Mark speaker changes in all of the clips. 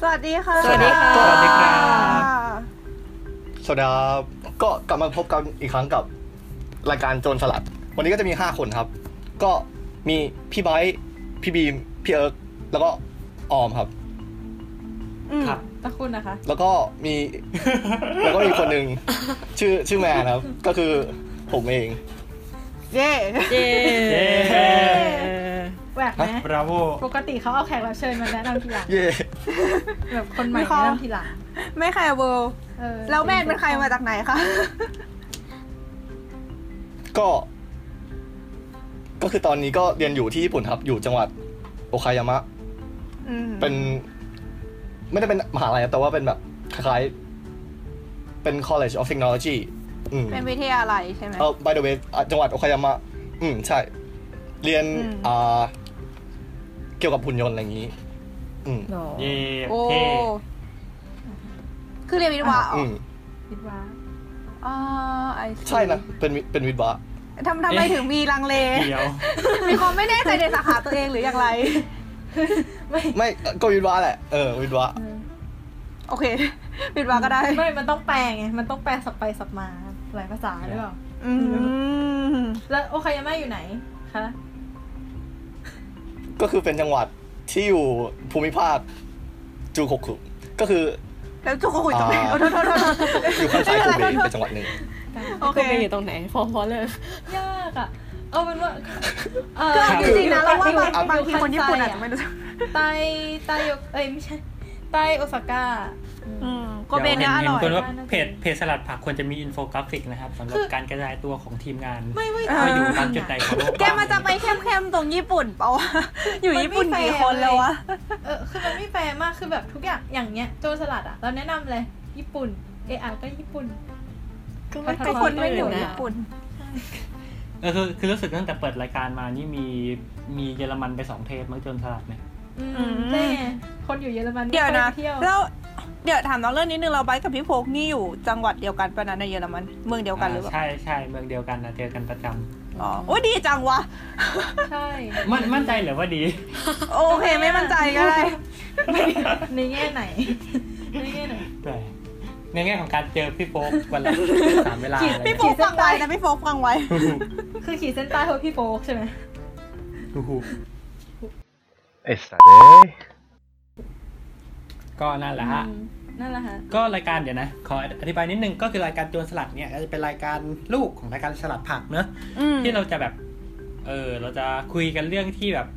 Speaker 1: สวัสดีค่ะ
Speaker 2: สวัสดีค่ะสวัสดีครับ
Speaker 3: สวัสดีครับก็กลับมาพบกันอีกครั้งกับรายการโจรสลัด วันนี้ก็จะมี 5 คนครับ ก็มีพี่ไบร์ทพี่บีม พี่เอิร์กแล้วก็ออมครับ
Speaker 1: อืม
Speaker 2: ครับ
Speaker 1: ตะคุณนะคะ
Speaker 3: แล้วก็มี แล้วก็มีคนหนึ่งชื่อชื่อแมนครับ ก็คือผมเอง
Speaker 1: เย้
Speaker 2: เย้
Speaker 1: แหวกไหม
Speaker 4: บราโว
Speaker 5: ปกติเขาเอาแขกรับเชิญมาแนะนำที หลัง
Speaker 3: เย่
Speaker 5: แบบคนใหม่แนะนำทีหลัง
Speaker 1: ไม่แคร์เวลด์
Speaker 5: เออ
Speaker 1: แล้วแมนเป็นใครมาจากไหนคะ
Speaker 3: ก็ ก็คือตอนนี้ก็เรียนอยู่ที่ญี่ปุ่นครับ อยู่จังหวัดโอคายามะ
Speaker 1: อืม
Speaker 3: เป็น ไม่ได้เป็นมหาลัยครับแต่ว่าเป็นแบบคล้ายๆเป็น College of Technology อืม
Speaker 1: เป็นวิทยาลัยใช่ไหม
Speaker 3: เออ by the way อ่ะจังหวัดโอคายามะ อืม ใช่ เรียน
Speaker 1: อืม
Speaker 3: อ่า เกี่ยวกับหุ่นยนต์อะไรอย่างนี้ อืม
Speaker 2: โอ้
Speaker 4: เย่
Speaker 1: โอ้
Speaker 4: เท่
Speaker 1: คือเรียนวิทย์วะเหรอ
Speaker 3: อืม
Speaker 5: คิดว่า
Speaker 1: อ๋อไอ
Speaker 3: ใช่นะ เป็นวิเป็นวิทย์วะ
Speaker 1: ทำทำไมถึงมีลังเล
Speaker 4: เดียว
Speaker 1: มีความไม่แน่ใจในสาขาตัวเองหรืออย่างไร
Speaker 3: ไม่เอ่อก็วิทย์วะแหละ เออ วิทย์วะ
Speaker 1: โอเควิทย์วะก็ได้
Speaker 5: ไม่มันต้องแปลไงมันต้องแปลสับไปสับมาหลายภาษาหรือเปล่า
Speaker 1: อืม
Speaker 5: แล้วโอคายาม่าอยู่ไหนคะ
Speaker 3: ก็คือเป็นจังหวัดที่อยู่ภูมิภาค จูโคกุก็คือ
Speaker 1: แล้วจุกคุยตรงไหน
Speaker 3: อ่า
Speaker 1: โอ้โทษโทษโทษโทษ
Speaker 3: อยู่ข้างซ้าย
Speaker 1: ไม่
Speaker 3: โก
Speaker 1: เป็นไร
Speaker 3: เบเป็นจังหวัดหนึ่ง
Speaker 1: โอเค
Speaker 2: ก็ไปอยู่ตรงไหน พอพอเลย
Speaker 5: ยากอ่ะเอาเป็นว่า เ
Speaker 1: คือเอาจริงๆนะเราว่าบาง
Speaker 5: อยู่
Speaker 1: บางทีคนญี่ปุ่นอาจจะไม่รู้จัก
Speaker 5: ใต้ใต้ยกเอ้ยไม่ใช่ใต้โอซาก้า
Speaker 1: อืมโก็เบนเนี่ยอร่อย
Speaker 4: เห็นคนว่า
Speaker 5: น่าจะ
Speaker 4: เพจเพจสลัดผักควรจะมีอินโฟกราฟิกนะครับสำหรั
Speaker 5: คื
Speaker 4: บ
Speaker 5: อ
Speaker 4: การกระจายตัวของทีมงาน
Speaker 5: ไม่ไม่
Speaker 1: เอ
Speaker 4: ว่าอยู่ตามจุดไหนของโลก
Speaker 1: แกมันจะไปเข้มๆตรงญี่ปุ่นเปล่าวะอยู่ญี่ปุ่นกี่คนแล้ววะ
Speaker 5: เออคือมันไม่แฟร์มากคือแบบทุกอย่างอย่างเงี้ยโจรสลัดอ่ะเราแนะนำเลย ญี่ปุ่นเออก็ญี่ปุ่น
Speaker 2: ก็ไม่
Speaker 5: ไป
Speaker 2: ไป
Speaker 1: ทุกคนไม่อยู่ญี่ปุ่น
Speaker 4: เออคือคือรู้สึกตั้งแต่เปิดรายการมานี่มีมีเยอรมันไปสองเทปมั้งจนสลัดเนี่ย
Speaker 5: อืม
Speaker 1: อืม
Speaker 5: แน่คนอยู่เยอรมันไม่
Speaker 1: เดี๋ยวนะ
Speaker 5: ค่อไปเที่ยว
Speaker 1: แล้วเดี๋ยวถามน้องเรื่องนิดนึงเราไบค์กับพี่โพกนี่อยู่จังหวัดเดียวกันปะนะในเยอรมันเมืองเดียวกันหรือเปล่า
Speaker 4: ใช่ใช่เมืองเดียวกันนะเจอกันประจำ
Speaker 1: อ๋อโอ้ยดีจังวะ
Speaker 5: ใช่
Speaker 4: มั่นมั่นใจเหรือว่าดี
Speaker 1: โอเคไม่มั่นใจก็ ได้
Speaker 5: ในแง่ไหนในแง่ไหน
Speaker 4: แต่ในแง่ของการเจอพี่โป๊กวันละสามเวลาอะไร
Speaker 1: พี่
Speaker 4: เงี้ย
Speaker 1: โฟกฟังไว้นะพี่โฟกฟังไว้
Speaker 5: คือขีดเส้นใต้เพราะพี่โฟกใช่ไหม
Speaker 4: โอ้โห
Speaker 6: ไอ้สัตว์เอ้ย
Speaker 4: ก็นั่นแหละฮะ
Speaker 5: อืมนั่นแหละฮะ
Speaker 4: ก็รายการเดี๋ยวนะ ขออธิบายนิดนึงก็คือรายการโจรสลัดเนี่ยก็จะเป็นรายการลูกของรายการสลัดผักเนอะ
Speaker 1: อืม
Speaker 4: ที่เราจะแบบ เออเราจะคุยกันเรื่องที่แบบ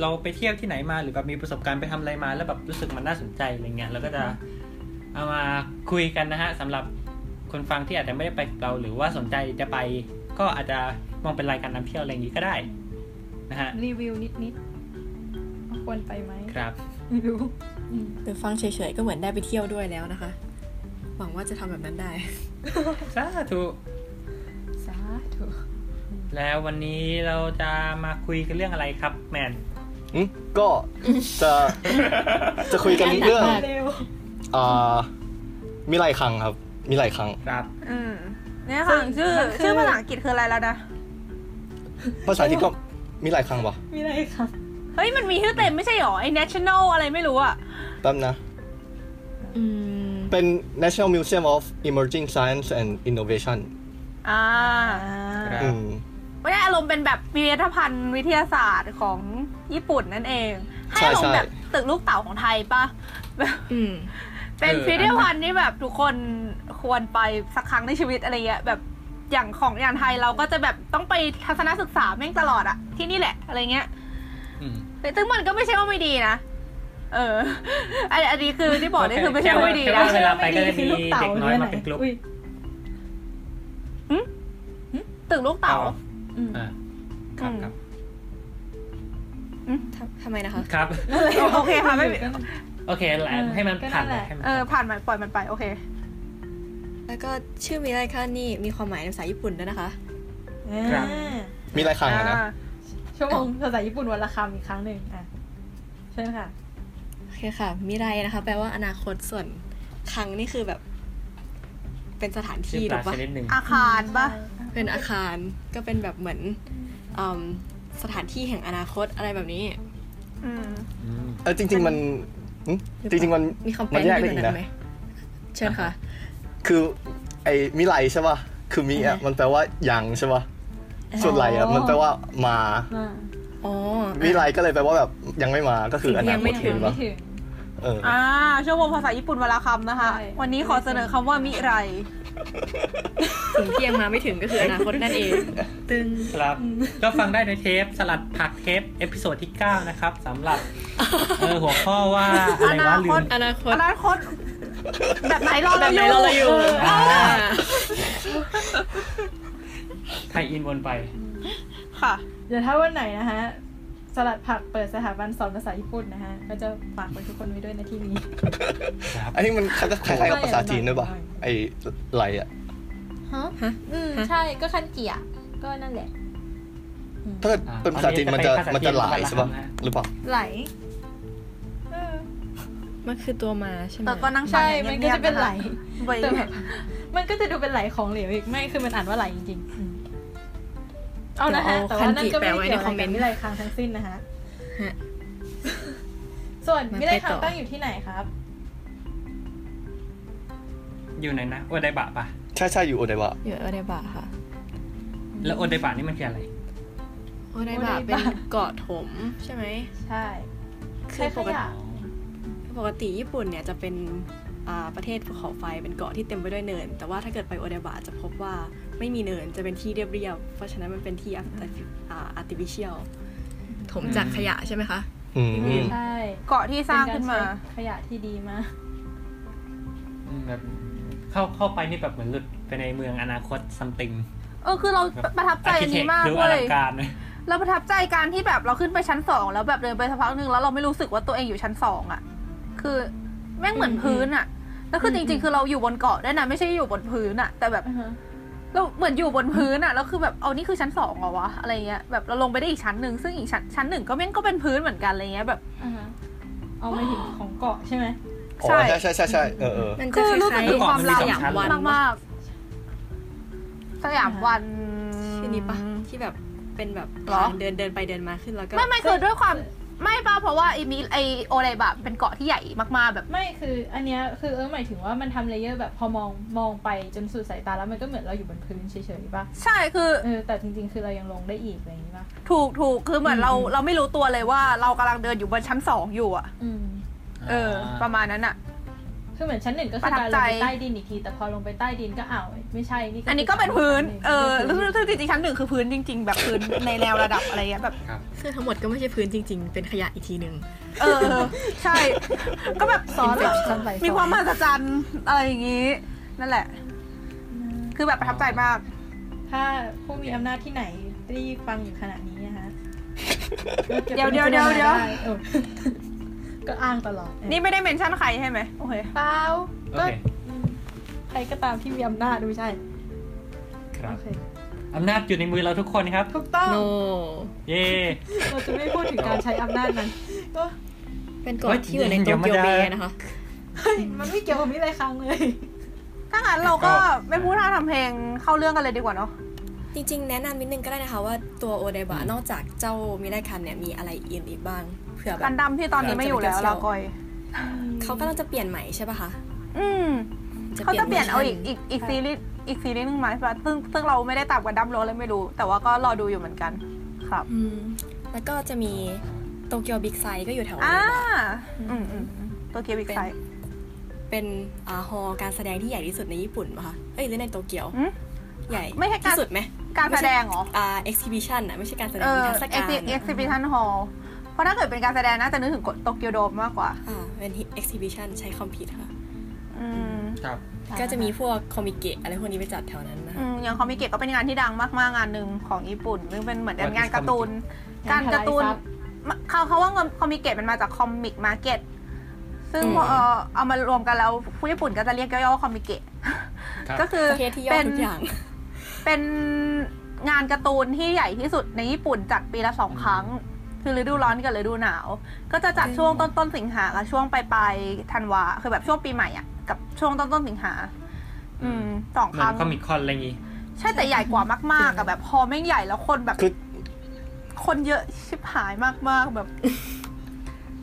Speaker 4: เราไปเที่ยวที่ไหนมาหรือแบบมีประสบการณ์ไปทำอะไรมา แล้วแบบรู้สึกมันน่าสนใจอะไรเงี้ยเราก็จะเอามาคุยกันนะฮะสำหรับคนฟังที่อาจจะไม่ได้ไปกับเราหรือว่าสนใจจะไป ก็อาจจะมองเป็นรายการนำเที่ยวอะไรอย่างงี้ก็ได้นะฮะ
Speaker 5: รีวิวนิดนิดๆว่าควรไปไหม
Speaker 4: ครับ
Speaker 5: ไม่รู้อืม
Speaker 2: หรือฟังเฉยๆ ก็เหมือนได้ไปเที่ยวด้วยแล้วนะคะ หวังว่าจะทำแบบนั้นได้
Speaker 4: สาธุ
Speaker 5: สาธุ
Speaker 4: แล้ววันนี้เราจะมาคุยกันเรื่องอะไรครับแมน
Speaker 3: อืมก็จะ จะคุยกันเรื่อง
Speaker 5: เร็ว
Speaker 3: อ่า มีหลายครั้งครับ มีหลายครั้ง
Speaker 4: ครับ
Speaker 1: อืมเนี่ยค่ะชื่อชื่อภาษาอังกฤษคืออะไรแล้วนะ
Speaker 3: ภาษาอังกฤษก็มีหลายครั้งปะ
Speaker 5: มีอะไรอีกครับ
Speaker 1: เฮ้ยมันมีชื่อเต็มไม่ใช่หรอไอ้ national อะไรไม่รู้อะ
Speaker 3: แป๊บนะ
Speaker 2: อืม
Speaker 3: เป็น National Museum of Emerging Science and Innovation
Speaker 1: อ่า
Speaker 3: อืม
Speaker 1: ไม่ได้อารมณ์เป็นแบบพิพิธภัณฑ์วิทยาศาสตร์ของญี่ปุ่นนั่นเอง ให้
Speaker 3: ใช่
Speaker 1: อารมณ์
Speaker 3: ใช่
Speaker 1: แบบตึกลูกเต่าของไทยปะ แบบ
Speaker 2: อืม
Speaker 1: เป็นพิพิธภัณฑ์ที่แบบทุกคนควรไปสักครั้งในชีวิตอะไรเงี้ยแบบอย่างของอย่างไทยเราก็จะแบบต้องไปทัศนศึกษาแม่งตลอดอะที่นี่แหละอะไรเงี้ย
Speaker 4: อืม
Speaker 1: แต่ซึ่งมันก็ไม่ใช่ว่าไม่ดีนะ เออ อันอันนี้คือที่บอกนี่คือไม่ใช่ว่าไม่ดี
Speaker 4: แค่
Speaker 1: นะ
Speaker 4: ว่าเวลาไปก็จะมี
Speaker 5: ลูต่
Speaker 4: เด็กน้อยมาเป็นกลุ่ม
Speaker 5: อุ๊ย
Speaker 1: ตึกลูกเต๋า
Speaker 5: อืม
Speaker 4: อ่าครับครับ
Speaker 2: ทำทำไมนะคะ
Speaker 4: ครับ
Speaker 1: โอเคค่ะไม่
Speaker 4: โอเคแหละ
Speaker 5: เออ
Speaker 4: ให้มัน
Speaker 5: ก็นั่
Speaker 4: ผ่าน
Speaker 5: น
Speaker 4: ไป
Speaker 5: แหละ
Speaker 4: ให้มัน
Speaker 1: เออ ผ่านมันปล่อยมันไป โอเค
Speaker 2: แล้วก็ชื่อมิไรคะนี่มีความหมายในภาษาญี่ปุ่นด้วยนะคะ
Speaker 5: อ่า
Speaker 3: มีหลายครั้งอะนะ
Speaker 5: ชั่วโมงภาษาญี่ปุ่นวันละคำอีกครั้งหนึ่งอ่ะเช่นค่ะ
Speaker 2: โอเคค่ะ มิไรนะคะ แปลว่าอนาคตส่วนครั้งนี่คือแบบ เป็นสถาน
Speaker 4: ชื่อ
Speaker 2: ที่
Speaker 4: ป
Speaker 2: ถู
Speaker 4: ลาก
Speaker 2: ปะ
Speaker 4: ชนิดหนึ่ง
Speaker 1: อาคารปะ
Speaker 2: เป็นอาคารก็เป็นแบบเหมือนอืมสถานที่แห่งอนาคตอะไรแบบนี้
Speaker 1: อืม
Speaker 4: อืม
Speaker 3: เออจริง ๆ มัน อืมจริงๆมัน
Speaker 2: มีคำแปล
Speaker 3: มันแยก
Speaker 2: ที่
Speaker 3: ได้
Speaker 2: เห
Speaker 3: อี
Speaker 2: มือก นกั
Speaker 3: นะ
Speaker 2: นไหมเชิญค่ะ
Speaker 3: คือไอ้มิไลใช่ป่ะ คือมิอ่ะ
Speaker 2: อือฮะ
Speaker 3: มันแปลว่ายังใช่ป่ะ ส่วนไลอ่ะมันแปลว่ามา
Speaker 2: อ๋ออ่ะ
Speaker 3: มิไลก็เลยแปลว่าแบบยังไม่มา ก็คืออนา
Speaker 2: ยัง
Speaker 3: ค
Speaker 2: ไม่
Speaker 3: ต
Speaker 2: ถึ
Speaker 3: เห็
Speaker 2: ง
Speaker 3: น
Speaker 5: ไม่
Speaker 3: ป่ะ
Speaker 5: ถึง
Speaker 3: เออ
Speaker 1: อ่าชั่วโมงภาษาญี่ปุ่นเวลาคำนะคะ
Speaker 5: ใช่
Speaker 1: วันนี้ขอเสนอคำว่ามิไร
Speaker 2: สิ่งที่ยังมาไม่ถึงก็คืออนาคตนั่นเอง ตึง
Speaker 4: ครับก็ฟังได้ในเทปสลัดผักเทปเอพิโซดที่ 9 นะครับสำหรับเออหัวข้อว่าอะไรวะลืม
Speaker 2: อนาคต
Speaker 1: อนาคตแบบไหนรอ
Speaker 2: แบ
Speaker 1: เรา
Speaker 2: บ
Speaker 1: อ
Speaker 2: ไหน
Speaker 1: ยู่
Speaker 2: เราเราอยู่
Speaker 4: อ่า
Speaker 2: อ่า
Speaker 4: ไทยอินวนไป
Speaker 1: ค่ะ
Speaker 5: เดี๋ยวถ้าวันไหนนะฮะ สลัดผักเปิดสถาบันสอนภาษาญี่ปุ่นนะฮะ ก็จะฝากไว้ทุกคนไว้ด้วยในที่นี้
Speaker 3: อันนี้มันคล้ายๆกับภาษาจีนด้วยป่ะ ไอ้ไลอ่ะ
Speaker 2: ฮะ
Speaker 5: อืม ใช่ ก็คันเกียก็นั่นแหละ
Speaker 3: ถ้าเกิด
Speaker 4: อ่า
Speaker 3: เป็นภาษาจีนมันจะ
Speaker 4: ภาษาจีน
Speaker 3: มันจะหลายใช่ป่ะ
Speaker 4: มันละคำนะ
Speaker 3: หรือเปล่า
Speaker 5: ไหล
Speaker 2: มันคือตัวมาใช่ไหม
Speaker 1: แต่ก็นั่งฟั
Speaker 5: ใช่
Speaker 1: งอย่าง
Speaker 5: มันก็
Speaker 1: งียบ
Speaker 5: จะ
Speaker 1: ๆ
Speaker 5: เป็นไหล
Speaker 1: เว้ย
Speaker 5: แต่แบบมันก็จะดูเป็นไหลของเหลวอีก ไม่ คือมันอ่านว่าไหลจริงๆอืมเอานะฮะ แต่ว่านั่นก็ไม่ได้เกี่ยวอะไรกับวิไลคางทั้งสิ้นนะฮะ
Speaker 2: ฮะ
Speaker 5: ส่วน
Speaker 2: มัน
Speaker 5: วิ
Speaker 2: ไป
Speaker 5: ไล
Speaker 2: ต่อ
Speaker 5: คางตั้งอยู่ที่ไหนครับ
Speaker 4: อยู่ไหนนะโอไดบะปะ
Speaker 3: ใช่ใช่อยู่โอไดวะ
Speaker 2: อยู่โอเดบะค่ะ
Speaker 4: แล้วโอไดบะนี่มันคืออะไร
Speaker 2: โอเดบะ
Speaker 5: โอเดบะ
Speaker 2: เป็นเกาะถมใช่ไหม
Speaker 5: ใช่
Speaker 2: คื
Speaker 5: ใช่
Speaker 2: อ
Speaker 5: ข
Speaker 2: ปก
Speaker 5: ยะ
Speaker 2: ติปกติญี่ปุ่นเนี่ยจะเป็นอ่าประเทศภูเขาไฟเป็นเกาะที่เต็มไปด้วยเนิน แต่ว่าถ้าเกิดไปโอเดบะจะพบว่าไม่มีเนินจะเป็นที่เรียบเรียบๆเพราะฉะนั้นมันเป็นที่อาร์ติฟิเชียลถมจากขยะใช่ไหมคะ
Speaker 3: อืม
Speaker 5: ใช่
Speaker 1: เกาะที่สร้างขึ้นมา
Speaker 5: เป็กรใช้ขยะที่ดีมาก
Speaker 4: อืมแบบเข้าเข้าไปนี่แบบเหมือนหลุดไปในเมืองอนาคตซัมติง
Speaker 1: เออคือเราประทับใจอันนี้มาก
Speaker 4: ดูอ
Speaker 1: เว้
Speaker 4: ลั
Speaker 1: ย
Speaker 4: งการนะ
Speaker 1: เราประทับใจการที่แบบเราขึ้นไปชั้นสองแล้วแบบเดินไปสักพักหนึ่งแล้วเราไม่รู้สึกว่าตัวเองอยู่ชั้นสองอะคือแม่งเหมือน
Speaker 2: อืม
Speaker 1: พื้นอะแล้วคือจริง ๆ คือเราอยู่บนเกาะด้วยนะไม่ใช่อยู่บนพื้นอะแต่แบบเราเหมือนอยู่บนพื้นอะแล้วคือแบบเอานี่คือชั้นสองเหรอวะอะไรเงี้ยแบบเราลงไปได้อีกชั้นหนึ่งซึ่งอีกชั้นชั้นหนึ่งก็แม่งก็เป็นพื้นเหมือนกันอะไรเงี้ยแบบ
Speaker 5: อ่าฮะเอาไปถึงของเกาะใช่ไหม
Speaker 3: อ๋อ
Speaker 1: ใช่
Speaker 3: ใช่ใช่ใช่ใช่เออเออ
Speaker 2: มันจะ
Speaker 1: คือ
Speaker 2: ค
Speaker 1: รู้สึก
Speaker 2: ล้าย
Speaker 1: ถึง
Speaker 2: ๆ
Speaker 1: ความลับ
Speaker 2: สยามวัน
Speaker 1: มากมากๆสยามวัน
Speaker 2: ที่นี้ปะที่แบบเป็นแบบ
Speaker 1: หรอ
Speaker 2: ทางเดินเดินไปเดินมาขึ้นแล้วก็
Speaker 1: ไม่ไม่คือด้วยความไม่ป่ะเพราะว่าไอ้มิไอโอไดบะเป็นเกาะที่ใหญ่มากๆแบบ
Speaker 5: ไม่คืออันเนี้ยคือเออหมายถึงว่ามันทำเลเยอร์แบบพอมองมองไปจนสุดสายตาแล้วมันก็เหมือนเราอยู่บนพื้นเฉยๆป่ะ
Speaker 1: ใช่คือ
Speaker 5: เออแต่จริงๆ คือเรายังลงได้อีกอะไรอย่างงี้ป่ะ
Speaker 1: ถูกถูกคือเหมือนเราเราไม่รู้ตัวเลยว่าเรากำลังเดินอยู่บนชั้นสองอยู่อ่ะ
Speaker 5: อืม
Speaker 1: เออ ประมาณนั้นอ่ะ
Speaker 5: คือเหมือนชั้นหนึ่งก็
Speaker 1: ป
Speaker 5: คื
Speaker 1: ระ
Speaker 5: อ
Speaker 1: ทับ
Speaker 5: การลงไป
Speaker 1: ใจ
Speaker 5: ใต้ดินอีกที แต่พอลงไปใต้ดินก็อ้าวไม่ใช่นี่
Speaker 1: อันนี้ก็เป็นพื้น เออ
Speaker 5: นี่คือ
Speaker 1: ซึ่งจริงๆชั้นหนึ่งคือพื้นจริง ๆ แบบพื้นในแนวระดับอะไรเงี้ยแบบ
Speaker 4: ครับ
Speaker 2: คือทั้งหมดก็ไม่ใช่พื้นจริง ๆ เป็นขยะอีกทีหนึ่ง
Speaker 1: เออ ใช่ ก็แบบ
Speaker 5: ซ้อนแบบซ้อนไปซ้อน
Speaker 1: มีความมหัศจรรย์อะไรอย่างงี้ นั่นแหละ คือแบบประทับใจมาก
Speaker 5: ถ้าผู้มีอำนาจที่ไหนที่ฟังอยู่ขณะนี้ นะคะ
Speaker 1: เดี๋ยวเดี๋ยวเดี๋ยวเดี๋ยว
Speaker 5: ออ ก็อ้างตลอด
Speaker 1: นี่ไม่ได้เมนชั่นใครใช่ไหมโอเค
Speaker 5: เปล่า
Speaker 4: โอ
Speaker 5: ก็
Speaker 4: เค
Speaker 5: อืมใครก็ตามที่มีอำนาจไม่ใช่
Speaker 4: ครั
Speaker 5: โอบ เค
Speaker 4: อำนาจอยู่ในมือเราทุกคนครับ
Speaker 5: ถูกต้อง
Speaker 2: no
Speaker 4: เย่
Speaker 5: เราจะไม่พูดถึงการใช้อำนาจ นั้น ก็
Speaker 2: เป็นเกาะที่อยู่ในโตเกียวเบย์นะคะ
Speaker 5: เฮ้ยมันไม่เกี่ยวกับมิไรครั้งเลย
Speaker 1: ถ้างั้นเราก็ไม่พูดท่าทำเพลงเข้าเรื่องกันเลยดีกว่าเนาะ
Speaker 2: จริง ๆ แนะนำนิดนึงก็ได้นะคะว่าตัวโอเดบะนอกจากเจ้ามิไรคันเนี่ยมีอะไรอื่นอีกบ้างเผื่อแบ
Speaker 1: กับนดั้มที่ตอนนี้ไม่อยู่แล้วลาวกอย
Speaker 2: เขากำลังจะเปลี่ยนใหม่ใช่ป่ะคะ
Speaker 1: อืม เขาจะเปลี่ยนเอาอีกอีกอีก
Speaker 5: ใช่
Speaker 1: ซีรีส์อีกซีรีส์หนึ่งไหมซึ่งซึ่งเราไม่ได้ตามกันดั้มโรสเลยไม่รู้ แต่ว่าก็รอดูอยู่เหมือนกัน ครับ
Speaker 2: อืมแล้วก็จะมีโตเกียวบิ๊กไซก็อยู่แถวโอ
Speaker 1: อ่า
Speaker 2: เดบะ
Speaker 1: อืมอืมอืมตัวเกียร์บิ๊กไซด์
Speaker 2: เป็นอาฮอลล์การแสดงที่ใหญ่ที่สุดในญี่ปุ่นป่ะคะเอ้ยหรือในโตเกียว
Speaker 1: อืม
Speaker 2: ใหญ่
Speaker 1: ไม่ใช่การ
Speaker 2: ที่สุดไหม
Speaker 1: การแสดงเหรอ
Speaker 2: อ่า exhibition อะไม่ใช่การแสดง
Speaker 1: เอ
Speaker 2: นิ
Speaker 1: อ
Speaker 2: ทรรศ
Speaker 1: เอ็
Speaker 2: กาก ร
Speaker 1: ซิเอ็กซิบิชันฮอลเพราะถ้าเกิดเป็นการแสดงน่าจะนึกถึงโตเกียวโดมมากกว่า
Speaker 2: อ่าเป็น exhibition ใช้คอมพิวค่ะ
Speaker 1: อืม
Speaker 4: ครับ
Speaker 2: ก็จะมีพวกคอมิเกะอะไรพวกนี้ไปจัดแถวนั้นนะคะ
Speaker 1: อืมอย่างคอมิเกะก็เป็นงานที่ดังมากๆงานหนึ่งของญี่ปุ่นซึ่งเป็นเหมือนเป็นงานการ์ตูน
Speaker 5: งาก
Speaker 1: าน ร
Speaker 5: ทลาย
Speaker 1: การ์ตูน
Speaker 5: ทรัพย์
Speaker 1: เขาเขาว่าเงินคอมิเกะมันมาจากคอมิกมาเก็ตซึ่ง
Speaker 2: อืม
Speaker 1: พอเอ่อเอามารวมกันแล้วผู้ญี่ปุ่นก็จะเรียกย่อๆว่าคอมิเกะ
Speaker 4: ครับ
Speaker 1: ก็คือ
Speaker 2: ประเทศที่ยอ
Speaker 1: เป็
Speaker 2: ด
Speaker 1: น
Speaker 2: ทุกอย่าง
Speaker 1: เป็นงานการ์ตูนที่ใหญ่ที่สุดในญี่ปุ่นจัดปีละสองครั้ง คือฤดูร้อนกับฤดูหนาว ก็จะจัดช่วงต้นต้นๆสิงหากับช่วงปลายปลายๆธันวาคือแบบช่วงปีใหม่อ่ะกับช่วงต้นต้นๆสิงหา อืมสอง
Speaker 4: เห
Speaker 1: ค
Speaker 4: มือ
Speaker 1: รั้
Speaker 4: น
Speaker 1: ง
Speaker 4: คอมิคอนอะไรอย่างงี้
Speaker 1: ใช่แต่ใหญ่กว่ามากๆกับแบบพอแม่งใหญ่แล้วคนแบบ
Speaker 3: คือ
Speaker 1: คนเยอะชิบหายมากๆแบบ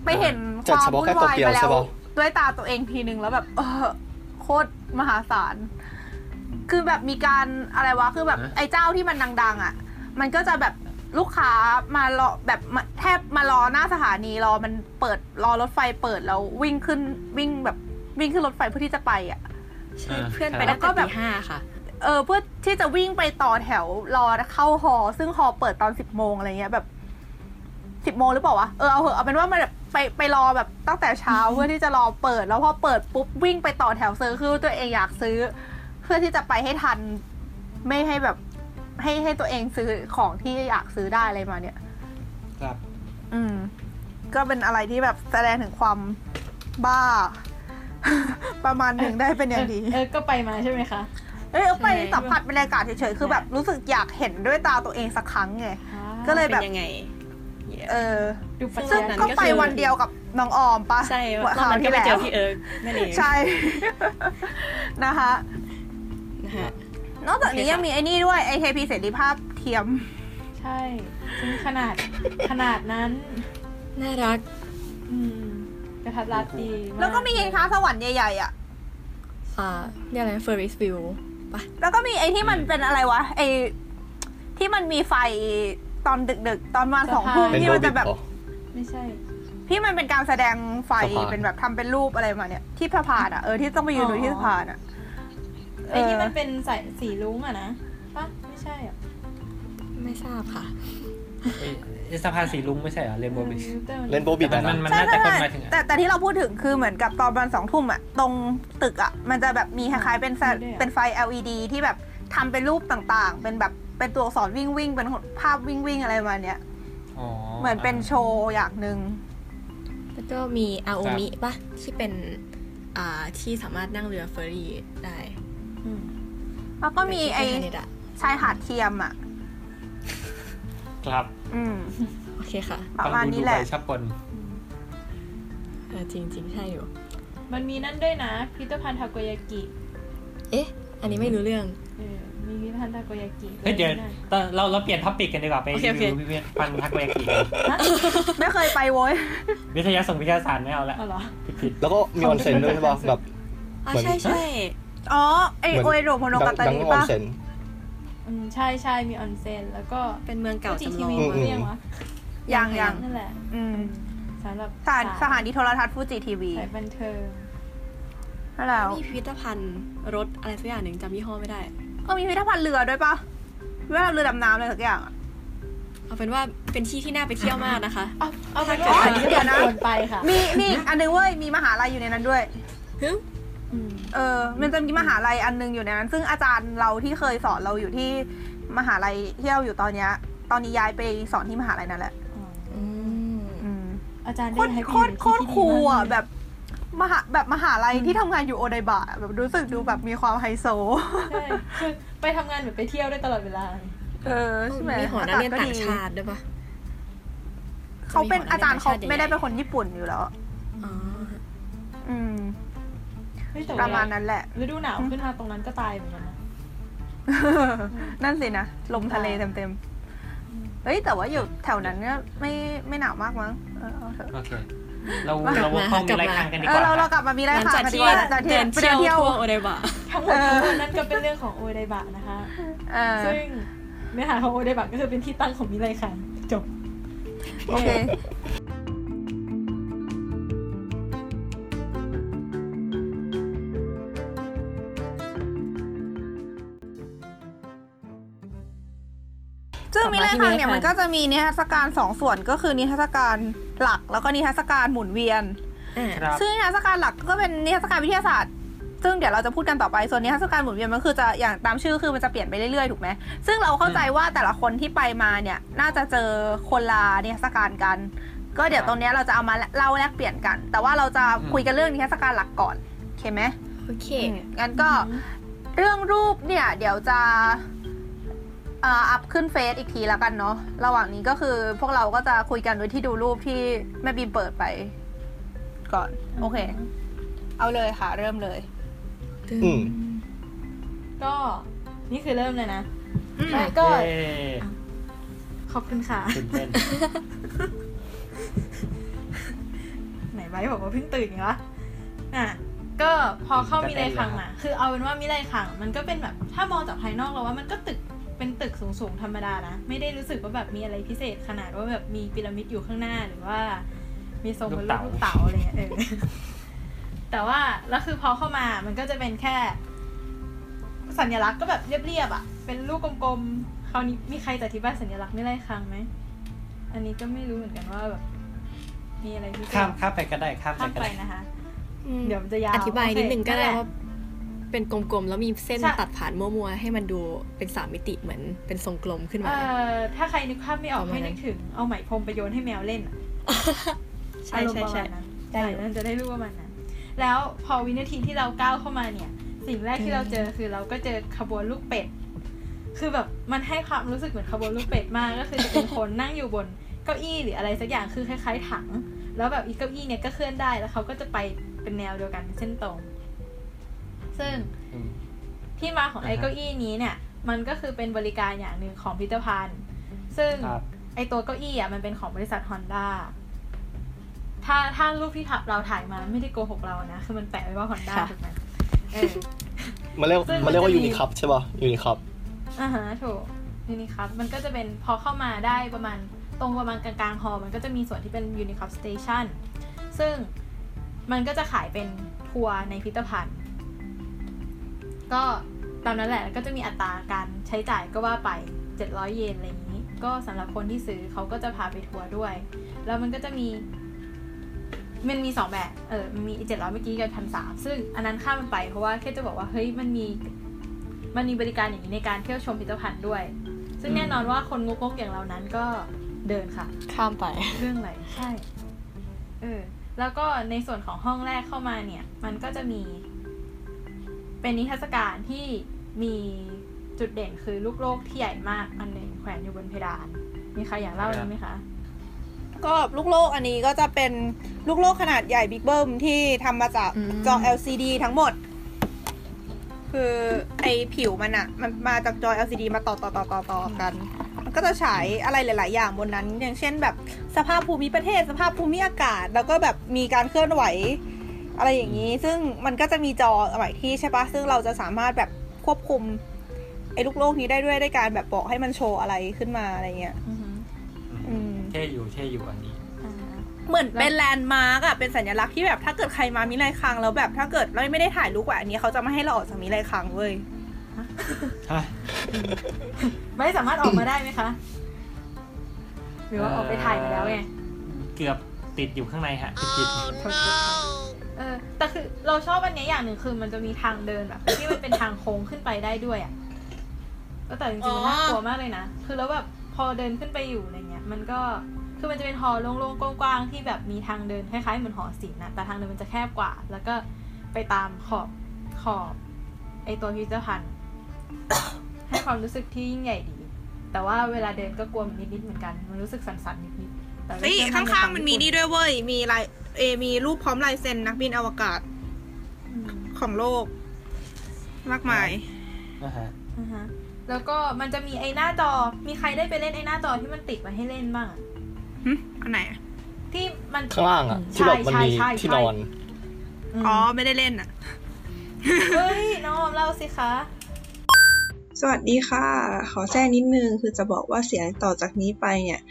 Speaker 1: ไปเห็นค
Speaker 3: จัด
Speaker 1: วามวุ่
Speaker 3: เฉพาะแค่
Speaker 1: นวาย
Speaker 3: ตัวเดียว
Speaker 1: มาแล้
Speaker 3: ใช่
Speaker 1: ว
Speaker 3: ปะ
Speaker 1: ด้วยตาตัวเองทีนึงแล้วแบบเออโคตรมหาศาล คือแบบมีการอะไรวะคือแบบ
Speaker 4: ฮะ
Speaker 1: ไอ้เจ้าที่มันดัง ๆ อ่ะ มันก็จะแบบลูกค้ามารอแบบมาแทบมารอหน้าสถานีรอมันเปิดรอรถไฟเปิดแล้ววิ่งขึ้นวิ่งแบบวิ่งขึ้นรถไฟเพื่อที่จะไปอ่ะ
Speaker 2: ใช่
Speaker 4: อ่า
Speaker 2: เพื่อน
Speaker 4: ครับ
Speaker 2: ไปตั้ง
Speaker 1: แล้วก็
Speaker 2: แต่
Speaker 1: แบบ
Speaker 2: ตีห้าค่ะ
Speaker 1: เออเพื่อที่จะวิ่งไปต่อแถวรอเข้าหอ ซึ่งหอเปิดตอนสิบโมงอะไรเงี้ยแบบสิบโมงหรือเปล่าวะเออเอาเหอะเอาเป็นว่ามันแบบไปไปรอแบบตั้งแต่เช้า เพื่อที่จะรอเปิด แล้วพอเปิดปุ๊บวิ่งไปต่อแถวซื้อคือตัวเองอยากซื้อ เพื่อที่จะไปให้ทัน ไม่ให้แบบ ให้ให้ตัวเองซื้อของที่อยากซื้อได้อะไรมาเนี่ย
Speaker 4: ครับ
Speaker 1: อืม ก็เป็นอะไรที่แบบแสดงถึงความบ้า ประมาณหนึ่งได้เป็นอย่างดี
Speaker 5: เออ ก็ไปมาใช่ไหมคะ
Speaker 1: เอ้ยเอาไป
Speaker 5: ใช่
Speaker 1: สัมผัสบรรยากาศเฉยๆ คือแบบรู้สึกอยากเห็นด้วยตาตัวเองสักครั้งไง ก็เลยแบบ
Speaker 2: ป็นยังไง
Speaker 1: เออ
Speaker 5: ดูปัจ
Speaker 1: ซึ่
Speaker 5: จั
Speaker 1: ง
Speaker 5: ย
Speaker 2: นั้น
Speaker 1: ก็
Speaker 2: ก็คือ
Speaker 1: ไปวันเดียวกับน้องออมปะ
Speaker 2: ใช่
Speaker 1: เมื่อ
Speaker 2: ต
Speaker 1: ค
Speaker 2: อน
Speaker 1: ราว
Speaker 2: นั้นก็
Speaker 1: ที่
Speaker 2: ไป
Speaker 1: แล้ว
Speaker 2: เจอพี่เอิร์กนั่นเอง
Speaker 1: ใช่ นะคะ
Speaker 2: นะฮะ
Speaker 1: นอกจากนี้
Speaker 2: โอเคค่ะ
Speaker 1: ยังมีไอ้นี่ด้วยไอเทพีเสรีภาพเทียม
Speaker 5: ใช่ซึ่งขนาดขนาดนั้น
Speaker 2: น่ารัก
Speaker 5: อืมกระทัดรัดดีา
Speaker 1: แล้วก็มียิงค้าสวรรค์ใหญ่ๆอ่ะ
Speaker 2: อ่าเรียกอะไรเฟอร์ริสวิวปะ
Speaker 1: แล้วก็มีไอที่มัน
Speaker 4: อืม
Speaker 1: เป็นอะไรวะไอที่มันมีไฟตอนดึกๆ ตอนประมาณสองทุ่ม
Speaker 3: เป็น
Speaker 1: ที่
Speaker 3: โร
Speaker 1: มัน
Speaker 3: บิ
Speaker 1: จะ
Speaker 3: ท
Speaker 1: แบบ
Speaker 3: เหรอ
Speaker 5: ไม่ใช่
Speaker 1: ที่มันเป็นการแสดงไฟ
Speaker 3: สะพาน
Speaker 1: เป็นแบบทำเป็นรูปอะไรมาเนี่ย ที่สะพานอ่ะเออที่ต้องไปยืนดูที่สะพานอ่ะ
Speaker 5: ไอที่มัน
Speaker 1: เออ
Speaker 5: เป็นสายสีลุ้งอะนะปะไม่ใช่อะ
Speaker 2: ไม่ทราบค่ะ
Speaker 4: เอ้ยไอ้สะพานสีลุงไม่ใช่เหรอเรนโบว์บิช
Speaker 5: แต่มั
Speaker 3: เล่นโบบิด
Speaker 4: มั
Speaker 3: อะ
Speaker 4: น
Speaker 3: นะ
Speaker 4: มัน
Speaker 1: ใช่
Speaker 4: น่า
Speaker 1: ใช่
Speaker 4: จะคน
Speaker 1: ใช่
Speaker 4: หมายถึงอะ
Speaker 1: แต่แต่ที่เราพูดถึงคือเหมือนกับตอนประมาณสองทุ่มอะตรงตึกอะมันจะแบบมีคล้ายๆเป็นแส
Speaker 5: มีด้วยเหรอ
Speaker 1: เป็นไฟ LED ที่แบบทำเป็นรูปต่างๆ เป็นแบบเป็นตัวอักษรวิ่งวิ่งๆเป็นภาพวิ่งวิ่งๆอะไรประมาณเนี้ย
Speaker 4: อ๋อ
Speaker 1: เหมือนเป็นโชว์อย่างหนึ่ง
Speaker 2: แล้วก็มีอาโอ
Speaker 4: ครับ
Speaker 2: มิปะที่เป็น อ่า ที่สามารถนั่งเรือเฟอร์รี่ได้
Speaker 5: อืม
Speaker 1: แล้วก็มีไอ
Speaker 2: ในที่เที่ยวฮาเนดะ
Speaker 1: ชายหาดเทียมอะ
Speaker 4: ครับ
Speaker 1: อืม
Speaker 2: โอเคค่ะ
Speaker 1: ประมาณ
Speaker 4: ฟังดู
Speaker 1: นี้แหละ
Speaker 4: ดูไปชับปน
Speaker 2: เออจริงจริง ๆ ใช่อยู่
Speaker 5: มันมีนั่นด้วยนะพิพิธภัณฑ์ทาโกยากิ
Speaker 2: เอ๊ะ อันนี้ไม่รู้เรื่อง
Speaker 5: เออมีพิพิธภัณฑ์ทาโกยากิ
Speaker 4: เฮ้ยเดี๋ยว
Speaker 5: นั่น
Speaker 4: เราเราเปลี่ยนท็อปิกกันดีกว่าไป
Speaker 2: โอเค
Speaker 4: รี
Speaker 2: โอเค
Speaker 4: วิวพิพิธภัณฑ์ทาโกยากิ
Speaker 1: ไม่เคยไปโว้ย
Speaker 4: วิทยาส่งวิทยาศาสตร์ไม่เอาละ
Speaker 5: เอาเหรอ
Speaker 4: ผิดผิด
Speaker 3: แล้วก็มีออนเซ็นด้วยใช่ป่ะแบบ
Speaker 2: อ๋อ
Speaker 3: เหมือน
Speaker 2: ใช่ใช่
Speaker 1: อ๋อ ไอ
Speaker 3: เหมืน
Speaker 1: โอเอโดโมโนกาตา
Speaker 3: ดัง
Speaker 1: ริ
Speaker 3: ๆออน
Speaker 1: ปะ
Speaker 3: เซ็น
Speaker 5: อืมใช่ใช่มีออนเซ็นแล้วก็
Speaker 2: เป็นเมืองเก่า
Speaker 5: จี
Speaker 2: จำ
Speaker 5: ที
Speaker 2: ลอง
Speaker 5: วี
Speaker 3: อืม
Speaker 5: เรียกวะ
Speaker 1: ยังยัง
Speaker 5: นั่นแหละ
Speaker 1: อืม
Speaker 5: สำหรับ
Speaker 1: สถานสถานีโทรทัศน์ฟูจิทีวี
Speaker 5: สายบันเทิง
Speaker 1: แล้ว
Speaker 2: มีพิพิธภัณฑ์รถอะไรสักอย่างหนึ่งจำยี่ห้อไม่ได้
Speaker 1: ก็มีพิพิธภัณฑ์เรือด้วยปะเวลาเรือดำน้ำอะไรสักอย่างอะ
Speaker 2: เอาเป็นว่าเป็นที่ที่น่าไปเที่ยวมากนะคะ
Speaker 5: เอาเอาเป็น
Speaker 1: อ๋
Speaker 5: ว่า
Speaker 1: อ
Speaker 5: อันนี้
Speaker 1: เดี๋
Speaker 5: เดี๋
Speaker 1: ย
Speaker 5: ยว ว
Speaker 1: นะ
Speaker 5: นะไปค่ะ
Speaker 1: มีมีอีกอันนึงเว้ยมีมหาลัยอยู่ในนั้นด้วย
Speaker 2: ฮึ
Speaker 5: อืม
Speaker 1: เออ มันจะมีมหาลัยอันหนึงอยู่ในนั้น ซึ่งอาจารย์เราที่เคยสอนเราอยู่ที่มหาลัยที่เราอยู่ตอนเนี้ย ตอนนี้ย้ายไปสอนที่มหาลัยนั่นแหละ
Speaker 2: อืม
Speaker 1: อืม
Speaker 5: อาจารย์
Speaker 1: โค
Speaker 5: ได้
Speaker 1: ตร
Speaker 5: ให้ไป
Speaker 1: โค
Speaker 5: อยู่
Speaker 1: ตร
Speaker 5: ใน
Speaker 1: โค
Speaker 5: ที่
Speaker 1: ตร
Speaker 5: ที่ดี
Speaker 1: คูล
Speaker 5: มาก
Speaker 1: อ่ะ
Speaker 5: เลย
Speaker 1: แบบมหาแบบมหาลัยที่ทำงานอยู่โอไดบะแบบรู้สึกดูแบบมีความไฮโซ
Speaker 5: ใช่คือไปทำงานเหมือนไปเที่ยวได้ตลอดเวลา
Speaker 1: เออใช่ไหม
Speaker 2: มีหอนักเรียนต่างชาติด้วยปะ
Speaker 1: เขาเป็นอาจารย์เขาไม่ได้เป็นคนญี่ปุ่นอยู่แล้ว
Speaker 2: อ๋อ
Speaker 1: อืม
Speaker 5: เฮ้ยแต่
Speaker 1: ป
Speaker 5: ว่า
Speaker 1: ระมาณนั้นแหละ
Speaker 5: ฤดูหนาวขึ้นมาตรงนั้นก็ตายเหมือน กันนะ
Speaker 1: นั่นสินะ ลมทะเลเต็มๆ เฮ้ย แต่ว่าอยู่แถวนั้นก็ไม่ไม่หนาวมากมั้ง เออเอาเถอะ
Speaker 4: โอเค เรา
Speaker 2: กลับมา
Speaker 4: เราเข้ามี
Speaker 2: กลับ
Speaker 4: ราย
Speaker 2: มา
Speaker 4: การกันดี
Speaker 1: เอก อ
Speaker 4: ว่า
Speaker 1: เราเรากลับมามี
Speaker 2: ห
Speaker 1: ราย
Speaker 2: ลัง
Speaker 1: กา
Speaker 2: จาก
Speaker 1: รกันดีก
Speaker 2: ที่
Speaker 1: ว่าหลังจากที่
Speaker 2: เดิน
Speaker 1: ไป
Speaker 2: เที่
Speaker 1: เดิ
Speaker 2: ยวน
Speaker 1: เที่ยว
Speaker 2: ทั่วโอเดบะ
Speaker 5: ทั้งหมด
Speaker 1: เออ
Speaker 5: ทั้งมวลนั้นก็เป็นเรื่องของโอไดบะนะคะ
Speaker 1: เออ
Speaker 5: ซึ่งเนื้อหาของโอไดบะก็คือเป็นที่ตั้งของมิไรคังจบ
Speaker 1: โอเคซึ่งมิเลคังเนี่ยมันก็จะมีนิทรรศการสองส่วนก็คือนิทรรศการหลักแล้วก็นิทรรศการหมุนเวียน
Speaker 4: ครับ
Speaker 1: ซึ่งนิทรรศการหลักก็เป็นนิทรรศการวิทยาศาสตร์ ซึ่งเดี๋ยวเราจะพูดกันต่อไป ส่วนนิทรรศการหมุนเวียนมันคือจะอย่างตามชื่อคือมันจะเปลี่ยนไปเรื่อยๆ ถูกไหม ซึ่งเราเข้าใจว่าแต่ละคนที่ไปมาเนี่ย น่าจะเจอคนลานิทรรศการกัน ก็เดี๋ยว
Speaker 4: ครับ
Speaker 1: ตรงเนี้ยเราจะเอามาเล่าแลกเปลี่ยนกัน แต่ว่าเราจะ
Speaker 4: อืม
Speaker 1: คุยกันเรื่องนิทรรศการหลักก่อนโอเคไหม
Speaker 2: โอเค
Speaker 1: อืมงั้นก็เรื่องรูปเนี่ยเดี๋ยวจะเอ่ออัพขึ้นเฟซอีกทีแล้วกันเนาะ ระหว่างนี้ก็คือพวกเราก็จะคุยกันโดยที่ดูรูปที่แม่บีมเปิดไป ก่อน โอเค เอาเลยค่ะ เริ่มเลย
Speaker 3: อืม
Speaker 5: ก็นี่คือเริ่มเลยนะไม่ก็
Speaker 4: เย้
Speaker 5: ขอบคุณค่ะ
Speaker 4: ตื่นเต้น
Speaker 5: ไบร์ทบอกว่าเพิ่งตื่นไงวะอ่ะก็พอเข้ามิไรคังมาคือเอาเป็นว่ามิไรคังมันก็เป็นแบบถ้ามองจากภายนอกเราว่ามันก็ตึกเป็นตึกสูงๆธรรมดานะ ไม่ได้รู้สึกว่าแบบมีอะไรพิเศษขนาดว่าแบบมีพีระมิดอยู่ข้างหน้าหรือว่า มีทรงเป็นรูป
Speaker 4: ลู
Speaker 5: ลู
Speaker 4: ก
Speaker 5: ก
Speaker 4: เต๋า
Speaker 5: เต๋าอะไรเงี้ยเออ แต่ว่าแล้วคือพอเข้ามามันก็จะเป็นแค่ สัญลักษณ์ก็แบบเรียบๆอ่ะ เป็นลูกกลมๆ คราวนี้มีใครจะอธิบายสัญลักษณ์ไม่ไล่คางไหม อันนี้ก็ไม่รู้เหมือนกันว่าแบบมีอะไรที่
Speaker 4: ข้ามข้ามไปก็ได้ข้ามไป
Speaker 5: ข้าม
Speaker 4: ก็
Speaker 5: ไป
Speaker 4: ได้
Speaker 5: นะคะ
Speaker 2: อืม
Speaker 5: เดี๋ยวมันจะยาว
Speaker 2: อธิบายนิดนึงก็ได้
Speaker 5: โอเค
Speaker 2: ว่า เป็นกลมๆ แล้วมีเส้น
Speaker 5: ใช่
Speaker 2: ตัดผ่านมั่วๆ ให้มันดูเป็นสามมิติเหมือนเป็นทรงกลมขึ้น
Speaker 5: เอ่
Speaker 2: มา
Speaker 5: อถ้าใครนึกภาพไม่ออก
Speaker 2: ประมาณ
Speaker 5: ให้นึกถึง เอาไหมพรมไปโยนให้แมวเล่นอะ
Speaker 2: ใช่
Speaker 5: อารมณ์
Speaker 2: ใช่
Speaker 5: ประ
Speaker 2: ใช่
Speaker 5: มาณนั้น
Speaker 2: ได้อยู่
Speaker 5: มันจะได้รู้ประมาณนั้น แล้วพอวินาทีที่เราก้าวเข้ามาเนี่ย สิ่งแรกที่เราเจอคือเราก็เจอขบวนลูกเป็ด คือแบบมันให้ความรู้สึกเหมือนขบวนลูกเป็ดมากก็คือจะเป็นคน นั่งอยู่บนเก้าอี้หรืออะไรสักอย่างคือคล้ายๆถัง แล้วแบบอีกเก้าอี้เนี่ยก็เคลื่อนได้แล้วเขาก็จะไปเป็นแนวเดียวกันเป็นเส้นตรง ซึ่ง ที่มาของไอ้
Speaker 4: อ่าฮะ
Speaker 5: เก้าอี้นี้เนี่ย มันก็คือเป็นบริการอย่างหนึ่งของพิพิธภัณฑ์ ซึ่ง
Speaker 4: ครับ
Speaker 5: ไอ้ตัวเก้าอี้อ่ะมันเป็นของบริษัทฮอนด้าถ้าถ้ารูปที่ทับเราถ่ายมาไม่ได้โกหกเรานะ คือมันแปะไว้ว่าฮอนด้า
Speaker 2: ค่ะ
Speaker 5: ถูกไหมเออ
Speaker 3: มันเรียก
Speaker 5: ซึ่ง
Speaker 3: มันเรียกว่า
Speaker 5: มันจะมี
Speaker 3: ยูนิคัพใช่ป่ะยูนิคัพ
Speaker 5: อ่าฮะถูกยูนิคับมันก็จะเป็นพอเข้ามาได้ประมาณตรงประมาณกลางๆฮอลล์มันก็จะมีส่วนที่เป็นยูนิคับสเตชันซึ่งมันก็จะขายเป็นทัวร์ในพิพิธภัณฑ์ ก็ตามนั้นแหละแล้วก็จะมีอัตราการใช้จ่ายก็ว่าไป 700 เยนอะไรอย่างนี้ ก็สำหรับคนที่ซื้อเขาก็จะพาไปทัวร์ด้วย แล้วมันก็จะมี มันมีสองแบบ เออ มันมีเจ็ดร้อยเมื่อกี้กับพันสามซึ่งอันนั้นข้ามมันไปเพราะว่าแค่จะบอกว่า เฮ้ย มันมี มันมีบริการอย่างนี้ในการเที่ยวชมพิพิธภัณฑ์ด้วย ซึ่งแน่นอนว่าคนงกๆอย่างเรานั้นก็เดินค่ะ
Speaker 2: ข้ามไป
Speaker 5: เรื่องอะไรใช่ เออ แล้วก็ในส่วนของห้องแรกเข้ามาเนี่ย มันก็จะมี เป็นนิทรรศการที่มีจุดเด่นคือลูกโลกที่ใหญ่มากอันหนึ่งแขวนอยู่บนเพดาน มีใครอยากเล่าไหมคะ
Speaker 1: ก็ลูกโลกอันนี้ก็จะเป็นลูกโลกขนาดใหญ่บิ๊กเบิ้มที่ทำมาจาก
Speaker 2: อืม
Speaker 1: จอ LCD ทั้งหมด คือไอผิวมันอะมันมาจากจอ LCD มาต่อต่อต่อต่อต่อกัน มันก็จะฉายอะไรหลาย ๆ อย่างบนนั้น อย่างเช่นแบบสภาพภูมิประเทศ สภาพภูมิอากาศ แล้วก็แบบมีการเคลื่อนไหว อะไรอย่างนี้ ซึ่งมันก็จะมีจอหลายที่ใช่ปะซึ่งเราจะสามารถแบบควบคุมไอ้ลูกโลกนี้ได้ด้วยด้วยการแบบบอกให้มันโชว์อะไรขึ้นมาอะไรเงี้ย
Speaker 5: อือหือ
Speaker 1: อืม
Speaker 4: เท่อยู่เท่อยู่อันนี้
Speaker 5: อ่า
Speaker 1: เหมือนเป็นแลนด์มาร์กอะเป็นสัญลักษณ์ที่แบบถ้าเกิดใครมามิไรคังแล้วแบบถ้าเกิดเราไม่ได้ถ่ายรูปกับอันนี้เขาจะไม่ให้เราออกจากมิไรคังเว้ย
Speaker 4: ฮะ
Speaker 5: ไม่สามารถออกมาได้ไหมคะ หรือว่าออกไปถ่ายมาแล้วไง
Speaker 4: เกือบติดอยู่ข้างในฮะติด
Speaker 5: เออ แต่คือเราชอบอันเนี้ยอย่างหนึ่งคือมันจะมีทางเดินแบบ ที่มันเป็นทางโค้งขึ้นไปได้ด้วยอ่ะก็แต่จริงๆมันน่ากลัวมากเลยนะ คือแล้วแบบพอเดินขึ้นไปอยู่อะไรเงี้ย มันก็ คือมันจะเป็นหอโล่งๆกว้างๆที่แบบมีทางเดินคล้ายๆเหมือนหอศิลป์นะแต่ทางเดินมันจะแคบกว่า แล้วก็ไปตามขอบขอบไอตัวพิพิธภัณฑ์ ให้ความรู้สึกที่ยิ่งใหญ่ดี แต่ว่าเวลาเดินก็กลัวมันนิดๆเหมือนกัน มันรู้สึกสั่นๆนิดๆแต่ก็
Speaker 1: เฮ้ย
Speaker 5: เชื่อ
Speaker 1: ข้างๆมันมีนี่
Speaker 5: ใควา
Speaker 1: ด้วยเว้ย มีลายเออมีรูปพร้อมลายเซ็นนักบินอวกาศ
Speaker 5: อืม
Speaker 1: ของโลก มากมาย
Speaker 4: นะฮะ
Speaker 5: อ่าฮะแล้วก็มันจะมีไอ้หน้าจอ มีใครได้ไปเล่นไอ้หน้าจอที่มันติดมาให้เล่นบ้างอะ
Speaker 1: หึอันไหนอะ
Speaker 5: ที่มัน
Speaker 3: ข้างล่างอ่ะ
Speaker 5: ใช่
Speaker 3: ที่แบบมันมี
Speaker 5: ใช่ใช่
Speaker 3: ที่นอน
Speaker 5: ม
Speaker 1: อ๋อ ไม่ได้เล่นอะ
Speaker 5: เฮ้ย น้องออมเล่าสิคะ
Speaker 7: สวัสดีค่ะ ขอแทรกนิดนึง คือจะบอกว่าเสียงต่อจากนี้ไปเนี่ย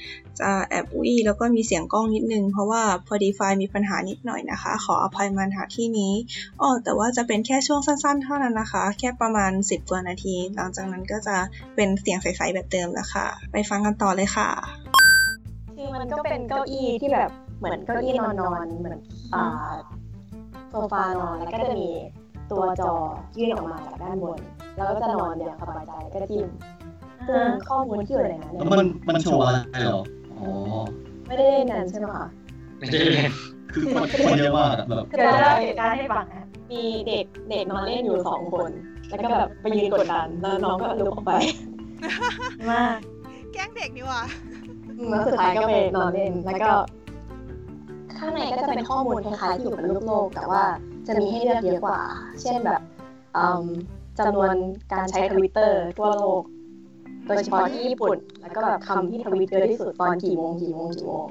Speaker 7: จะแอบอุ้ยแล้วก็มีเสียงกล้องนิดนึง เพราะว่าพอดีไฟล์มีปัญหานิดหน่อยนะคะ ขออภัยมาณหาที่นี้อ๋อแต่ว่าจะเป็นแค่ช่วงสั้นๆ เท่านั้นนะคะ แค่ประมาณ 10กว่านาที หลังจากนั้นก็จะเป็นเสียงใสๆแบบเดิมแล้วค่ะ ไปฟังกันต่อเลยค่ะ
Speaker 8: คือมันก็เป็นเก้าอี้ที่แบบเหมือนเก้าอี้นอนนอนๆเหมือนอ่าโซฟานอนแล้วก็จะมีตัวจอยื่นออกมาจากด้านบน แล้วก็จะนอนอย่างสบายใจแล้วก็จิ้มซึ่งข้อมูลที่อยู่ในนั้นเนี่ย
Speaker 9: มันมันโชว์อะไรเหรอ อ๋อ
Speaker 8: ไม่ได้เล่นนั้นใช่ไหมคะ
Speaker 9: ไม่ได้เล่นคือคนคนเยอะมากอะแบบ
Speaker 8: เกิดเล่าเหตุการณ์ให้ฟังนะมีเด็กเด็กนอนเล่นอยู่สองคน แล้วก็แบบไปยืนกดดัน แล้วน้องก็ลุกออกไป มาก
Speaker 1: แกล้งเด็กนี่ว่ะ
Speaker 8: แล้วสุดท้ายก็ไปนอนเล่น แล้วก็ ข้างในก็จะเป็นข้อมูลคล้ายๆที่อยู่บนลูกโลก แต่ว่าจะมีให้เลือกเยอะกว่า เช่นแบบอืมจำนวนการใช้ทวิตเตอร์ทั่วโลก โดยเฉพาะที่ญี่ปุ่น แล้วก็แบบคำที่ทวิตเยอะที่สุดตอนกี่โมงกี่โมงกี่โมง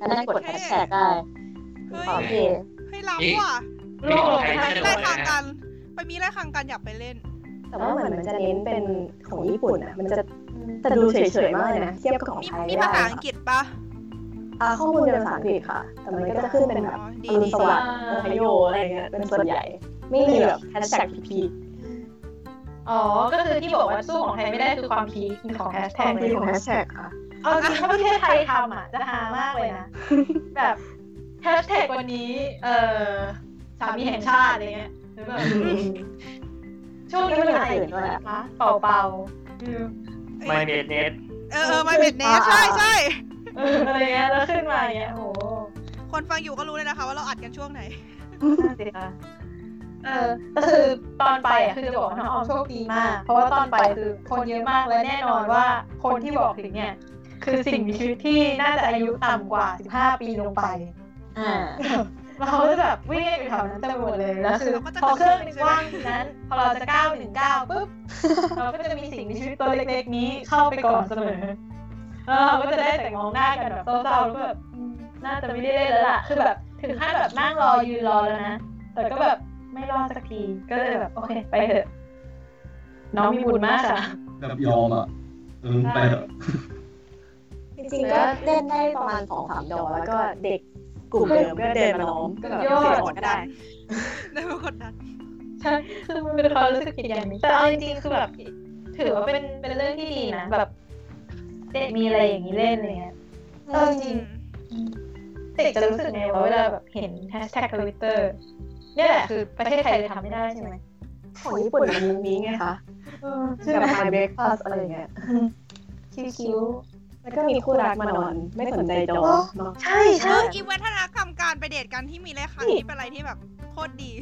Speaker 8: แล้วนั่งกดแฮชแท็กได้
Speaker 1: เฮ้ย
Speaker 8: โอเค
Speaker 1: เฮ้ยล้ำว่ะ
Speaker 8: โลกของไทย
Speaker 1: ไล่ขังกัน ไปมีไล่ขังกันอยากไปเล่น
Speaker 8: แต่ว่าเหมือนมันจะเน้นเป็นของญี่ปุ่นอ่ะ มันจะจะดูเฉยๆมากเลยนะ เทียบกับของ
Speaker 1: มี
Speaker 8: ไทย
Speaker 1: มี
Speaker 8: ไได้
Speaker 1: ภาษาอังกฤษปะ
Speaker 8: อ่าข้อมูลเป็นภาษาอังกฤษค่ะ แต่มันก็จะขึ้นเป็นแบบ
Speaker 1: อ๋อ
Speaker 8: อ
Speaker 1: ดี
Speaker 8: รุณ
Speaker 1: ดี
Speaker 8: ส
Speaker 1: ดี
Speaker 8: วัสดิ์โอไฮโยอะไรเงี้ย เป็นส่วนใหญ่ ไม่มีแบบแฮชแท็กพีพี
Speaker 10: อ๋อ ก็คือที่บอกว่าสู้ของไทยไม่ได้คือความพีคของแฮช
Speaker 8: แท
Speaker 10: แท็ก
Speaker 8: น
Speaker 10: เล
Speaker 8: ที่
Speaker 10: ย
Speaker 8: ของแฮชแท็กค่ะ
Speaker 10: เอาจริงถ้าประเทศไทยทำอ่ะ จะฮามากเลยนะ แบบแฮชแท็กวันนี้ เออสามีแห่งชาติอะไรเงี้ยหรือแบบช่วงนี้มันอะไรอยู่ด้วยอะคะเป่าเป่าๆอืม
Speaker 4: ไม่เบสเนส
Speaker 1: เออเออไม่เป็นเนสใช่ใช่
Speaker 10: เอออะไรเงี้ยแล้วขึ้นมาอย่างเงี้ยโอ้โห
Speaker 1: คนฟังอยู่ก็รู้เลยนะคะ ว่าเราอัดกันช่วงไหน
Speaker 10: นั่นสิคะเออแต่คือตอนไปอ่ะคือจะบอกว่าน้องออมโชคดีมาก เพราะว่าตอนไปคือคนเยอะมากและแน่นอนว่าคนที่บอกถึงเนี่ย คือสิ่งมีชีวิตที่น่าจะอายุต่ำกว่า 15 ปีลงไป
Speaker 8: อ่า
Speaker 10: แล้วเขาก็จะแบบวิ่งอยู่แถวนั้นเต็มไปหมดเลยแล้วคือพอเครื่องมันว่างนั้น พอเราจะก้าวถึงก้าวปุ๊บเราก็จะมีสิ่งมีชีวิตตัวเล็กๆนี้เข้าไปก่อนเสมอแล้วเราก็จะได้แต่มองหน้ากันแบบเศร้าๆแล้วก็แบบอืมน่าจะไม่ได้เล่นแล้วล่ะคือแบบถึงขั้นแบบนั่งรอยืนรอแล้วนะแต่ก็แบบไม่รอดสักทีก็เลยแบบโอเคไปเถอะน้องมีบุญมากค่ะ
Speaker 3: แบบยอมอ่ะ เออไปเถอะ
Speaker 8: จริงๆก็เล่นได้ประมาณสองสามดอแล้วก็เด็กกลุ่มเดิมก็เดินมาล้อมก็แบบ
Speaker 10: ยอด
Speaker 8: เสียอดก็ได้
Speaker 1: ได้มากดดัน
Speaker 10: ใช่คือมันเป็นความรู้สึกผิดอย่างหนึงแต่เอาจริงๆคือแบบ ถือว่าเป็นเป็นเรื่องที่ดีนะแบบเด็กมีอะไรอย่างนี้เล่นอะไรเงี้ยเอาจริงๆเด็กจะรู้สึกไงวะเวลาแบบเห็นแฮชแท็กทวิตเตอร์นี่ยแหละคือประเทศไทยเลยทำไม่ได้ใช่ไหม
Speaker 8: ของญี่ปุ่นมันมีไงคะแบบไฮเบรกฟาสอะไรเงี้ยคิ้วๆแล้วก็มีคู่รักมานอน ไม่สนใจจอเนาะ
Speaker 10: ใช่
Speaker 1: เรื่องอีวัฒนธรรมการไปเดทกันที่มีเลขครั้งนี้เป็นอะไรที่แบบโคตรดี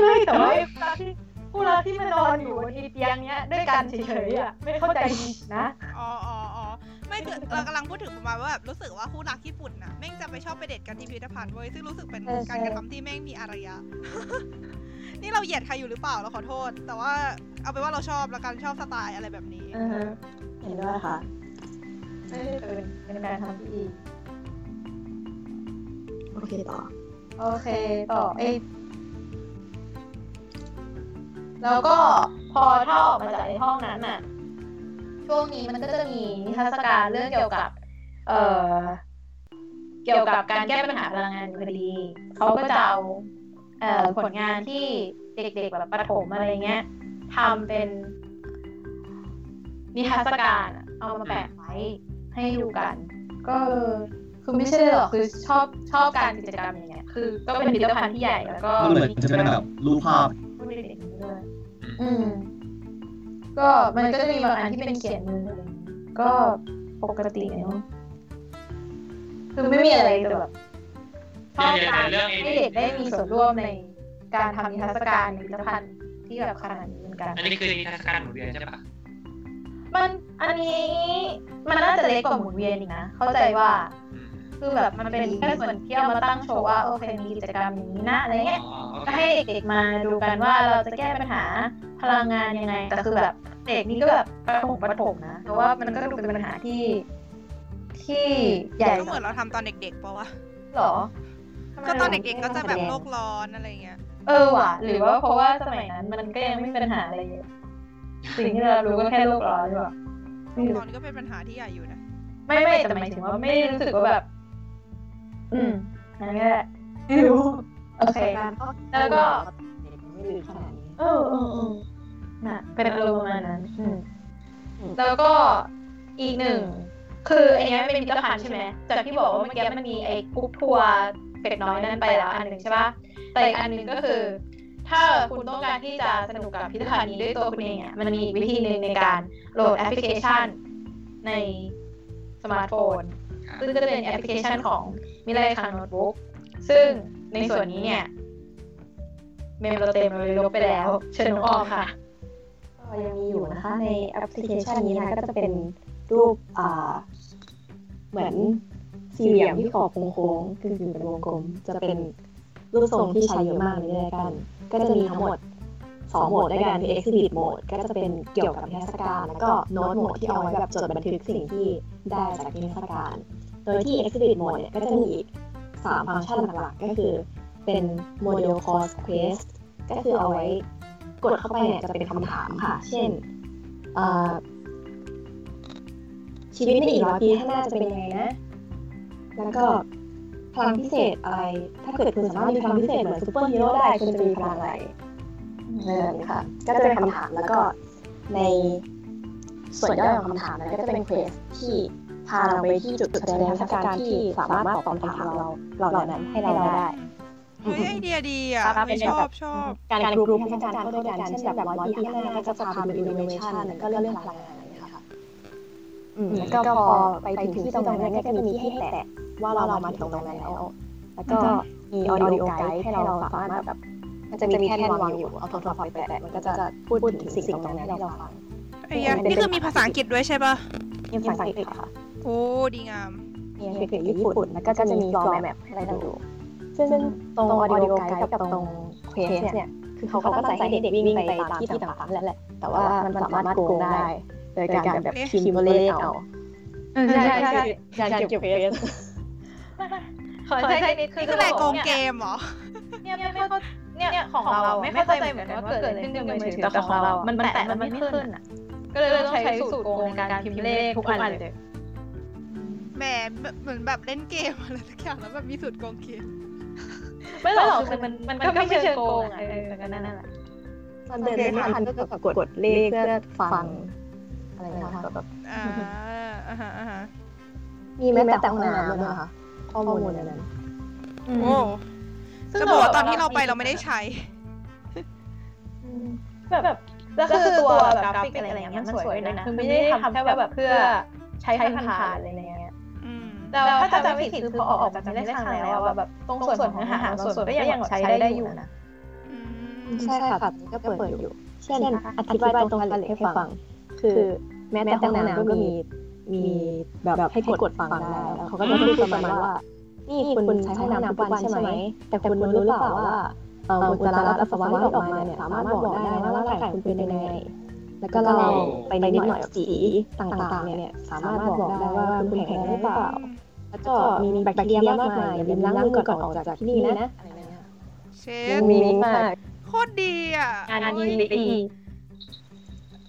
Speaker 10: ไม่แต่ว่าไอ้คู่รักที่คู่รักที่มานอนอยู่บนอีเตียงเนี้ยด้วยกันเฉยๆอ่ะไม่เข้าใจจริงๆนะ
Speaker 1: อ๋ออ๋ออ๋อไม่คือเรากำลังพูดถึงประมาณว่าแบบรู้สึกว่าคู่รักญี่ปุ่นน่ะแม่งจะไปชอบไปเดทกันที่พิพิธภัณฑ์เว้ยซึ่งรู้สึกเป็น
Speaker 8: เออใช่
Speaker 1: การกระทำที่แม่งมีอารยะ นี่เราเหยียดใครอยู่หรือเปล่าเราขอโทษ แต่ว่าเอาเป็นว่าเราชอบละกันชอบสไตล์อะไรแบบนี้
Speaker 10: อือฮะ
Speaker 8: เห็นด้วยค่ะ
Speaker 10: ไม่ได้เป็นเป็นการทำที่ดี
Speaker 8: โอเคต่อ
Speaker 10: โอเค ต่อไอแล้วก็พอถ้าออกมาจากในห้องนั้นน่ะ ช่วงนี้มันก็จะมีนิทรรศการเรื่องเกี่ยวกับ เอ่อ เกี่ยวกับการแก้ปัญหาพลังงานอยู่พอดี เขาก็จะเอาเอ่อผลงานที่เด็กๆแบบประถมอะไรเงี้ยทำเป็น นิทรรศการอะเอามาแปะไว้ให้ดูกัน ก็คือไม่ใช่เลยหรอกคือชอบชอบการกิจกรรมอย่างเงี้ยคือ ก็เป็นผลิตภัณฑ์ที่ใหญ่แล้วก็
Speaker 3: มันเหมือนจะเป็นแบบรูปภาพ
Speaker 10: พูดเด็กๆด้วยอืม ก็มันก็จะมีบางอันที่เป็นเขียนมืออะไรอย่างเงี้ยก็ปกติเนาะคือไม่มีอะไรแต่แบบชอบการให้เด็กได้มีส่วนร่วมในการทำนิทรรศการในผลิตภัณฑ์ที่แบบขนาดนี้เหมือนกัน
Speaker 4: อันนี้คือนิทรรศการหมุนเวียนใช่ปะ
Speaker 10: มันอันนี้มันน่าจะเล็กกว่าหมุนเวียนอีกนะ เข้าใจว่า
Speaker 4: อืม
Speaker 10: คือแบบมันเป็นแค่ส่วนที่เอามาตั้งโชว์ว่าโอเคมีกิจกรรมอย่างนี้นะอะไรเงี้ย
Speaker 4: อ๋อโอ
Speaker 10: ก็
Speaker 4: เค
Speaker 10: ให้เด็กๆมาดูกันว่าเราจะแก้ปัญหาพลังงานยังไงแต่คือแบบเด็กนี่ก็แบบประถมประถมนะเพราะว่ามันก็ดูเป็นปัญหาที่ที่ใหญ่
Speaker 1: ก็เหมือนเราทำตอนเด็กๆปะวะ
Speaker 10: หรอ
Speaker 1: ก็ตอนเด็กๆก็จะแบบโลกร้อนอะไรเงี้ย
Speaker 10: เออว่ะ หรือว่าเพราะว่าสมัยนั้นมันก็ยังไม่มีปัญหาอะไรเยอะสิ่งที่เรารู้ก็แค่โลกร้อนหรือเปล่า
Speaker 1: โลกร้อนก็เป็นปัญหาที่ใหญ่อยู่นะ
Speaker 10: ไม่ไม่แต่หมายถึงว่าไม่ได้รู้สึกว่าแบบ อืมนั่นแหละไม่รู้ โอเค แล้วก็
Speaker 8: ไม่ลืมขนาดนี้
Speaker 10: เออเออเออน่ะ เป็นอารมณ์ประมาณนั้น อืม
Speaker 8: อืม
Speaker 10: แล้วก็อีกหนึ่ง คืออันเนี้ยมันเป็นมิตรพันธ์ใช่ไหมจากที่บอกว่าเมื่อกี้มันมีไอ้กรุ๊ปทัวร์เป็ดน้อยนั่นไปแล้วอันหนึ่งใช่ปะแต่อีกอันหนึ่งก็คือ ถ้าคุณต้องการที่จะสนุกกับพิพิธภัณฑ์นี้ด้วยตัวคุณเองอ่ะมันมีอีกวิธีหนึ่งในการโหลดแอปพลิเคชันในสมาร์ทโฟน ซึ่งก็จะเป็นแอปพลิเคชันของมิไรคังโน้ตบุ๊กซึ่งในส่วนนี้เนี่ย เมมเราเต็มเราเลยลบไปแล้ว เชิญน้องออมค่ะ
Speaker 8: ก็ยังมีอยู่นะคะ ในแอปพลิเคชันนี้นะก็จะเป็นรูปอ่า เหมือนสี่เหลี่ยมที่ขอบโค้งๆกึ่งๆเป็นวงกลม จะเป็นรูปทรงที่ใช้เยอะมากในรายการก็จะมีทั้งหมดสองโหมดด้วยกันคือ Exhibit Mode ก็จะเป็นเกี่ยวกับนิทรรศการ แล้วก็ Note Mode ที่เอาไว้แบบจดบันทึกสิ่งที่ได้จากนิทรรศการ โดยที่ Exhibit Mode เนี่ยก็จะมี สามฟังก์ชันหลักๆก็คือเป็นโมเดล course quest ก็คือเอาไว้กดเข้าไปเนี่ยจะเป็นคำถามค่ะ เช่นเอ่อชีวิตในอีกร้อยปีข้างหน้าจะเป็นยังไงนะ แล้วก็พลังพิเศษอะไร ถ้าเกิดคุณสามารถมีพลังพิเศษเหมือนซูเปอร์ฮีโร่ได้ คุณจะมีพลังอะไรอะไรแบบนี้ค่ะ ก็จะเป็นคำถามแล้วก็ในส่วนย่อยของคำถามนั้นก็จะเป็นเควสที่พาเราไปที่จุดแสดงนิทรรศการที่สามารถตอบคำถามเราเหล่านั้นให้เราได้
Speaker 1: เฮ้ยไอเดียดีอ่ะ
Speaker 8: ครับเป็น
Speaker 1: ชอบ
Speaker 8: แบบ
Speaker 1: ชอบ
Speaker 8: การกรุ๊ปนิทรรศการเข้าด้วยกันเช่นแบบร้อยปีข้างหน้าก็จะพาไปดูอินโนเวชันแล้วก็เรื่องพลังงานอะไรอย่างเงี้ยค่ะอืมแล้วก็พอไปถึงที่ตรงนั้นเนี่ยก็จะมีให้แตะว่าเราเรามาถึงตรงนั้นแล้ว แล้วก็มีออดิโอไกด์ให้เราสามารถแบบมันจะมีแท่นวางอยู่เอาโทรศัพท์ไปแตะมันก็จะพูดถึงสิ่งตรงนั้นให้เราฟัง
Speaker 1: ไอเดีย
Speaker 8: เป็น
Speaker 1: นี่คือมีภาษาอังกฤษด้วยใช่ป่ะ
Speaker 8: มีภาษาอังกฤษค่ะ
Speaker 1: โอ้ดีงาม
Speaker 8: มีเทคนิคญี่ปุ่นแล้วก็จะมีกรอแมปให้เราดู ซึ่งตรงออดิโอไกด์กับตรงเควสเนี่ย คือเขาก็ตั้งใจให้เด็กวิ่งไปตามที่ต่างๆแล้วแหละ แต่ว่ามันสามารถโกงได้ โดยการแบบพิมพ์ตัวเลขเอาใช่ใช่การเก็บเควส
Speaker 10: ขอใช้นี่
Speaker 1: นี่คืออะไรโกงเกมเหรอ
Speaker 10: เนี่ยไม่เข้าเนี่ยของเราไม่เข้าใจเหมือนกันว่าเกิดอะไรขึ้นในมือถือแต่ของเรามันแตะมันไม่ขึ้นอ่ะ ก็เลยต้องใช้สูตรโกงในการพิมพ์เลขทุกอันเลย
Speaker 1: แหมเหมือนแบบเล่นเกมอะไรสักอย่างแล้วแบบมีสูตรโกงเกม
Speaker 10: ไม่หรอกคือมันมันก็ไม่เชิงโกงอ่ะเออแต่ก็นั่นแหละ
Speaker 8: ตอนเดินไม่ทันก็แบบกดเลขเพื่อฟังอะไรนะคะแบบ
Speaker 1: อ่าอ่าฮะอ่าฮะ
Speaker 8: มีแม้แต่ห้องน้ำนะคะข้อมูลอันนั้น
Speaker 1: โอ้จะบอกว่าตอนที่เราไปเราไม่ได้ใช้
Speaker 10: แบบแบบแล้วคือตัวแบบกราฟิกอะไรอย่างเงี้ยมันสวยด้วยนะคือไม่ได้ทำแค่แบบเพื่อใช้ผ่านๆอะไรอย่างเงี้ย
Speaker 1: อืม
Speaker 10: แล้วถ้าจำไม่ผิดคือพอออกจากนิเรศทางแล้วอะแบบตรงส่วนของเนื้อหาบางส่วนก็ยังแบบใช้ได้อยู่นะ
Speaker 8: ใช่ค่ะแบบนี้ก็เปิดอยู่ เช่นอธิบายตรงกันเลยให้ฟัง คือแม้แต่ห้องน้ำก็มีมีแบบให้กดฟังได้แล้วเขาก็จะพูดประมาณว่า นี่คุณใช้ห้องน้ำทุกวันใช่ไหม แต่คุณรู้หรือเปล่าว่าเอ่ออุจจาระและปัสสาวะที่ออกมาเนี่ยสามารถบอกได้ว่าร่างกายคุณเป็นยังไง แล้วก็เราไปนิดหน่อยกับสีต่างๆเนี่ยสามารถบอกได้ว่าคุณแข็งแรงหรือเปล่า แล้วก็มีแบคทีเรียมากมายอย่าลืมล้างมือก่อนออกจากที่นี่นะอะไรอย่างเงี้ย
Speaker 1: เช
Speaker 8: ยั
Speaker 1: ฟ
Speaker 8: งมีมาก
Speaker 1: โคตรดีอ่ะ
Speaker 10: งาน
Speaker 1: โอ้ย
Speaker 10: ดีดี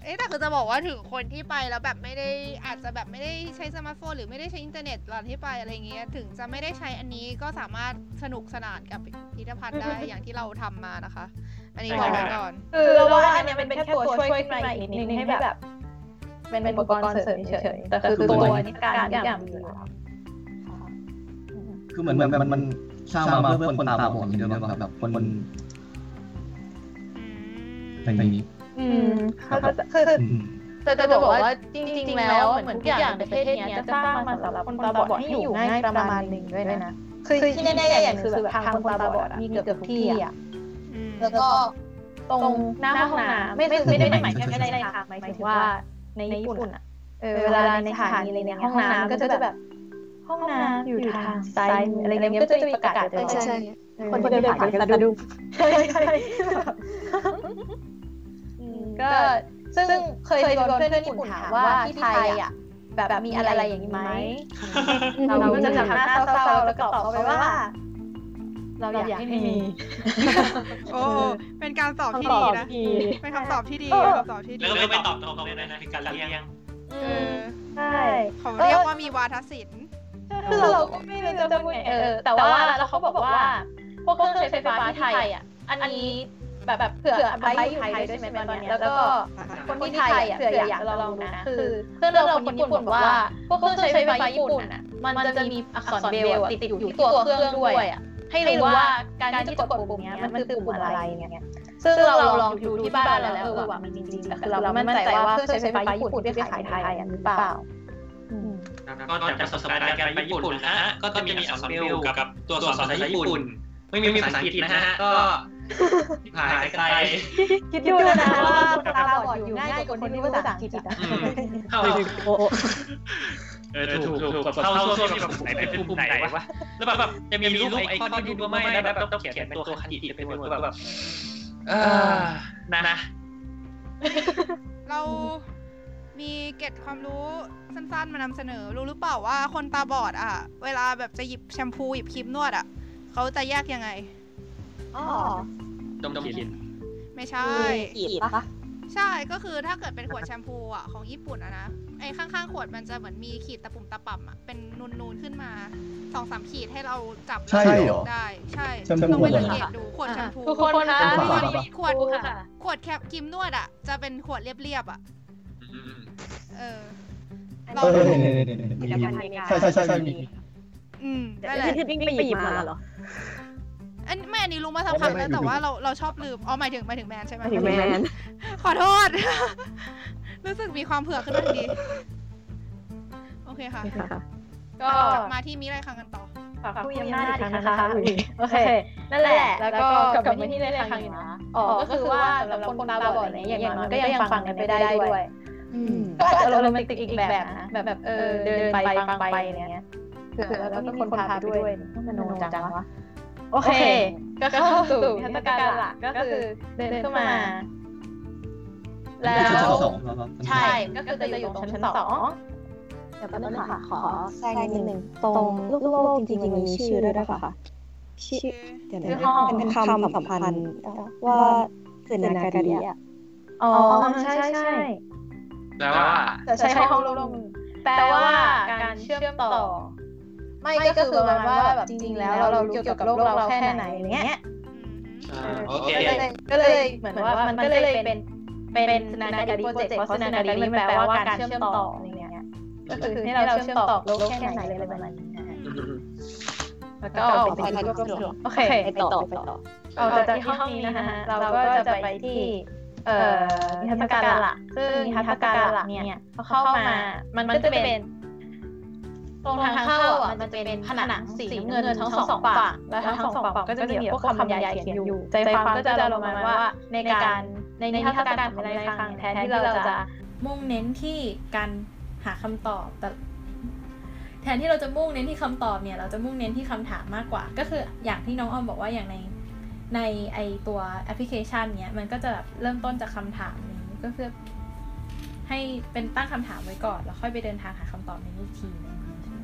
Speaker 1: เอ๊ะแต่คือจะบอกว่าถึงคนที่ไปแล้วแบบไม่ได้อาจจะแบบไม่ได้ใช้สมาร์ทโฟนหรือไม่ได้ใช้อินเทอร์เน็ตตอนที่ไปอะไรอย่างเงี้ย ถึงจะไม่ได้ใช้อันนี้ก็สามารถสนุกสนานกับพิพิธภัณฑ์ได้อย่างที่เราทำมานะคะ อันนี้บอกไว้ก่อน
Speaker 10: คือเราว่าอันเนี้ยมันเป็นแค่ตัวช่วยขึ้นมาอีกนิดนึงให้แบบเป็นเป็นอุปกรณ์เสริมเฉยๆแต่คือตัวนี้การทุกอย่างมีอยู่แล้ว
Speaker 9: คือเหมือนแบบมันมันสร้างมาเพื่อคนตาบอดอย่างเดียวหรือเปล่าครับแบบคนอะไรอย่างนี้
Speaker 10: อืมเขาก็จะคือ
Speaker 9: อืม
Speaker 10: แต่จะบอกว่าจริง ๆ แล้วเหมือนทุกอย่างในประเทศเนี้ยจะสร้างมาสำหรับคนตาบอดให้อยู่ง่ายประมาณหนึ่งด้วยนะ คือที่แน่ๆอย่างหนึ่งคือแบบทางคนตาบอดอะมีเกือบทุกที่อ่ะแล้วก็ตรงหน้าห้องน้ำไม่คือไม่ได้หมายแค่ไม่ได้ในทางหมายถึงว่าในญี่ปุ่นอ่ะเออเวลาในสถานีอะไรเนี่ยห้องน้ำก็จะแบบห้องน้ำอยู่ทางซ้ายมืออะไรเงี้ยก็จะมีประกาศเตือน
Speaker 8: ใช่คนที่เดินผ่านก็จะดู
Speaker 10: ใช่ใช่ ก็ซึ่งเคยโดนเพื่อนญี่ปุ่นถามว่าที่ไทยอ่ะแบบมีอะไรอย่างนี้ไหมเราก็จะทำหน้าเศร้าๆแล้วก็ตอบเขาไปว่า เราอยากให้มี
Speaker 1: โอ้ เป็นการตอบที่ดีนะ เป็นคำตอบที่ดี
Speaker 10: เอ
Speaker 1: เป
Speaker 10: อ
Speaker 1: ็นคำตอบที่ดี
Speaker 4: แล้วก็ไม่ตอบตรงๆเลยนะคือการเลี่ยง
Speaker 1: เออ
Speaker 10: ใช่
Speaker 1: เขาเรียกว่ามีวาทศิลป์
Speaker 10: คือเราก็ไม่รู้จะพูดไงเออ แต่ว่าแล้วเขาบอกว่า พวกเครื่องใช้ไฟฟ้าที่ไทยอ่ะอันนี้แบบแบบเผื่อไปอยู่ไทยด้วยใช่ไหมตอนเนี้ยแล้วก็คนที่ไทยอ่ะเผื่ออยากจะลองดูนะคือเพื่อนเราคนญี่ปุ่นบอกว่าพวกเครื่องใช้ไฟฟ้าญี่ปุ่นอ่ะมันจะมีอักษรเบลอะติดอยู่ที่ตัวเครื่องด้วยอ่ะให้รู้ว่าการที่จะกดปุ่มเนี้ยมันคือปุ่มอะไรเนี้ยซึ่งเราลองดูที่บ้านเราแล้วเออว่ามันจริงๆแต่คือเราไม่มั่นใจว่าเครื่องใช้ไฟฟ้าญี่ปุ่นที่ไปขายไทยอ่ะหรือเปล่าอืม
Speaker 4: ก็จากประสบการณ์การไปญี่ปุ่นนะฮะ ก็จะมีอักษรเบลกับตัวอักษรภาษาญี่ปุ่น ไม่มีภาษาอังกฤษนะฮะ ก็หายไกล
Speaker 10: คิดดูนะว่าคนตาบอดอยู่ง่ายกว่าคนที่รู้ภาษาอังกฤษอ่ะ
Speaker 4: อืมเข้าเออถูกถูกกดเข้าช่วงที่แบบไหนเป็นปุ่มไหนวะ แล้วแบบจะมีรูปไอคอนที่ดูไม่แล้วแบบต้องเขียนเป็นตัวคันดิเป็นตัวแบบเออนะนะ
Speaker 1: เรา มีเกร็ดความรู้สั้นๆมานำเสนอ รู้หรือเปล่าว่าคนตาบอดอ่ะ เวลาแบบจะหยิบแชมพูหยิบครีมนวดอ่ะเขาจะแยกยังไง
Speaker 8: อ๋อ
Speaker 4: ดมกลิ่น
Speaker 1: ไม่ใช่
Speaker 8: มีกรีดปะคะ
Speaker 1: ใช่ก็คือถ้าเกิดเป็นขวดแชมพูอ่ะของญี่ปุ่นอะนะไอ้ข้างๆขวดมันจะเหมือนมีขีดตะปุ่มตะป่ำอ่ะเป็นนูนๆขึ้นมาสองสามขีดให้เราจับ
Speaker 9: ใช่เหรอ
Speaker 1: ได้ใช่
Speaker 9: แชมพู
Speaker 1: ลองไป
Speaker 9: เหรอ
Speaker 1: สังเกตดูขวดแชมพู
Speaker 10: ทุกคนคะ
Speaker 1: ขวด
Speaker 9: ขวดแชมพู
Speaker 1: ขวดขวดแคปครีมนวดอ่ะจะเป็นขวดเรียบๆอ่ะเออลอง
Speaker 9: เออ
Speaker 1: ดู
Speaker 9: เห็นเห็นเห็นเห็นมีใช่ใช่ใช่ใช่มี
Speaker 1: อืม
Speaker 10: แต่
Speaker 1: นั่นแห
Speaker 10: นี่
Speaker 1: ละ
Speaker 10: คือวิ่งไปหยิบมาเหรอ
Speaker 1: อันไม่อันนี้รู้มาสักพัก
Speaker 10: ไม่
Speaker 1: แล้ว
Speaker 10: ไม่
Speaker 1: แต่ว่าเราเราชอบลืมอ๋อหมายถึงหมายถึงแมนใช่ไหม
Speaker 10: หมายถึงแมน
Speaker 1: ขอโทษ รู้สึกมีความเผื่อขึ้นมาทันทีโอเคค่ะ ก็มาที่มิไรคังกันต่อ
Speaker 10: ฝากผู้มีอำนาจอีกครั้งนะคะโอเค นั่นแหละ แล้วก็กลับมาที่เรื่องครั้งนะอ๋อก็คือว่าสำหรับคนตาบอดเนี่ยอย่างน้อยก็ยังฟังกันไปได้ด้วยก็อาจจะโรแมนติกอีกแบบนะแบบแบบเออเดินไปฟังไปอะไรเงี้ยเผื่อแล้วก็มีคนพาไปด้วยมโนจังวะโอเค ก็เข้าสู่เทศกาลหลักก็คือเดินเข้ามา แล้ว
Speaker 9: ชั้นสองครับ
Speaker 10: ใช่ก็คือจะอยู่ตรงชั้นสอง
Speaker 8: เดี๋ยวแป๊บนึงค่ะขอแทรกนิดนึงตรงลูกโลกจริงๆมันมีชื่อด้วยนะคะชื่อเดี๋ยว
Speaker 10: ชื่อ
Speaker 8: นะ
Speaker 10: ห้อง
Speaker 8: เป็นคำสัมพันธ์ว่าเกิดนาการีอะ
Speaker 10: อ๋อใช่ใช่
Speaker 4: แปลว่า
Speaker 10: แต่ใช้ห้องโลงแปลว่าการเชื่อมต่อ ไม่ก็คือประมาณว่าแบบจริงๆ แล้วเราเรารู้เกี่ยวกับโลกเราแค่ไหนอะไรเงี้ย
Speaker 4: โอเค
Speaker 10: ก็เลยก็เลยเหมือนว่ามันก็เลยเป็นเป็นนาการีโปรเจกต์เพราะนาการีมันแปลว่าการเชื่อมต่ออะไรเงี้ยก็คือให้เราเชื่อมต่อโลกแค่ไหนอะไรประมาณนี้นะฮะแล้วก็ออกไปที่โลกโอเค
Speaker 8: ไปต่อไปต่อ
Speaker 10: ออกจากที่ห้องนี้นะคะเราก็จะไปที่ เอ่อนิทรรศการหลักซึ่งนิทรรศการหลักเนี่ยพอเข้ามา มันก็จะเป็นตรงทางเข้าอ่ะมันจะเป็นผนังสีน้ำเงินทั้งสองฝั่งและทั้งสองฝั่งก็จะมีพวกคำใหญ่เขียนอยู่ ใจความก็จะประมาณว่าในการในนิทรรศการของในครั้งแทนที่เราจะ
Speaker 5: มุ่งเน้นที่การหาคำตอบแต่แทนที่เราจะมุ่งเน้นที่คำตอบเนี่ย เราจะมุ่งเน้นที่คำถามมากกว่า ก็คืออย่างที่น้องออมบอกว่าอย่างในในไอตัวแอปพลิเคชันเนี่ยมันก็จะแบบเริ่มต้นจากคำถามนี้ก็คือให้เป็นตั้งคำถามไว้ก่อน แล้วค่อยไปเดินทางหาคำตอบในอีกทีหนึงใช่ไหม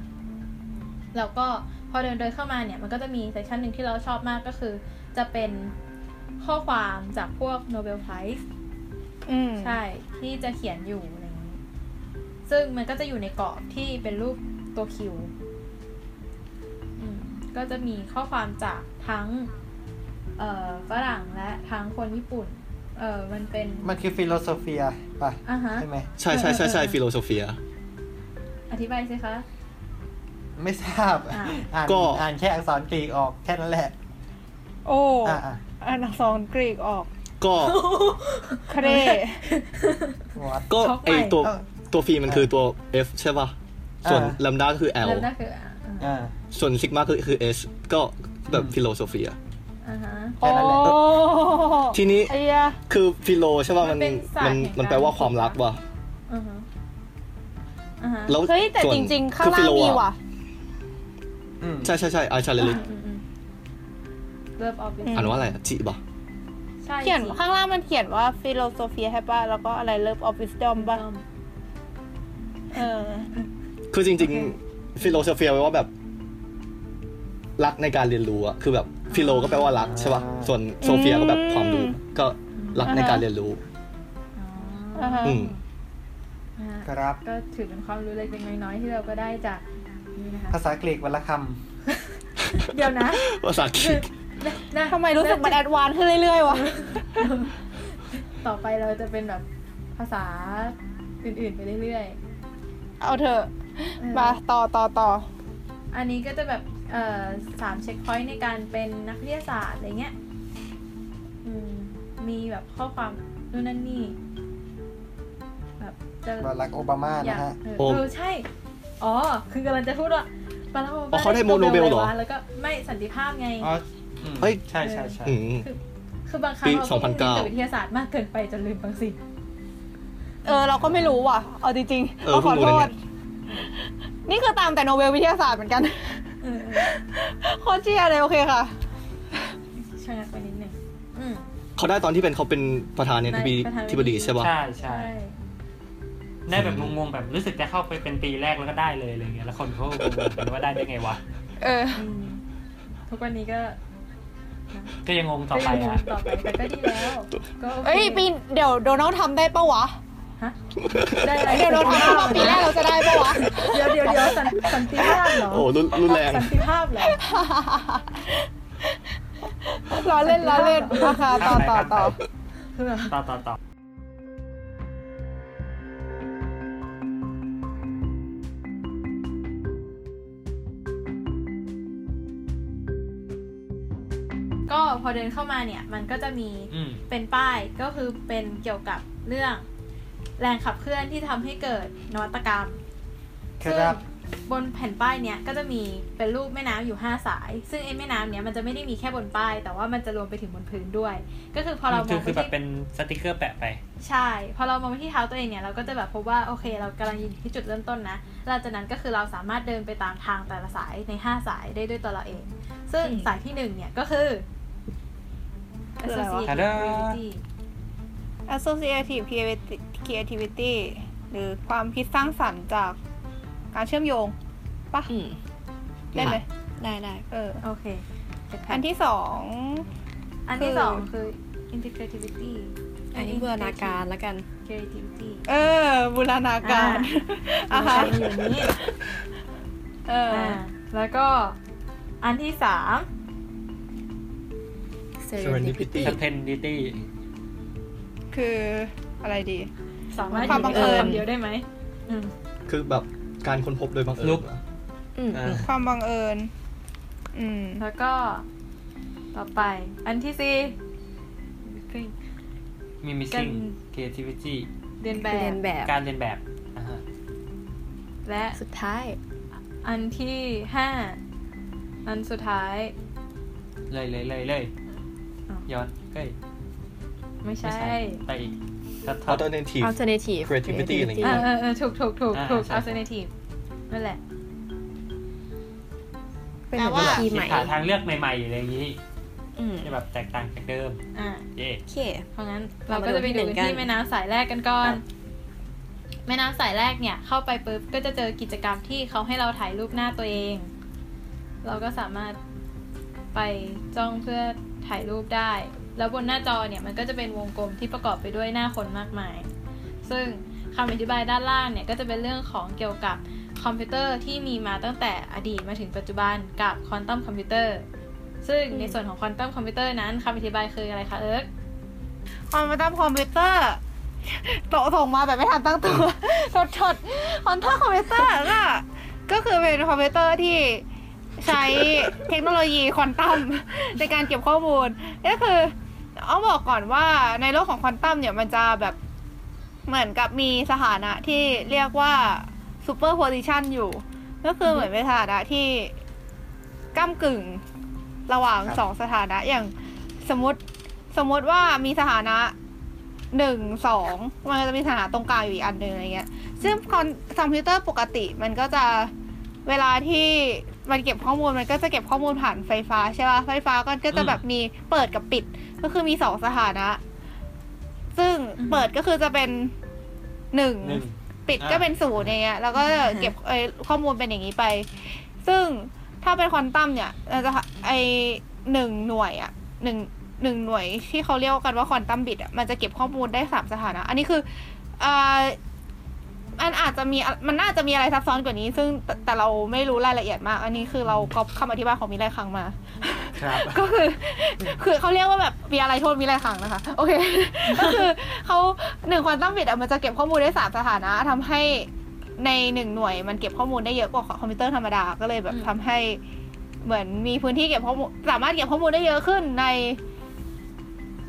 Speaker 5: แล้วก็พอเดินเดินเข้ามาเนี่ยมันก็จะมีเซสชันหนึ่งที่เราชอบมากก็คือ จะเป็นข้อความจากพวก Nobel Prize
Speaker 1: อืม
Speaker 5: ใช่ที่จะเขียนอยู่อะไรอย่างนี้ ซึ่งมันก็จะอยู่ในกรอบที่เป็นรูปตัวคิวอืมก็จะมีข้อความจากทั้งเอ่อฝรั่งและทั้งคนญี่ปุ่น เออมันเป็น
Speaker 4: มันคือฟิโลโซเฟียป่ะ
Speaker 5: อ่ะฮะ
Speaker 4: ใช่ไหม
Speaker 3: ใช่ใช่ใช่ใช่ฟิโลโซเฟีย
Speaker 5: อธิบายสิคะ
Speaker 4: ไม่ทราบ
Speaker 5: อ่ะ
Speaker 4: อ่าน
Speaker 3: ก็
Speaker 4: อ่านแค่อักษรกรีกออกแค่นั้นแหละ
Speaker 1: โอ้
Speaker 4: อ่ะอ่ะ
Speaker 1: อันอักษรกรีกออก
Speaker 3: ก็
Speaker 1: เคร
Speaker 4: วัด
Speaker 3: ก็
Speaker 5: ช็อกใหม่
Speaker 3: ไอตัวตัวฟีมันคือตัว F ใช่ป่ะ ส่วน
Speaker 4: อ่า
Speaker 3: ลัมดาคือ L
Speaker 5: เริ่มได้คืออ่ะอ่ะ
Speaker 4: อ่า
Speaker 3: ส่วนซิกมาคือคือ S ก็แบบ
Speaker 4: อืม
Speaker 3: ฟิโลโซเฟีย
Speaker 5: อ่ะฮะ
Speaker 4: แค่นั้นแหละ
Speaker 3: ทีนี้
Speaker 1: ไอ้ยะ
Speaker 3: คือฟิโลใช่ป่ะ มัน
Speaker 5: มัน
Speaker 3: มัน
Speaker 5: เป็นศาสตร์แห่งการ
Speaker 3: มันแปลว่าความรักว่ะ
Speaker 5: อ่ะฮะอ่ะฮะ
Speaker 3: แล้ว
Speaker 1: เฮ้ยแต่
Speaker 3: ส่วน
Speaker 1: จริง ๆ ข้างล่า
Speaker 3: คือฟิ
Speaker 1: ง
Speaker 3: โล
Speaker 1: มี
Speaker 3: อะ
Speaker 1: ว่ะ
Speaker 4: อืม
Speaker 3: ใช่ใช่ใช่อาชาเลลิต
Speaker 5: อืมอืมเริ่มออฟฟิศ
Speaker 3: อ่านว่าอะไรอะจิป่ะ
Speaker 5: ใช่
Speaker 1: เขียน
Speaker 5: สิ
Speaker 1: ข้างล่างมันเขียนว่าฟิโลโซเฟียใช่ป่ะ แล้วก็อะไรเลิฟออฟฟิศดอมป่ะ เออ
Speaker 3: คือจริงๆฟิโลโซเฟียแปลว่าแบบ รักในการเรียนรู้อะคือแบบฟิโลก็แปลว่ารักใช่ป่ะ ส่วนโซเฟียก็แบบความรู้ ก็รักในการเรียนรู้
Speaker 5: อ๋อ
Speaker 1: อ่าฮะ
Speaker 3: อืม
Speaker 5: อ่ะฮะ
Speaker 4: ครับ
Speaker 5: ก็ถือเป็นความรู้เล็กๆน้อยๆที่เราก็ได้จากนี่นะคะ
Speaker 4: ภาษากรีกวันละค
Speaker 5: เดี๋ยว นะ
Speaker 3: ภาษาอังกฤษ
Speaker 5: นะ
Speaker 1: ทำไมรู้สึกมันแอดวานซ์ขึ้นเรื่อยๆวะ
Speaker 5: ต่อไปเราจะเป็นแบบภาษาอื่นๆไปเรื่อย
Speaker 1: เอาเถอะ
Speaker 5: ๆเออ
Speaker 1: มาต่อต่อต่อ
Speaker 5: อันนี้ก็จะแบบเอ่อสามเช็คพอยต์ในการเป็นนักวิทยาศาสตร์อะไรเงี้ยอืมมีแบบข้อความนู่นนั่นนี่ แบบจะ
Speaker 4: ำบารักโอบามา
Speaker 5: อยา
Speaker 4: นะ
Speaker 5: ก
Speaker 4: ฮะ
Speaker 5: เออ
Speaker 3: โอ้
Speaker 5: เออใช่ อ๋อ คือกำลังจะพูดว่าบารักโอบา
Speaker 3: อ๋อ
Speaker 5: มา
Speaker 3: เขาได้โมโนเบลเหรอ
Speaker 5: ะไวะแล้วก็ไม่สันติภาพไง
Speaker 4: อ๋ออืม
Speaker 3: เฮ้ย
Speaker 4: ใช่ใช่ใช่
Speaker 3: อืม
Speaker 5: คือบางครั้ง
Speaker 3: ปี
Speaker 5: เราก็มี
Speaker 3: 2009
Speaker 5: แต่วิทยาศาสตร์มากเกินไปจนลืมบางสิ่ง
Speaker 1: เออ เราก็ไม่รู้ว่ะ เอาจริง
Speaker 3: เอ
Speaker 1: ๆ
Speaker 3: อ
Speaker 1: ก็ขอโท
Speaker 3: เพิ่งรู้
Speaker 1: ษ
Speaker 3: นะ
Speaker 1: นี่คือตามแต่โนเบลวิทยาศาสตร์เหมือนกัน
Speaker 5: เออ
Speaker 1: โคตรเจียเลยโอเคค่ะ
Speaker 5: ชะงักไปนิดหนึ่งอืม
Speaker 3: เขาได้ตอนที่เป็นเขาเป็นประธานในที่บดี
Speaker 5: ประธานาธิ
Speaker 3: ที่
Speaker 5: บบ ดี
Speaker 3: ดีใช่ป่ะ
Speaker 4: ใช่ใช่ ได้แบบงงๆแบบรู้สึกจะเข้าไปเป็นปีแรกแล้วก็ได้เลยอะไรเงี้ยแล้วคนเขาก็งงกันว่าได้ได้ไงวะ
Speaker 11: เออ
Speaker 5: ทุกวันนี้ก็
Speaker 4: ก็ยังงงต่อไป
Speaker 5: ก็ยังง
Speaker 4: อ่ะ
Speaker 5: งต่อไปแต่ก็ดีแล้ว ก็โอค
Speaker 12: เอ้ยปีเดี๋ยวโดนัลด์ทำได้ปะวะ
Speaker 5: ได้อะไร
Speaker 12: เดี๋ยวโดนัลด์ทำว่าปีแรกเราจะได้ปะ วะ
Speaker 5: เดี๋ยวเดี๋ยวเดี๋ยวสันสันติภาพเหรอ
Speaker 3: โอ้รุนรุนแรง
Speaker 5: สันติภาพเหรอ
Speaker 12: ล้อเล่นล้อเล่นนะคะต่อต่อต่อ
Speaker 4: ต่อต่อต่อ
Speaker 5: ก็พอเดินเข้ามาเนี่ย มันก็จะมี
Speaker 4: อืม
Speaker 5: เป็นป้ายก็คือเป็นเกี่ยวกับเรื่องแรงขับเคลื่อนที่ทำให้เกิดนวัตกรรม
Speaker 4: ครับ
Speaker 5: บนแผ่นป้ายเนี้ยก็จะมีเป็นรูปแม่น้ำอยู่ 5 สาย ซึ่งไอ้แม่น้ำเนี้ยมันจะไม่ได้มีแค่บนป้าย แต่ว่ามันจะรวมไปถึงบนพื้นด้วย ก็คือพอเราม
Speaker 4: คือ อง
Speaker 5: ไป
Speaker 4: คือแบบ
Speaker 5: ที่
Speaker 4: เป็นสติกเกอร์แปะไป
Speaker 5: ใช่ พอเรามองไปที่เท้าตัวเองเนี่ยเราก็จะแบบพบว่าโอเค เรากำลังยืนอยู่ที่จุดเริ่มต้นนะหลังจากนั้นก็คือเราสามารถเดินไปตามทางแต่ละสายใน 5 สายได้ด้วยตัวเราเอง ซึ่งสายที่หนึ่งเนี่ยก็คือ
Speaker 1: คืออะไรวะ
Speaker 5: Associative
Speaker 1: ทาดา
Speaker 5: Creativity
Speaker 1: associative creati- creativity หรือความคิดสร้างสรรค์จากการเชื่อมโยงปะได้ไหม
Speaker 2: ได้ได้
Speaker 1: เออ
Speaker 5: โอเค
Speaker 1: อันที่สอง
Speaker 5: อันที่สองคือ integrativity
Speaker 2: อันนี้บูรณาการแล้วกัน
Speaker 5: creativity
Speaker 1: เออบูรณาการ
Speaker 5: อ่า
Speaker 1: อ่ะฮะ
Speaker 5: อยู่นี้
Speaker 1: เอออ่
Speaker 5: แล้วก็อันที่สาม
Speaker 4: serendipity serendipity
Speaker 1: คืออะไรดี
Speaker 5: สามารถ
Speaker 1: ความบัง
Speaker 5: อยู่
Speaker 1: เอิ
Speaker 5: ใน
Speaker 1: ญ
Speaker 5: คำเดียวได้ไหม
Speaker 3: คือแบบการค้นพบโดยบังเอิญ
Speaker 4: ลุก
Speaker 3: เหรอ
Speaker 1: อืม
Speaker 3: อ่า
Speaker 1: ความบังเอิญ อืม
Speaker 5: แล้วก็ต่อไป อันที่สี่
Speaker 4: มีมิส
Speaker 5: กั
Speaker 4: ซิ่
Speaker 5: น
Speaker 4: ง creativity
Speaker 5: เรียนแบ
Speaker 2: เรียนแบบ บ
Speaker 4: การเรียนแบบอ่าฮะ
Speaker 5: และ
Speaker 2: สุดท้าย
Speaker 5: อันที่ห้า อันสุดท้าย
Speaker 4: เลยเลยเลยเลยย้อนเฮ้ย
Speaker 5: ไม่ใช่
Speaker 4: ไปอีก
Speaker 3: alternative
Speaker 2: alternative
Speaker 3: creativity อะไรอย่าง
Speaker 5: เอ
Speaker 3: เงี้
Speaker 5: อย เออเออถูกถูกถูก
Speaker 3: อ่า
Speaker 5: ถูก
Speaker 3: ใช่
Speaker 5: alternative นั่นแหละ
Speaker 2: เป็น
Speaker 5: แปล
Speaker 2: แบบ
Speaker 5: ว่า
Speaker 2: วิธีใหม่
Speaker 4: หาทางเลือกใหม่ๆอะไรอย่างนี้
Speaker 2: อืม
Speaker 4: ที่แบบแตกต่างจากเดิม
Speaker 5: อ่า
Speaker 4: เย่
Speaker 2: โอเค
Speaker 5: เพราะงั้นเราก็จะไปดูกันที่แม่น้ำสายแรกกันก่อน แม่น้ำสายแรกเนี่ย เข้าไปปุ๊บก็จะเจอกิจกรรมที่เขาให้เราถ่ายรูปหน้าตัวเอง เราก็สามารถไปจ้องเพื่อถ่ายรูปได้ แล้วบนหน้าจอเนี่ยมันก็จะเป็นวงกลมที่ประกอบไปด้วยหน้าคนมากมาย ซึ่งคำอธิบายด้านล่างเนี่ยก็จะเป็นเรื่องของเกี่ยวกับคอมพิวเตอร์ที่มีมาตั้งแต่อดีตมาถึงปัจจุบันกับควอนตัมคอมพิวเตอร์ ซึ่งในส่วนของควอนตัมคอมพิวเตอร์นั้นคำอธิบายคืออะไรคะเอิร์ก
Speaker 1: คอมพิวเตอร์คอมพิวเตอร์ตส่งมาแบบไม่ทันตั้งตัว ชดชดคอมพิวเตอร์คอมพิวเตอร์ก็ก็คือเป็นคอมพิวเตอร์ที่ใช้เทคโนโลยีควอนตัม ในการเก็บข้อมูลก็คือเอาบอกก่อนว่าในโลกของควอนตัมเนี่ยมันจะแบบเหมือนกับมีสถานะที่เรียกว่าซูเปอร์โพซิชันอยู่ ก็คือเหมือนเป็นสถานะที่ก้ากึ่งระหว่าง
Speaker 13: ครับ
Speaker 1: สองสถานะอย่างสมมติ สมมติว่ามีสถานะหนึ่งสองมันก็จะมีสถานะตรงกลางอยู่อีกอันหนึ่งอะไรเงี้ย ซึ่งคอมคอมพิวเตอร์ปกติมันก็จะเวลาที่มันเก็บข้อมูลมันก็จะเก็บข้อมูลผ่านไฟฟ้าใช่ป่ะไฟฟ้าก็ก็จะแบบมีเปิดกับปิดก็คือมีสองสถานะ ซึ่งเปิดก็คือจะเป็นหนึ่ง
Speaker 13: หนึ่ง
Speaker 1: ปิดก็เป็นศูนย์อย่างเงี้ยแล้วก็เก็บเอ่อข้อมูลเป็นอย่างนี้ไป ซึ่งถ้าเป็นควอนตัมเนี่ยเราจะไอหนึ่งหน่วยอะหนึ่งหนึ่งหน่วยที่เขาเรียกกันว่าควอนตัมบิตอะมันจะเก็บข้อมูลได้สามสถานะ อันนี้คือเอ่อมันอาจจะมีมันน่าจะมีอะไรซับซ้อนกว่านี้ ซึ่งแต่แต่เราไม่รู้รายละเอียดมาก อันนี้คือเราก๊อปคำอธิบายของมิไรคังมา
Speaker 4: ครับ
Speaker 1: ก็คือ คือเขาเรียกว่าแบบมีอะไรโทษมีอะไรขังนะคะ โอเค ก็คือเขาหนึ่งควอนตัมบิตอะมันจะเก็บข้อมูลได้สามสถานะทำให้ในหนึ่งหน่วยมันเก็บข้อมูลได้เยอะกว่าคอมพิวเตอร์ธรรมดาก็เลยแบบทำให้เหมือนมีพื้นที่เก็บข้อมูลสามารถเก็บข้อมูลได้เยอะขึ้นใน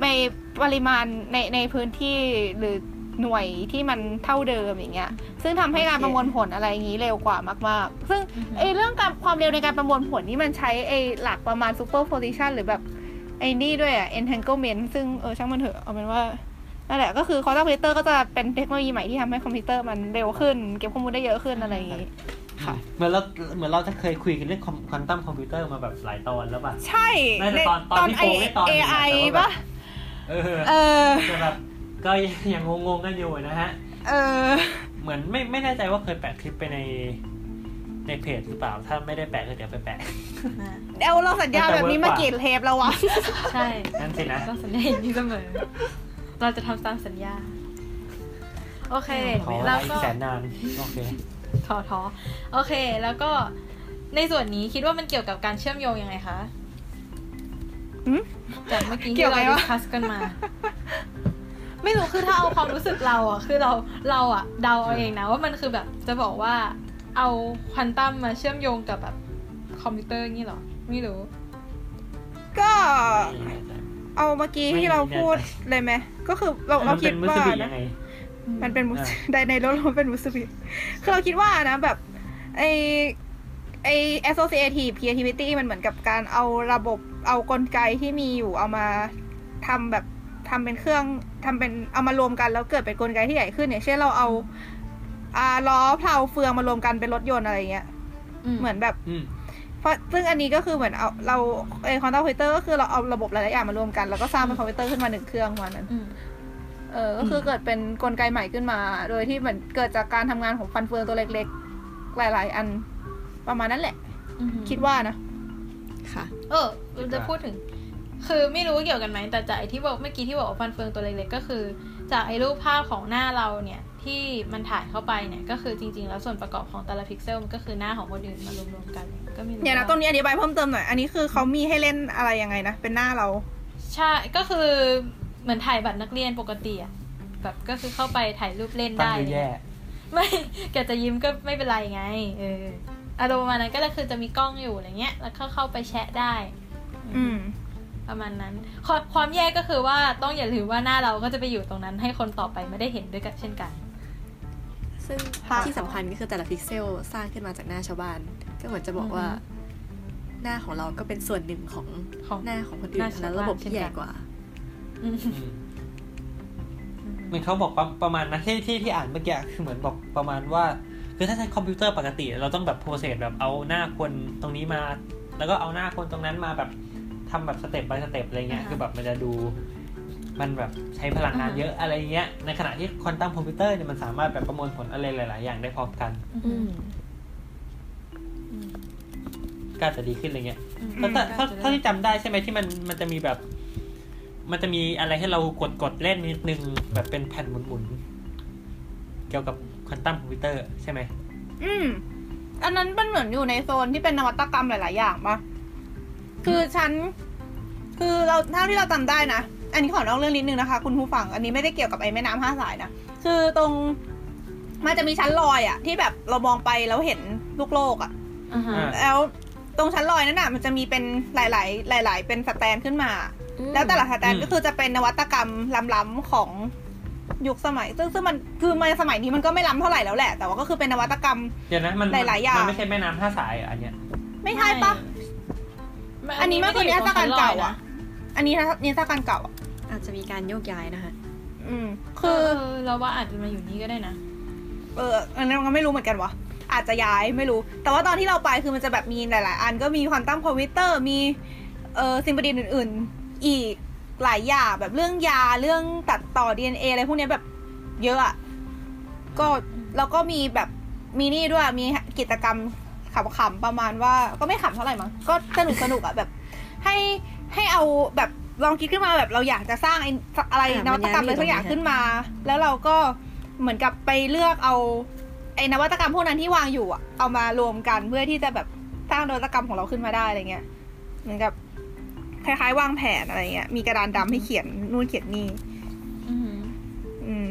Speaker 1: ในปริมาณในในพื้นที่หรือหน่วยที่มันเท่าเดิมอย่างเงี้ย ซึ่งทำให้การประมวลผลอะไรอย่างนี้เร็วกว่ามาก ๆ ซึ่งไอเรื่องการความเร็วในการประมวลผลนี่มันใช้ไอหลักประมาณ super position หรือแบบ ไอ้นี่ด้วยอะ entanglement ซึ่งเออช่างมันเถอะเอาเป็นว่านั่นแหละก็คือคอร์คอมพิวเตอร์ก็จะเป็นเทคโนโลยีใหม่ที่ทำให้คอมพิวเตอร์มันเร็วขึ้น เก็บข้อมูลได้เยอะขึ้นอะไรอย่างนี้
Speaker 4: เหมือนเราเหมือนเราจะเคยคุยกันเรื่องควอนตัมคอมพิวเตอร์มาแบบหลายตอนแล้วป่ะ
Speaker 1: ใช่
Speaker 4: น่าจะตอนตอนที่โฟร์ไม่ตอนหนึ่งอะ
Speaker 1: AI
Speaker 4: แต่ว่าแบบ
Speaker 1: ปะ
Speaker 4: เออ
Speaker 1: เออ
Speaker 4: แต่แบบก็ยังงงๆกันอยู่นะฮะ
Speaker 1: เออ
Speaker 4: เหมือนไม่ไม่แน่ใจว่าเคยแปะคลิปไปในในเพจหรือเปล่า ถ้าไม่ได้แปะก็เดี๋ยวไปแปะ
Speaker 1: เดี๋ยวเราสัญญาแบบนี้มากี่เทปแล้ววะ
Speaker 5: ใช่
Speaker 4: นั่นสินะ
Speaker 5: ต้องสัญญาอย่างนี้เสมอ เราจะทำตามสัญญา โอเค
Speaker 4: ขอเว
Speaker 5: แล้
Speaker 4: ลาว อี
Speaker 5: ก็
Speaker 4: กแสนนานโอเค
Speaker 5: ทอทอโอเค แล้วก็ในส่วนนี้คิดว่ามันเกี่ยวกับการเชื่อมโยงยังไงคะจากเมื่อกี้
Speaker 1: เกี่ยว
Speaker 5: ที่
Speaker 1: ไหม
Speaker 5: เรา
Speaker 1: วะ
Speaker 5: ดิสคัสกัน มา ไม่รู้คือถ้าเอาความรู้สึกเราอ่ะ คือเราเราอ่ะเดาเอาเองนะว่ามันคือแบบจะบอกว่าเอาควอนตัมมาเชื่อมโยงกับแบบคอมพิวเตอร์อย่างนี้เหรอ ไม่รู้
Speaker 1: ก็เอาเมื่อกี้ที่เราพูดเลยไหมก็คือเราเราคิดว่านะ มันเป็นมุส
Speaker 4: อ่า
Speaker 1: ในในรถมันเป็นมุสลิมคือเราคิดว่านะแบบไอไอ associative creativity มันเหมือนกับการเอาระบบเอากลไกที่มีอยู่เอามาทำแบบทำเป็นเครื่องทำเป็นเอามารวมกันแล้วเกิดเป็นกลไกที่ใหญ่ขึ้นอย่างเช่นเราเอาอ่าล้อเพลาเฟืองมารวมกันเป็นรถยนต์อะไรอย่างเงี้ยเหมือนแบบ
Speaker 4: อืม
Speaker 1: เพราะซึ่งอันนี้ก็คือเหมือนเอาเราเอคอนเตอร์คอมพิวเตอร์ก็คือเราเอาระบบหลายๆอย่างมารวมกัน แล้วก็สร้างเป็นคอมพิวเตอร์ขึ้นมาหนึ่งเครื่องวันนั้นเออก็คือเกิดเป็นกลไกใหม่ขึ้นมา โดยที่เหมือนเกิดจากการทำงานของฟันเฟืองตัวเล็กๆ หลาย ๆ อันประมาณนั้นแหละ คิดว่านะ
Speaker 2: ค่ะ
Speaker 5: เออเราจะพูดถึง คือไม่รู้ว่าเกี่ยวกันไหมแต่จากไอที่บอกเมื่อกี้ที่บอกว่าฟันเฟืองตัวเล็กๆก็คือ จากไอรูปภาพของหน้าเราเนี่ย ที่มันถ่ายเข้าไปเนี่ย ก็คือจริง ๆ แล้วส่วนประกอบของแต่ละพิกเซลมันก็คือหน้าของคนอื่นมารวมๆกัน ก็มี
Speaker 1: เดี๋ยวนะตรงนี้อธิบายเพิ่มเติมหน่อย อันนี้คือเขามีให้เล่นอะไรยังไงนะ เป็นหน้าเรา
Speaker 5: ใช่ก็คือเหมือนถ่ายบัตรนักเรียนปกติอะแบบก็คือเข้าไปถ่ายรูปเล่น
Speaker 4: ฟัง
Speaker 5: ได้
Speaker 4: ดูแย่
Speaker 5: ไม่แกจะยิ้มก็ไม่เป็นไรไง เอออารมณ์ประมาณนั้นก็คือจะมีกล้องอยู่อะไรเงี้ย แล้วก็เข้าไปแชะได้
Speaker 1: อืม
Speaker 5: ประมาณนั้นความความแย่ก็คือว่าต้องอย่าลืมว่าหน้าเราก็จะไปอยู่ตรงนั้น ให้คนต่อไปไม่ได้เห็นด้วยกันเช่นกัน
Speaker 2: ซึ่งที่สำคัญก็คือแต่ละพิกเซลสร้างขึ้นมาจากหน้าชาวบ้าน ก็เหมือนจะบอกว่า หน้าของเราก็เป็นส่วนหนึ่งของหน้าของคนอื่
Speaker 5: หน้าน ชาวบ้าน
Speaker 2: แล้วระบบที่ใหญ่กว่า
Speaker 4: เหมือนเขาบอกประประมาณนะที่ที่ที่อ่านเมื่อกี้คือเหมือนบอกประมาณว่า คือถ้าใช้คอมพิวเตอร์ปกติ เราต้องแบบโปรเซสแบบเอาหน้าคนตรงนี้มา แล้วก็เอาหน้าคนตรงนั้นมาแบบทำแบบสเต็ปไปสเต็ปอะไรเงี้ย
Speaker 5: อ่าฮะ
Speaker 4: คือแบบมันจะดู มันแบบใช้พลังงาน
Speaker 5: อ่าฮะ
Speaker 4: เยอะอะไรเงี้ยในขณะที่ควอนตัมคอมพิวเตอร์เนี่ยมันสามารถแบบประมวลผลอะไรหลาย ๆ อย่างได้พร้อมกัน
Speaker 5: อืม
Speaker 4: ก็อาจจะดีขึ้นอะไรเงี้ย
Speaker 5: อืม
Speaker 4: แต่ถ้า
Speaker 5: อืม
Speaker 4: ถ้า
Speaker 5: ก็อาจจะได้
Speaker 4: ถ้าที่จำได้ใช่ไหมที่มันมันจะมีแบบ มันจะมีอะไรให้เรากดกดเล่นนิดนึงแบบเป็นแผ่นหมุนๆเกี่ยวกับควอนตัมคอมพิวเตอร์ใช่ไหม
Speaker 1: อืม อันนั้นมันเหมือนอยู่ในโซนที่เป็นนวัตกรรมหลาย ๆ อย่างปะคือฉัน คือเราเท่าที่เราจำได้นะ อันนี้ขอนอกเรื่องนิดนึงนะคะ คุณผู้ฟัง อันนี้ไม่ได้เกี่ยวกับไอ้แม่น้ำห้าสายนะ คือตรง มันจะมีชั้นลอยอะที่แบบเรามองไปแล้วเห็นลูกโลกอะ
Speaker 5: อ่าฮะ
Speaker 1: แล้วตรงชั้นลอยนั่นน่ะมันจะมีเป็นหลาย ๆ หลาย ๆ เป็นสแตนขึ้นมา
Speaker 5: อืม
Speaker 1: แล้วแต่ละสแตน
Speaker 4: อืม
Speaker 1: ก็คือจะเป็นนวัตกรรมล้ำๆของยุคสมัย ซึ่งซึ่งมันคือมาสมัยนี้มันก็ไม่ล้ำเท่าไหร่แล้วแหละ แต่ว่าก็คือเป็นนวัตกรรม
Speaker 4: เดี๋ยวนะมัน
Speaker 1: หลายๆอย่าง
Speaker 4: มันไม่ใช่แม่น้ำท่าสายเหรออันเนี้ย
Speaker 1: ไม่ใช่ปะ อันนี้มันคือนิทรรศการเก่าอะอันนี้นิทรรศการเก่าอะ
Speaker 2: อาจจะมีการโยกย้ายนะคะ
Speaker 1: อืม
Speaker 5: คือ เราว่าอาจจะมาอยู่นี่ก็ได้นะ
Speaker 1: เอออันนั้นก็ไม่รู้เหมือนกันวะอาจจะย้ายไม่รู้ แต่ว่าตอนที่เราไปคือมันจะแบบมีหลาย ๆ อันก็มีควอนตัมคอมพิวเตอร์ มีเออสิ่งประดิษฐ์อื่น ๆ อีกหลายอย่างแบบเรื่องยาเรื่องตัดต่อ DNA อะไรพวกเนี้ยแบบเยอะอะก็แล้วก็มีแบบมีนี่ด้วยมีกิจกรรมขำๆประมาณว่าก็ไม่ขำเท่าไหร่มั้งก็สนุกสนุกๆอะแบบ ให้ให้เอาแบบลองคิดขึ้นมาแบบเราอยากจะสร้างไอ้สักอะไร
Speaker 2: อ่ะ
Speaker 1: นวัตกรรมอะไร
Speaker 2: มันย้ายไปอยู่
Speaker 1: สักอย่าง
Speaker 2: ตรงนี้
Speaker 1: ขึ้นมา แล้วเราก็เหมือนกับไปเลือกเอาไอ้นวัตกรรมพวกนั้นที่วางอยู่อะเอามารวมกันเพื่อที่จะแบบสร้างนวัตกรรมของเราขึ้นมาได้อะไรเงี้ยเหมือนกับคล้ายๆ วางแผนอะไรเงี้ยมีกระดานดำให้เขียนนู่นเขียนนี่อืม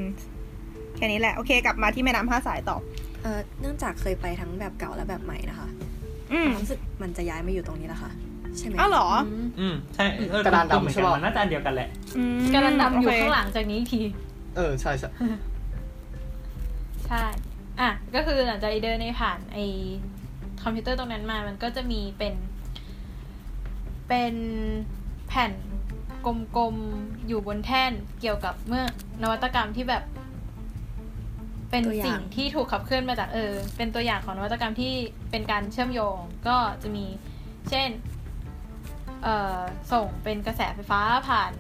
Speaker 1: แค่นี้แหละ โอเค กลับมาที่แม่น้ำห้าสายต่อ
Speaker 2: เอ่อเนื่องจากเคยไปทั้งแบบเก่าและแบบใหม่นะคะ
Speaker 1: อืม
Speaker 2: รู้สึกมันจะย้ายมาอยู่ตรงนี้แล้วค่ะ ใช่ไหม
Speaker 1: อ้าวเหรอ
Speaker 4: อืม ใช่เออก
Speaker 3: ระดานดำใช่ปะ
Speaker 4: มันน่าจะอันเดียวกันแหละ
Speaker 5: กำลังดำอยู่
Speaker 1: โอเค
Speaker 5: ข้างหลังจากนี้อีกที
Speaker 3: เออใช่ใช่
Speaker 5: ใช่ อ่ะ ก็คือหลังจากไอ้เดินในผ่านไอคอมพิวเตอร์ตรงนั้นมา มันก็จะมีเป็น เป็นแผ่นกลมๆ อยู่บนแท่นเกี่ยวกับเมื่อนวัตกรรมที่แบบ เป็น
Speaker 14: ตัวอย่าง
Speaker 5: สิ่งที่ถูกขับเคลื่อนมาจากเออ เป็นตัวอย่างของนวัตกรรมที่เป็นการเชื่อมโยง ก็จะมี เช่น เอ่อ ส่งเป็นกระแสไฟฟ้าผ่าน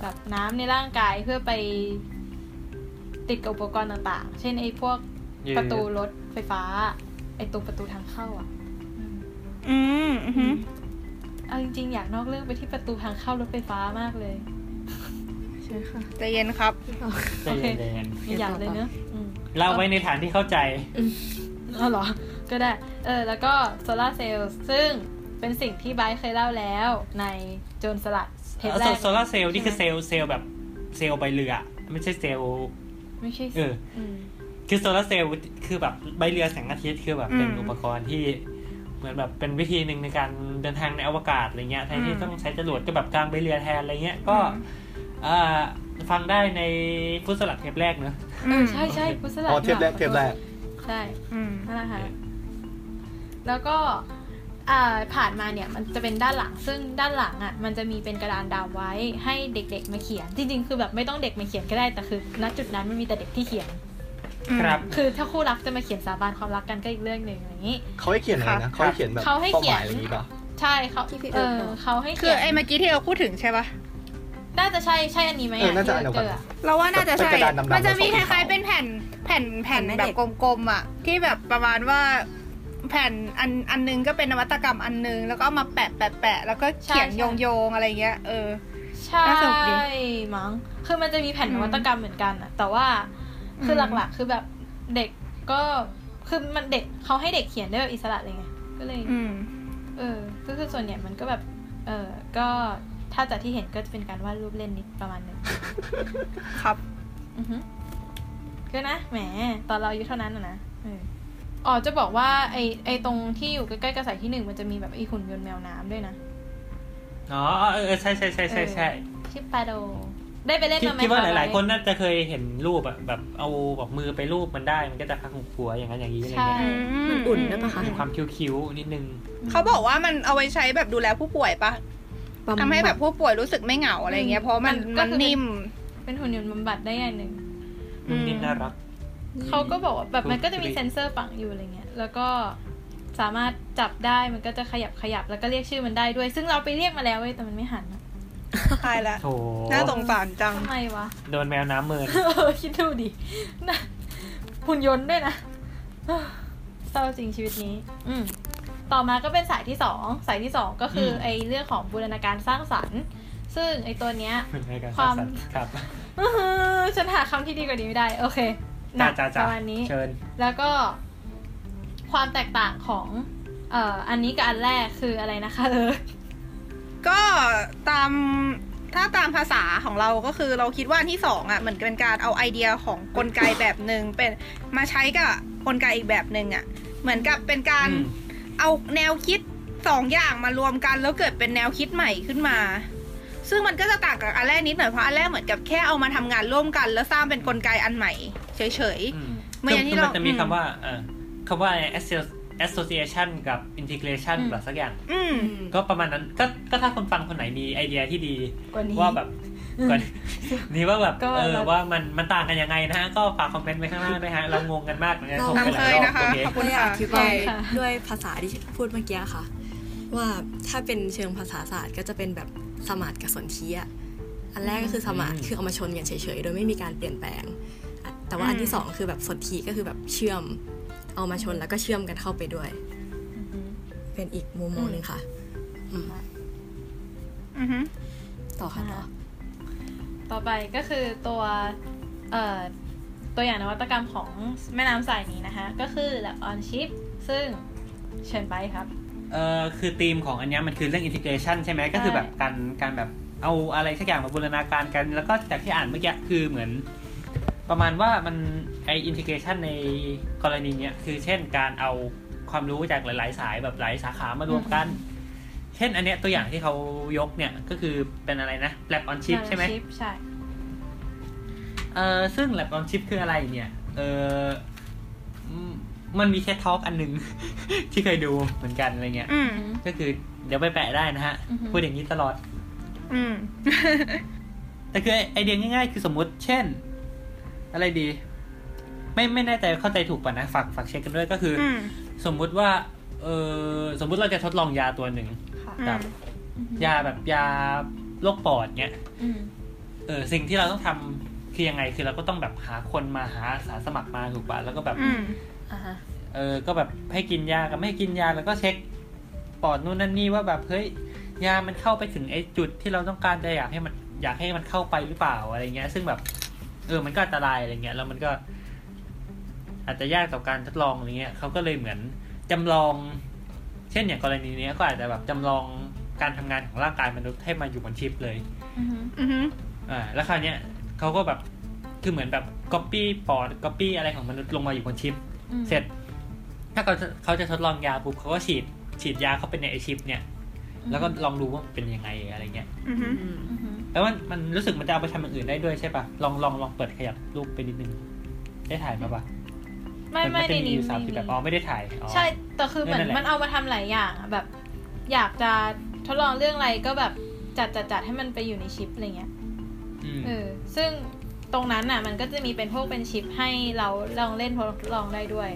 Speaker 5: แบบน้ำในร่างกายเพื่อไป ติดกับอุปกรณ์ต่างๆ เช่นไอ้พวก
Speaker 4: ยืด
Speaker 5: ประตูรถไฟฟ้า ไอตรงประตูทางเข้าอ่ะ
Speaker 15: อืมอืม
Speaker 5: เอาจริงๆ อยากนอกเรื่องไปที่ประตูทางเข้ารถไฟฟ้ามากเลยใช่ค่ะ
Speaker 15: ใจเย็นครับ
Speaker 4: ใจเย็น
Speaker 5: มีอยากเลยเนอะอืม
Speaker 4: ๆเล่าไว้ในฐานที่เข้าใจ
Speaker 5: อ๋อเหรอ ก็ได้ เออ แล้วก็โซลาร์เซลล์ซึ่งเป็นสิ่งที่ไบร์ทเคยเล่าแล้วในโจรสลัดเทปแรก
Speaker 4: โซลาเซลล์นี่คือเซลล์เซลล์แบบเซลล์ใบเรือไม่ใช่เซลล์
Speaker 5: ไม่ใช่
Speaker 4: เออ
Speaker 5: ม
Speaker 4: คือโซลาเซลล์คือแบบใบเรือแสงอาทิตย์คือแบบเป็น
Speaker 5: อืม
Speaker 4: อุปกรณ์ที่เหมือนแบบเป็นวิธีหนึ่งในการเดินทางในอวกาศอะไรเงี้ยแทนที่
Speaker 5: อืม
Speaker 4: ต้องใช้จรวดก็แบบกลางใบเรือแทนอะไรเงี้ยก็เอ่อฟังได้ในฟุตสลัดเทปแรกเนอะ
Speaker 5: เออใช่ใช่พุทธศาสนา
Speaker 4: อ๋อเทปแรกเทปแรก
Speaker 5: ใช่นั่นแหละค่ะ แล้วก็อ่าผ่านมาเนี่ยมันจะเป็นด้านหลัง ซึ่งด้านหลังอ่ะ มันจะมีเป็นกระดานดาวไว้ให้เด็กๆมาเขียน จริง ๆ คือแบบไม่ต้องเด็กมาเขียนก็ได้ แต่คือณจุดนั้นมันมีแต่เด็กที่เขียน
Speaker 4: ครับ
Speaker 5: คือถ้าคู่รักจะมาเขียนสาบานความรักกันก็อีกเรื่องหนึ่งอะไรอย่างนี้
Speaker 3: เขาให้เขียนอะไรนะเขาให้เขียนแบบ
Speaker 5: เขาให้
Speaker 3: ป้าห
Speaker 5: เขีย
Speaker 3: มาย
Speaker 5: น
Speaker 3: อะไรอย่างนี้ป่ะ
Speaker 5: ใช่เขาเออเขาให้
Speaker 1: คื
Speaker 5: เขี
Speaker 1: อย
Speaker 5: น
Speaker 1: ไอ้เมื่อกี้ที่เราพูดถึงใช่ปะ
Speaker 5: น่าจะใช่ใช่อันนี้ไหม
Speaker 3: เออ
Speaker 5: อ่ะ
Speaker 3: น่าจะ
Speaker 5: ที่
Speaker 3: อันเดี
Speaker 5: เรา
Speaker 3: ย
Speaker 1: เรา
Speaker 3: วกัน
Speaker 5: เจออะ
Speaker 1: ว่าน่าจะ
Speaker 3: เป็
Speaker 1: ใช่
Speaker 3: นกระดานดำๆ
Speaker 1: มันจะมี
Speaker 3: ผสม
Speaker 1: ค
Speaker 3: สีขาว
Speaker 1: ล้ายๆเป็นแผ่นแผ่นแผ่นแบบกลมๆอ่ะ ที่แบบประมาณว่าแผ่นอันอันนึงก็เป็นนวัตกรรมอันนึง แล้วก็เอามาแปะแปะแปะแล้วก็เขียน
Speaker 5: ใช่
Speaker 1: โยงโยงๆอะไรเงี้ยเออ
Speaker 5: ใช่
Speaker 1: น่าสนุกดี
Speaker 5: มั้ง คือมันจะมีแผ่น
Speaker 1: อื
Speaker 5: น
Speaker 1: ม
Speaker 5: วัตกรรมเหมือนกันอะแต่ว่า คื
Speaker 1: ม
Speaker 5: อหลักๆ คือแบบเด็กก็ คือมันเด็กเขาให้เด็กเขียนได้แบบอิสระเลยไง ก็เลย
Speaker 1: อืม
Speaker 5: เออ ก็คือส่วนใหญ่มันก็แบบ เออ ก็ถ้าจากที่เห็นก็จะเป็นการวาดรูปเล่นนิดประมาณหนึง
Speaker 1: ครับ
Speaker 5: อือฮึก็นะ แหม ตอนเราอายุเท่านั้นอะนะเอออ๋อ จะบอกว่าไอไอตรงที่อยู่ใกล้ๆกระสายที่หนึ่งมันจะมีแบบไอหุ่นยนต์แมวน้ำด้วยนะ
Speaker 4: อ๋อเออใช่ใช่ใช่ใช่ใช่
Speaker 5: ชื่อปาโด ได้ไปเล่น
Speaker 4: คิด
Speaker 5: มาไหม
Speaker 4: คิดว่าห
Speaker 5: ะ
Speaker 4: ลายๆ
Speaker 5: ไบร์
Speaker 4: ค
Speaker 5: ท
Speaker 4: นน่าจะเคยเห็นรูปอะแบบเอาแบบมือไปรูปมันได้มันก็จะพักหัวอย่างนั้นอย่างนี้อะไร
Speaker 1: ใช่
Speaker 4: เงี้ย
Speaker 1: มันอุ่นนะปะคะ
Speaker 4: มีความคิ้วๆนิดนึง
Speaker 1: เขาบอกว่ามันเอาไว้ใช้แบบดูแลผู้ป่วยปะ
Speaker 4: บำบัด
Speaker 1: ทำให้แบบผู้ป่วยรู้สึกไม่เหงาอะไรเงี้ย เพราะมัน
Speaker 5: อืมก็
Speaker 1: มัน
Speaker 5: คือ
Speaker 1: นิ่ม
Speaker 5: เป็นหุ่นยนต์บำบัดได้อย่างหนึ่ง
Speaker 4: นิ่มน่ารัก
Speaker 5: เขาก็บอกว่าแบบมันก็จะมี
Speaker 4: ถูก
Speaker 5: เซ็นเซอร์ฝังอยู่อะไรเงี้ย แล้วก็สามารถจับได้มันก็จะขยับขยับแล้วก็เรียกชื่อมันได้ด้วย ซึ่งเราไปเรียกมาแล้วเว้ยแต่มันไม่หันอะ
Speaker 1: ตายละ
Speaker 4: โถ
Speaker 1: น่าสงสารจัง
Speaker 5: ทำไมวะ
Speaker 4: โดนแมวน้ำเมิน
Speaker 5: เออคิดดูดิน่ะหุ่นยนต์ด้วยนะเออเศร้าจริงชีวิตนี้ อืม ต่อมาก็เป็นสายที่สองสายที่สองก็คืออ
Speaker 4: ม
Speaker 5: ไอเรื่องของบูรณาการสร้างสรรค์ ซึ่งไอตัวเนี้ย
Speaker 4: เหมือนรายการ
Speaker 5: ความ
Speaker 4: สัตว์ครับ
Speaker 5: อื้อหือฉันหาคำที่ดีกว่านี้ไม่ได้ โอเค
Speaker 4: จ้า
Speaker 5: นะ
Speaker 4: จ้า
Speaker 5: ป
Speaker 4: จ้า
Speaker 5: ระมาณนี้
Speaker 4: เชิญ
Speaker 5: แล้วก็ความแตกต่างของเอ่ออันนี้กับอันแรกคืออะไรนะคะเออ
Speaker 1: ก็ตามถ้าตามภาษาของเราก็คือเราคิดว่าอันที่สองอ่ะเหมือนเป็นการเอาไอเดียของกลไกแบบหนึ่งเป็นมาใช้กับกลไกอีกแบบหนึ่งอ่ะ เหมือนกับเป็นการเอาแนวคิดสองอย่างมารวมกันแล้วเกิดเป็นแนวคิดใหม่ขึ้นมา ซึ่งมันก็จะต่างกับอันแรกนิดหน่อยเพราะอันแรกเหมือนกับแค่เอามาทำงานร่วมกัน แล้วสร้างเป็นกลไกอันใหม่เฉยๆเหมือนอ
Speaker 4: คื
Speaker 1: ย่างที่
Speaker 4: อมั
Speaker 1: เรา
Speaker 4: นจะมี
Speaker 1: อื
Speaker 4: คำว่าเอ่อคำว่า association กับ integration
Speaker 1: อืม
Speaker 4: แบบสักอย่าง
Speaker 1: อืม
Speaker 4: ก็ประมาณนั้นก็ก็ถ้าคนฟังคนไหนมีไอเดียที่ดี
Speaker 5: กว่านี้
Speaker 4: ว่าแบบกว่านี้ นี่ว่าแบบ
Speaker 5: ก็
Speaker 4: เออ
Speaker 5: แล้ว
Speaker 4: ว่ามันมันต่างกันยังไงนะฮะ ก็ฝากคอมเมนต์ไว้ข้างล่างด้วยฮะ เรางงกันมากเหมือนกันส่งไปหลายรอบโอเค
Speaker 2: ก็อยากอธิบาย
Speaker 5: ค่ะ
Speaker 2: ด้วยภาษาที่พูดเมื่อกี้ค่ะ ว่าถ้าเป็นเชิงภาษาศาสตร์ก็จะเป็นแบบสมาธิกับสนธิอะอันแรกก็คือสมาธิ
Speaker 15: อืม
Speaker 2: คือเอามาชนกันเฉยๆโดยไม่มีการเปลี่ยนแปลงอะแต่ว่าอันที่สองคือแบบสนธิก็คือแบบเชื่อม เอามาชนแล้วก็เชื่อมกันเข้าไปด้วย เป็นอีกมุมมองหนึ่งค่ะอืมต่อค่ะต่อ
Speaker 5: ต่อไปก็คือตัวเอ่อตัวอย่างนวัตกรรมของแม่น้ำสายนี้นะคะ ก็คือ lab on chip ซึ่งเชิญไปครับ
Speaker 4: เออคือธีมของอันเนี้ยมันคือเรื่อง integration ใช่ไหมก็คือแบบการการแบบเอาอะไรสักอย่างมาบูรณาการกัน แล้วก็จากที่อ่านเมื่อกี้คือเหมือน ประมาณว่ามันไอ integration ในกรณีเนี้ยคือเช่นการเอาความรู้จากหลาย ๆ สายแบบหลายสาขามารวมกัน เช่นอันเนี้ยตัวอย่างที่เขายกเนี่ยก็คือเป็นอะไรนะ lab on chip
Speaker 5: lab on
Speaker 4: ใช่ไหม
Speaker 5: chip ใช่
Speaker 4: เออซึ่ง lab on chip คืออะไรเนี่ยเอออืมมันมีแค่ทอล์กอันหนึ่ง ที่เคยดูเหมือนกันอะไรเงี้ย
Speaker 1: อืม
Speaker 4: ก็คือเดี๋ยวไปแปะได้นะฮะ
Speaker 1: อือฮึ
Speaker 4: พูดอย่างนี้ตลอด
Speaker 1: อืม
Speaker 4: แต่คือไอเดียง่ายๆ คือสมมุติเช่น อะไรดี ไม่ไม่แน่ใจเข้าใจถูกป่ะนะฝากฝากเช็คกันด้วยก็คืออ
Speaker 1: ม
Speaker 4: สมมุติว่าเออสมมุติเราจะทดลองยาตัวหนึ่งกับยาแบบยาโรคปอดเนี้ย
Speaker 5: อืม
Speaker 4: เออสิ่งที่เราต้องทำ คือยังไงคือเราก็ต้องแบบหาคนมาหาอาสาสมัครมาถูกป่ะแล้วก็แบบ เออ ก็แบบให้กินยากับไม่ให้กินยาแล้วก็เช็คปอดนู่นนั่นนี่ว่าแบบเฮ้ยยามันเข้าไปถึงไอ้จุดที่เราต้องการจะอยากให้มันอยากให้มันเข้าไปหรือเปล่าอะไรเงี้ย ซึ่งแบบเออมันก็อันตรายอะไรเงี้ยแล้วมันก็ อาจจะยากต่อการทดลองอะไรเงี้ยเขาก็เลยเหมือนจำลอง เช่นอย่างกรณีเนี้ยก็อาจจะแบบจำลองการทำงานของร่างกายมนุษย์ให้มาอยู่บนชิปเลย อ่าแล้วคราวเนี้ยเขาก็แบบคือเหมือนแบบก๊อปปี้ปอดก๊อปปี้อะไรของมนุษย์ลงมาอยู่บนชิป
Speaker 2: อืม
Speaker 4: เสร็จ ถ้าเขาจะเขาจะทดลองยาปุ๊บเขาก็ฉีดฉีดยาเข้าไปในไอชิป เนี่ย แล้วก็ลองดูว่ามันเป็นยังไงอะไรเงี้ยแล้วมันมันรู้สึกมันจะเอาไปทำอย่างอื่นได้ด้วยใช่ปะลองลองลองเปิดขยับรูปไปนิดนึง ได้ถ่ายมาปะ
Speaker 5: ไม่ไม่
Speaker 4: นจะ
Speaker 5: ในนี้
Speaker 4: อยู่สาม
Speaker 5: ไม่
Speaker 4: สิบ
Speaker 5: มี
Speaker 4: แบบอ๋อไม่ได้ถ่ายอ๋อ
Speaker 5: ใช่ แต่คือเหมือน
Speaker 4: นั่นแหละ
Speaker 5: มันเอามาทำหลายอย่างอะแบบ อยากจะทดลองเรื่องอะไรก็แบบจัดจัดจัดให้มันไปอยู่ในชิปอะไรเงี้ย
Speaker 4: อืม
Speaker 5: เออ ซึ่งตรงนั้นน่ะ มันก็จะมีเป็นพวกเป็นชิปให้เราลองเล่นทดลองได้ด้วย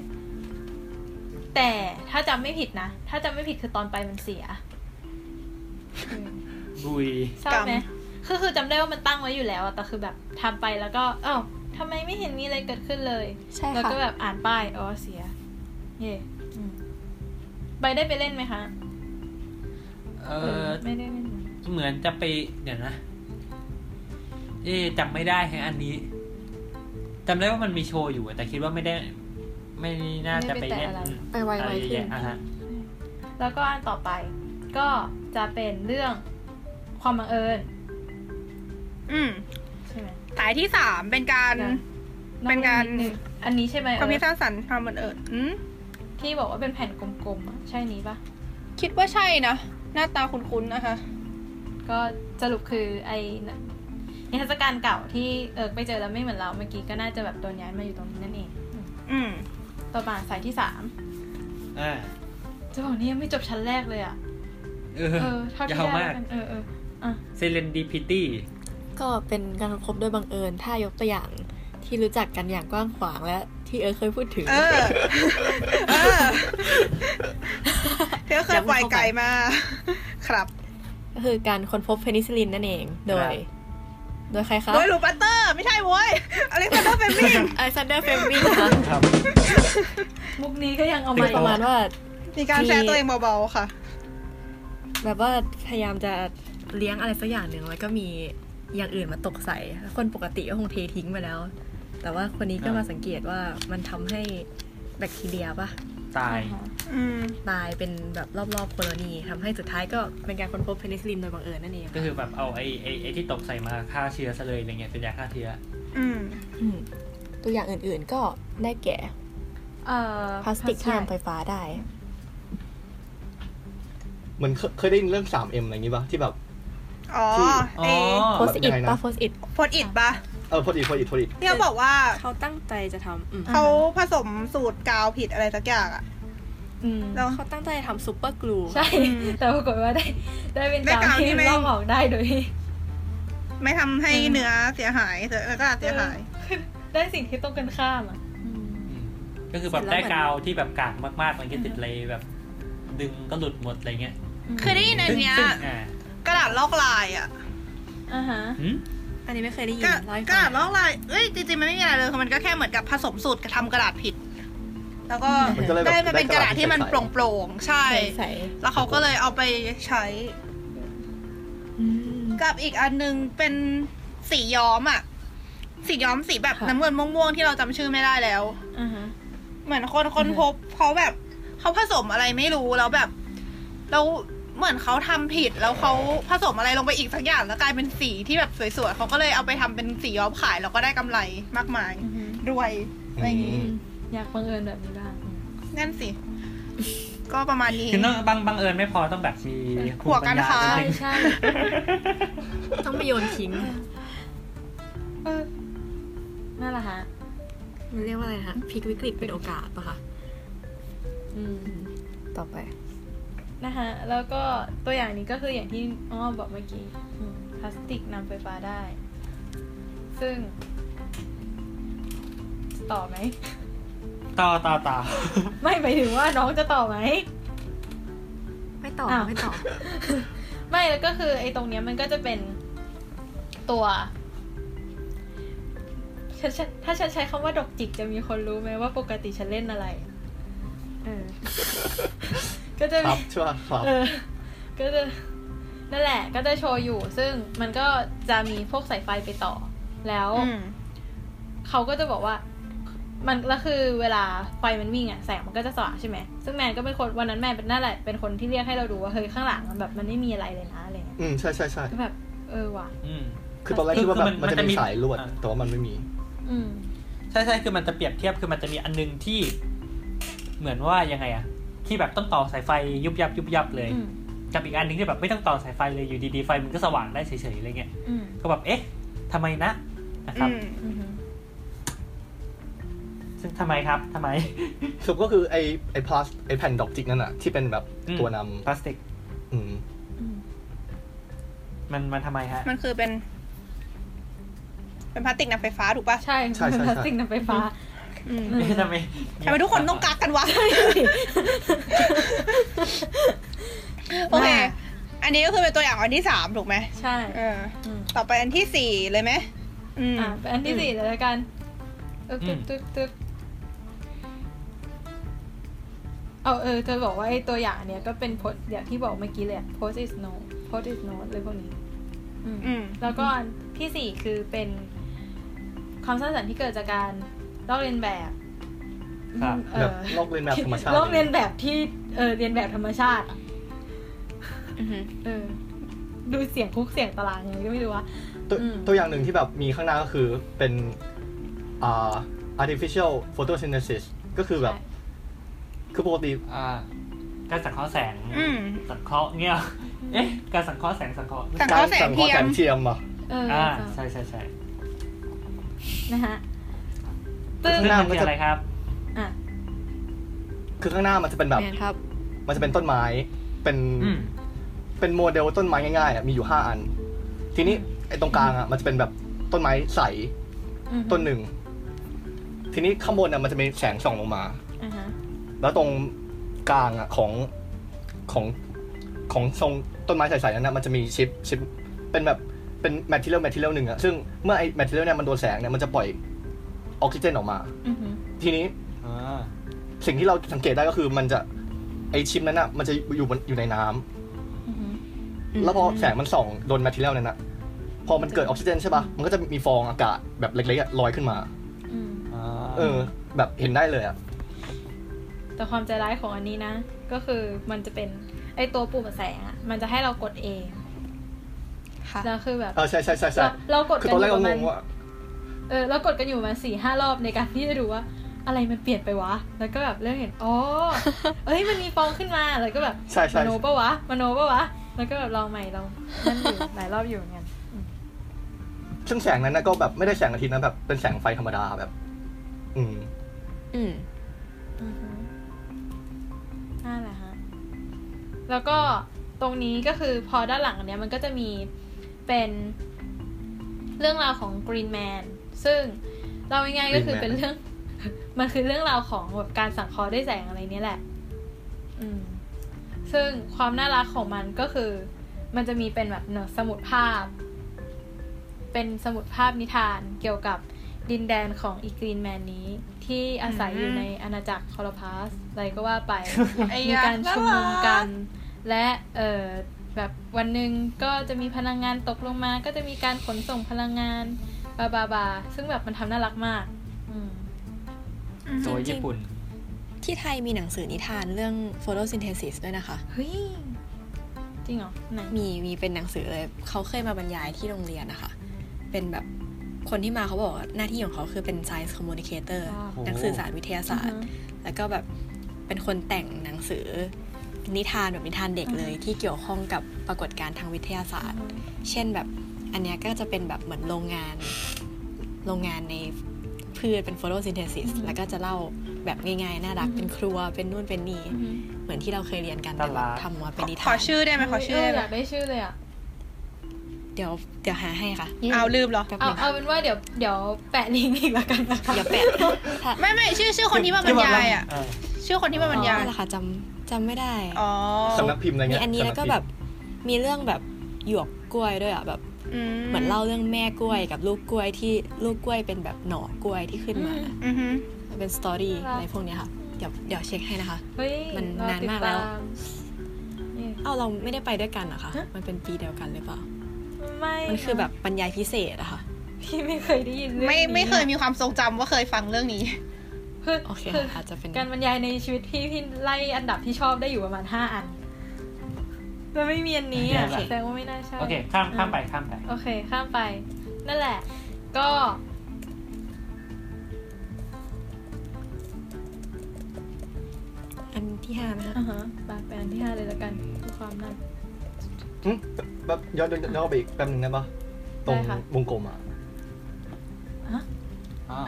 Speaker 5: แต่ถ้าจำไม่ผิดนะ ถ้าจำไม่ผิดคือตอนไปมันเสีย
Speaker 4: บุย
Speaker 5: เศร้าไหมคือคือจำได้ว่ามันตั้งไว้อยู่แล้วอะแต่คือแบบทำไปแล้วก็เอ้าทำไมไม่เห็นมีอะไรเกิดขึ้นเลย
Speaker 16: ใช่ค่ะ
Speaker 5: แล้วก็แบบอ่านป้าย อ๋อ เสีย เย่อืมไปได้ไปเล่นไหมคะ
Speaker 4: เออ
Speaker 5: ไม่ได้เล่น
Speaker 4: เหมือนจะไปเดี๋ยวนะ เอ๊ะจำไม่ได้แฮะอันนี้จำได้ว่ามันมีโชว์อยู่อะแต่คิดว่าไม่ได้ ไม่น่าจะไปเล่น
Speaker 5: ไม่ได้ไปแตะอะไร
Speaker 4: อะไรเยอะแยะอ่ะฮะ
Speaker 5: แล้วก็อันต่อไป ก็จะเป็นเรื่องความบังเอิญ
Speaker 1: อืม
Speaker 5: ใช่ไหม
Speaker 1: สายที่สามเป็นการเป็นการ
Speaker 5: อันนี้ใช่ไหม
Speaker 1: ความคิดสร้างสรรค์ความบังเอิญอืม
Speaker 5: ที่บอกว่าเป็นแผ่นกลมๆอะใช่นี้ปะ
Speaker 1: คิดว่าใช่นะหน้าตาคุ้นๆนะคะ
Speaker 5: ก็สรุปคือไอนิทรรศการเก่าที่เอิร์กไปเจอแล้วไม่เหมือนเราเมื่อกี้ก็น่าจะแบบตัวย้ายมาอยู่ตรงนี้นั่นเอง
Speaker 1: อืม
Speaker 5: ต่อมาสายที่สาม
Speaker 4: อ่า
Speaker 5: จะบอกนี่ยังไม่จบชั้นแรกเลยอะ
Speaker 4: เอ
Speaker 5: เอ
Speaker 4: อ
Speaker 5: อเท่าที่
Speaker 4: ยาว
Speaker 5: ได้
Speaker 4: มาก
Speaker 5: แล้วกันเออเออ
Speaker 4: serendipity
Speaker 2: ก็เป็นการค้นพบโดยบังเอิญ ถ้ายกตัวอย่างที่รู้จักกันอย่างกว้างขวางและที่เออเคยพูดถึง
Speaker 1: เธอเคยปล่อยไก่มา ครับ
Speaker 2: ก็คือการค้นพบเพนิซิลลินนั่นเอง โดย โดยใครคะ
Speaker 1: โดยหลูปัตเตอร์ไม่ใช่โว้ยอเล็กซานเดอร์เฟมมิง
Speaker 2: อเล็กซานเดอร์เฟมมิงค่ะ
Speaker 5: มุกนี้ก็ยังเอามา
Speaker 2: ประมาณว่า
Speaker 1: มีการแชร์ตัวเองเบาๆค่ะ
Speaker 2: แบบว่าพยายามจะเลี้ยงอะไรสักอย่างหนึ่งแล้วก็มีอย่างอื่นมาตกใส่แล้วคนปกติก็คงเททิ้งไปแล้ว แต่ว่าคนนี้ก็มาสังเกตว่ามันทำให้แบคทีเรียปะ
Speaker 4: ตาย
Speaker 2: ตายเป็นแบบรอบๆโคโลนีทำให้สุดท้ายก็เป็นการค้นพบเพนิซิลลินโดยบังเอิญนั่นเอง
Speaker 4: ก็คือแบบเอาไอ้ไอ้ไอ้ที่ตกใส่มาฆ่าเชื้อซะเลยอะไรเงี้ยเป็นยาฆ่าเชื้อ
Speaker 1: อืม
Speaker 2: ตัวอย่างอื่นๆก็ได้แก่
Speaker 5: เออ
Speaker 2: พลาสติกที่นำไฟฟ้าได้
Speaker 3: เหมือนเคเคยได้ยินเรื่อง 3M อะไรอย่างงี้ป่ะ ที่แบบ
Speaker 1: อ๋อ
Speaker 3: ที่
Speaker 1: เอ
Speaker 3: อ๋อ Post-it ปะ
Speaker 2: Post-it
Speaker 1: โพสอิดปะ
Speaker 3: เออพอดีพอดีพอดี
Speaker 1: ที่เขาบอกว่า
Speaker 17: เขาตั้งใจจะทำ
Speaker 1: เขาผสมสูตรกาวผิดอะไรสักอย่างอะ
Speaker 17: แล้วเขาตั้งใจทำซูเปอร์กลู
Speaker 5: ใช่ แต่ปรากฏว่าได้ ได้เป็น
Speaker 1: ได้
Speaker 5: กาว
Speaker 1: กาวที่
Speaker 5: ที่
Speaker 1: ไม่
Speaker 5: ลอกออกได้โดยที่
Speaker 1: ไม่ทำให้
Speaker 5: อืม
Speaker 1: เนื้อเสียหายเสียแล้วก็อาจเสียหาย
Speaker 5: ได้สิ่งที่ต้องกันข้ามอ่ะ
Speaker 4: ก็คือแบบ
Speaker 1: เสร็จแล้ว
Speaker 4: ได้กาวที่แบบกากมากๆมันก็ติดเลยแบบ ดึงก็หลุดหมดอะไรเงี้ย
Speaker 1: เคยได้ยินอันเนี้ย
Speaker 4: ซึ่งซึ่งอ่า
Speaker 1: กระดาษลอกลายอะ
Speaker 5: อ่าฮะ
Speaker 4: หืม
Speaker 2: อันนี้ไม่เคยได้ยิน
Speaker 1: กระดาษลอกลายเอ้ยจริงๆมันไม่มีอะไรเลยคือมันก็แค่เหมือนกับผสมสูตรทำกระดาษผิด แล้วก็
Speaker 3: มันก็เลยแบบ
Speaker 1: ได้มาเป็นกระดาษที่มัน
Speaker 3: ได้กระดาษใส
Speaker 1: โปร่งๆใช่
Speaker 2: ใส
Speaker 1: แล้วเขาก็เลยเอาไปใช้ กับอีกอันหนึงเป็นสีย้อมอะสีย้อมสีแบบน้ำเงินม่วงๆที่เราจำชื่อไม่ได้แล้ว
Speaker 5: อ่าฮะ
Speaker 1: เหมือนคนคนพบเขาแบบเขาผสมอะไรไม่รู้แล้วแบบแล้วเหมือนเขาทำผิดแล้วเขาผสมอะไรลงไปอีกสักอย่างแล้วกลายเป็นสีที่แบบสวยๆเขาก็เลยเอาไปทำเป็นสีย้อมขายแล้วก็ได้กำไรมากมายรวยอะไรอย่างนี้
Speaker 5: อยากบังเอิญแบบนี้บ้าง
Speaker 1: นั่นสิ ก็ประมาณนี้
Speaker 4: คือต้องบังบังเอิญไม่พอต้องแบบมีภูมิ
Speaker 1: หัวกัน
Speaker 4: ปัญญ
Speaker 1: ค่ะ
Speaker 4: นิดนึง
Speaker 5: ใช่
Speaker 2: ต้องไปโยนทิ้ง
Speaker 5: เออนั่นแหละฮะ
Speaker 2: มันเรียกว่าอะไรนะพลิกวิกฤตเป็นโอกาสปะคะ
Speaker 5: อืม
Speaker 2: ต่อไป
Speaker 5: นะคะแล้วก็ตัวอย่างนี้ก็คืออย่างที่อ้อบอกเมื่อกี้อืมพลาสติกนำไฟฟ้าได้ ซึ่ง ต่อไหม
Speaker 4: ต่อต่อต่อ
Speaker 5: ไม่หมายถึงว่าน้องจะต่อไหม
Speaker 2: ไม่ต่อ
Speaker 5: อ้าว
Speaker 2: ไม่ต่อ
Speaker 5: ไม่แล้วก็คือไอ้ตรงเนี้ยมันก็จะเป็นตัว ฉันฉันถ้าฉันใช้คำว่าดอกจิกจะมีคนรู้ไหมว่าปกติฉันเล่นอะไรเอ อ ก็จะ
Speaker 3: ค
Speaker 5: มี
Speaker 3: รับใช่ป่ะครับ
Speaker 5: เออก็จะนั่นแหละ ก็จะโชว์อยู่ ซึ่งมันก็จะมีพวกสายไฟไปต่อ แล้วเขาก็จะบอกว่า มันก็คือเวลาไฟมันวิ่งอะแสงมันก็จะสว่างใช่ไหมซึ่งแมนก็เป็นคนวันนั้นแมนเป็นนั่นแหละเป็นคนที่เรียกให้เราดูว่าเฮ้ยข้างหลังมันแบบมันไม่มีอะไรเลยนะอะไรเงี้ย
Speaker 3: อืมใช่ใช่ใช่
Speaker 5: ก็แบบ เออว่ะ
Speaker 3: คือตอนแรกคิดว่า
Speaker 4: คือ
Speaker 3: แบ
Speaker 4: มัน
Speaker 3: บมัน
Speaker 4: มันจะ
Speaker 3: จะ
Speaker 4: มี
Speaker 3: มีสายลวด แต่ว่ามันไม่มี
Speaker 5: อืม
Speaker 4: ใช่ใช่คือมันจะเปรียบเทียบคือมันจะมีอันหนึงที่ เหมือนว่ายังไงอะที่แบบต้องต่อสายไฟยุบยับยุบยับเลย
Speaker 5: อืม
Speaker 4: กับอีกอันหนึงที่แบบไม่ต้องต่อสายไฟเลยอยู่ดีๆไฟมันก็สว่างได้เฉยๆอะไรเงี้ย
Speaker 5: อืม
Speaker 4: ก็แบบเอ๊ะทำไมนะนะครับ
Speaker 5: อืม
Speaker 4: ซึ่งทำไมครับทำไม
Speaker 3: สรุปก็คือไอ้ไอ้พลาสไอ้แผ่นดอกจิกนั่นอะที่เป็นแบบตัวนำ
Speaker 4: พลาสติก
Speaker 3: อืม
Speaker 4: มัน มันทำไมฮะ
Speaker 1: มันคือเป็น เป็นพลาสติกนำไฟฟ้าถูกปะ
Speaker 5: ใช่
Speaker 4: ใช่ใช่ใช่
Speaker 5: พลาสติกนำไฟฟ้า
Speaker 4: เอ๊ะทำไม
Speaker 1: ทำไมทุกคนต้องกักกันวะโอเค อันนี้ก็คือเป็นตัวอย่างอันที่สามถูกไหม
Speaker 5: ใช่
Speaker 1: เอออต่อไปอันที่สี่เลยไหมอืม
Speaker 5: อ่ะไปอันที่สี่เลยละกันตึ๊ก
Speaker 1: อื
Speaker 5: ตึ๊
Speaker 1: ม
Speaker 5: กตึ๊กตึ๊กเอาเออจะบอกว่าไอ้ตัวอย่างอันเนี้ยก็เป็นโพสอย่างที่บอกเมื่อกี้เลยอะ post is no post is not อะไรพวกนี้ อืม
Speaker 1: อืม
Speaker 5: แล้วก็อันที่สี่คือเป็นความสร้างสรรค์ที่เกิดจากการลอกเลียนแบบ
Speaker 3: ครับ
Speaker 5: เอ
Speaker 3: แบบ
Speaker 5: อ
Speaker 3: ลอกเลียนแบบธรรมชาติ
Speaker 5: ลอกเลียนแบบที่เออเรียนแบบธรรมชาติเออ ดูเสียงคุกเสียงตารางยังไงก็ไม่รู้วะ
Speaker 3: ตัวตัวอย่างหนึ่งที่แบบมีข้างหน้าก็คือเป็นอ่า artificial photosynthesis ก็คือแบบ คือปกติ
Speaker 4: อ่าการสังเคราะห์แสง
Speaker 1: อืม
Speaker 4: สังเคราะห์เงี้ย เอ๊ะ การสังเคราะห์แสงสังเคราะห์
Speaker 1: สังเคราะห์แสงเทียม
Speaker 3: การสังเคราะห์แสงเทียมอ่ะ
Speaker 5: เอออ่
Speaker 4: อ่าใช่ใช่ใช่
Speaker 5: นะฮะ
Speaker 4: ซึ่งมันคืออะไรครับ
Speaker 5: อ่ะ
Speaker 3: คือข้างหน้ามันจะเป็นแบบ มันจะเป็นต้นไม้ เป็น เป็นโมเดลต้นไม้ง่ายๆอะมีอยู่ห้าอัน ทีนี้ไอ้ตรงกลางอ่ะมันจะเป็นแบบต้นไม้ใส
Speaker 5: อือฮึ
Speaker 3: ต้นหนึ่ง ทีนี้ข้างบนอ่ะมันจะมีแสงส่องลงมา
Speaker 5: อ่าฮะ
Speaker 3: แล้วตรงกลางอ่ะของของของทรงต้นไม้ใสๆนั้นนะมันจะมีชิปชิปเป็นแบบเป็นแมทเทียลแมทเทียลหนึ่งอ่ะซึ่งเมื่อไอ้แมทเทียลเนี่ยมันโดนแสงเนี่ยมันจะปล่อยออกซิเจนออกมา
Speaker 5: อือหือ
Speaker 3: ทีนี้สิ่งที่เราสังเกตได้ก็คือมันจะไอชิปนั้นอ่ะมันจะอยู่บนอยู่ในน้ำ แล้วพอแสงมันส่องโดนแมทเทียลนั้นนะพอมันเกิดออกซิเจนใช่ปะมันก็จะมีฟองอากาศแบบเล็กๆอะลอยขึ้นมา เออ แบบเห็นได้เลยอ่ะ
Speaker 5: แต่ความใจร้ายของอันนี้นะ ก็คือมันจะเป็นไอตัวปุ่มแสงอะมันจะให้เรากดเองแล้วคือแบบ
Speaker 3: เออใช่ใช่ใช่ใช่
Speaker 5: เราเรากด
Speaker 3: คือ
Speaker 5: กัน
Speaker 3: ตอน
Speaker 5: อ
Speaker 3: แรก
Speaker 5: ยู่ป
Speaker 3: ก็ง
Speaker 5: ระมาณ
Speaker 3: งว่า
Speaker 5: เออเรากดกันอยู่ประมาณสี่ห้ารอบในการที่จะดูว่า อะไรมันเปลี่ยนไปวะ แล้วก็แบบเริ่มเห็นอ๋อ เอ้ยมันมีฟองขึ้นมาแล้วก็แบบ
Speaker 3: ใช่ใช่
Speaker 5: มโนปะวะมโนปะวะแล้วก็แบบลองใหม่ลองนั่นอยู่หลายรอบอยู่เหมือนกัน
Speaker 3: ซึ่งแสงนั้นนะก็แบบไม่ได้แสงอาทิตย์นะแบบเป็นแสงไฟธรรมดาแบบ อืม
Speaker 5: อืมนั่นแหละฮะ แล้วก็ตรงนี้ก็คือพอด้านหลังอันเนี้ยมันก็จะมีเป็นเรื่องราวของ Green Man ซึ่งเราง่ายๆก็คือ
Speaker 3: Green Man
Speaker 5: เป็นเรื่อง มันคือเรื่องราวของแบบการสังเคราะห์ด้วยแสงอะไรเนี้ยแหละ อืม ซึ่งความน่ารักของมันก็คือ มันจะมีเป็นแบบเนอะสมุดภาพ เป็นสมุดภาพนิทานเกี่ยวกับดินแดนของอีกรีนแมนนี้ ที่อาศัยอยู่ในอาณาจักรคอลพาสอะไรก็ว่า ไป
Speaker 1: ไอ้
Speaker 5: มี
Speaker 1: ยะ
Speaker 5: การชุมนุม
Speaker 1: น่ารัก
Speaker 5: กัน และเออแบบวันหนึ่งก็จะมีพลังงานตกลงมา ก็จะมีการขนส่งพลังงานบาบาบาซึ่งแบบมันทำน่ารักมาก อืม
Speaker 4: โดยญี่ปุ่น
Speaker 2: ที่ไทยมีหนังสือนิทานเรื่อง photosynthesis ด้วยนะคะ
Speaker 5: เฮ้ย จริงเหรอ ไหน
Speaker 2: มีมีเป็นหนังสือเลยเขาเคยมาบรรยายที่โรงเรียนนะคะ เป็นแบบคนที่มาเขาบอกว่าหน้าที่ของเขาคือเป็น science communicator
Speaker 5: ว้าว
Speaker 2: หนังสือสารวิทยาศาสตร์ แล้วก็แบบเป็นคนแต่งหนังสือนิทานแบบนิทานเด็กเลย ที่เกี่ยวข้องกับปรากฏการณ์ทางวิทยาศาสตร์ เช่นแบบอันเนี้ยก็จะเป็นแบบเหมือนโรงงาน โรงงานในพืชเป็น photosynthesis แล้วก็จะเล่าแบบง่ายๆ น่ารักเป็นครัวเป็นนู่นเป็นนี่ เหมือนที่เราเคยเรียนกันแต่ว่าทำมาเป็นนิทาน
Speaker 1: ขอชื่อได้ไหมขอชื่อ
Speaker 5: เอ
Speaker 1: ได้
Speaker 5: อ
Speaker 1: ไหม
Speaker 5: อยากได้ชื่อเลยอ่ะ
Speaker 2: เดี๋ยวเดี๋ยวหาให้ค่ะ
Speaker 1: เอาลืมเหรอ
Speaker 5: เอาเอาเป็นว่าเดี๋ยวเดี๋ยวแปะลิงก์อีกแล้วกันนะคะ
Speaker 2: อย่าแปะ
Speaker 1: ไม่ไม่ชื่อชื่อคนที่มาบรรยายอ่ะ ชื่อคนที่มาบรรยาย
Speaker 2: นั่นแหละค่ะจำจำไม่ได้
Speaker 1: อ๋อ
Speaker 3: สำนักพิมพ์อะไรเงี้ย
Speaker 2: มีอันนี้
Speaker 3: สำนั
Speaker 2: แล้
Speaker 3: ก
Speaker 2: ว
Speaker 3: พิมพ์
Speaker 2: ก็แบบมีเรื่องแบบหยวกกล้วยด้วยอ่ะแบบ เหมือนเล่าเรื่องแม่กล้วยกับลูกกล้วยที่ลูกกล้วยเป็นแบบหน่อกล้วยที่ขึ้นมามันเป็นสตอรี่
Speaker 5: น่ารัก
Speaker 2: อะไรพวกเนี้ยค่ะ เดี๋ยวเดี๋ยวเช็คให้นะคะ
Speaker 5: เฮ้ย
Speaker 2: มัน
Speaker 5: รอน
Speaker 2: าน
Speaker 5: ติด
Speaker 2: มากแล้ว
Speaker 5: ตมเย้
Speaker 2: เอ้าเราไม่ได้ไปด้วยกันเหรอคะ มันเป็นปีเดียวกันหรือเปล่า
Speaker 5: ไม่
Speaker 2: มันคือแบบบรรยายพิเศษอะค่ะ
Speaker 5: พี่ไม่เคยได้ยินเรื่อง
Speaker 1: ไม่
Speaker 5: นี้
Speaker 1: ไม่เคย
Speaker 5: อะ
Speaker 1: มีความทรงจำว่าเคยฟังเรื่องนี้
Speaker 5: คือ
Speaker 2: โอเค
Speaker 5: คือ
Speaker 2: อาจจะเป็น
Speaker 5: การบรรยายในชีวิตพี่พี่ไล่อันดับที่ชอบได้อยู่ประมาณห้าอันแล้วไม่มีอันนี้อ่ะ
Speaker 4: โอเค
Speaker 5: แสดงว่าไม่น่าใช่
Speaker 4: โอเคข้ามข้ามไปข้ามไป
Speaker 5: โอเค ข้ามไป นั่นแหละ ก็
Speaker 2: อันที่ห้านะ
Speaker 5: อ่าฮะมาไปอันที่ห้าเลยแล้วกันดูความนั่น
Speaker 3: หึแบบย้อนย้อนย้อนไปอีกแป๊บหนึ่งได้ปะตรง
Speaker 5: ได้ค่ะ
Speaker 3: วงกลมอ่ะ
Speaker 5: ฮะ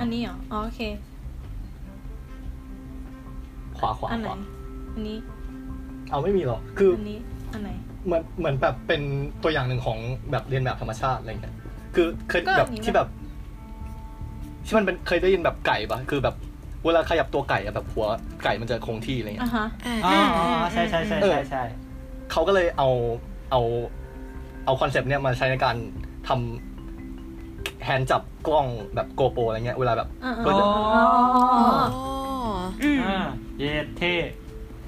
Speaker 5: อันนี้เหรออ๋อโอเค
Speaker 3: ขวาขวา
Speaker 5: อันไห
Speaker 3: ข
Speaker 5: น
Speaker 3: วา
Speaker 5: อันนี้
Speaker 3: เอาไม่มีหรอกคืออ
Speaker 5: อันนี้อันไหน
Speaker 3: เหมือนเหมือนแบบเป็นตัวอย่างหนึ่งของแบบเรียนแบบธรรมชาติอะไรเงี้ยคือเคย
Speaker 5: ก็
Speaker 3: แบ
Speaker 5: อั
Speaker 3: บ
Speaker 5: นนี้
Speaker 3: ที่
Speaker 5: แบ
Speaker 3: แบบ บ ที่มันเป็นเคยได้ยินแบบไก่ปะคือแบบเวลาขยับตัวไก่อะแบบหัวไก่มันจะคงที่อะไรเงี้ย
Speaker 5: อ่ะฮะ
Speaker 4: อ๋ออ๋ออ๋อใช่ใช่ใช่ใช่ใช่
Speaker 3: เขาก็เลยเอาเอาเอาคอนเซปต์เนี่ยมาใช้ในการทำแฮนด์จับกล้องแบบโกโปรอะไรเงี้ยเวลาแบบ
Speaker 5: อ่า
Speaker 3: ก็จะ
Speaker 5: อ๋อ
Speaker 4: อืมอ่าเย็ดเท่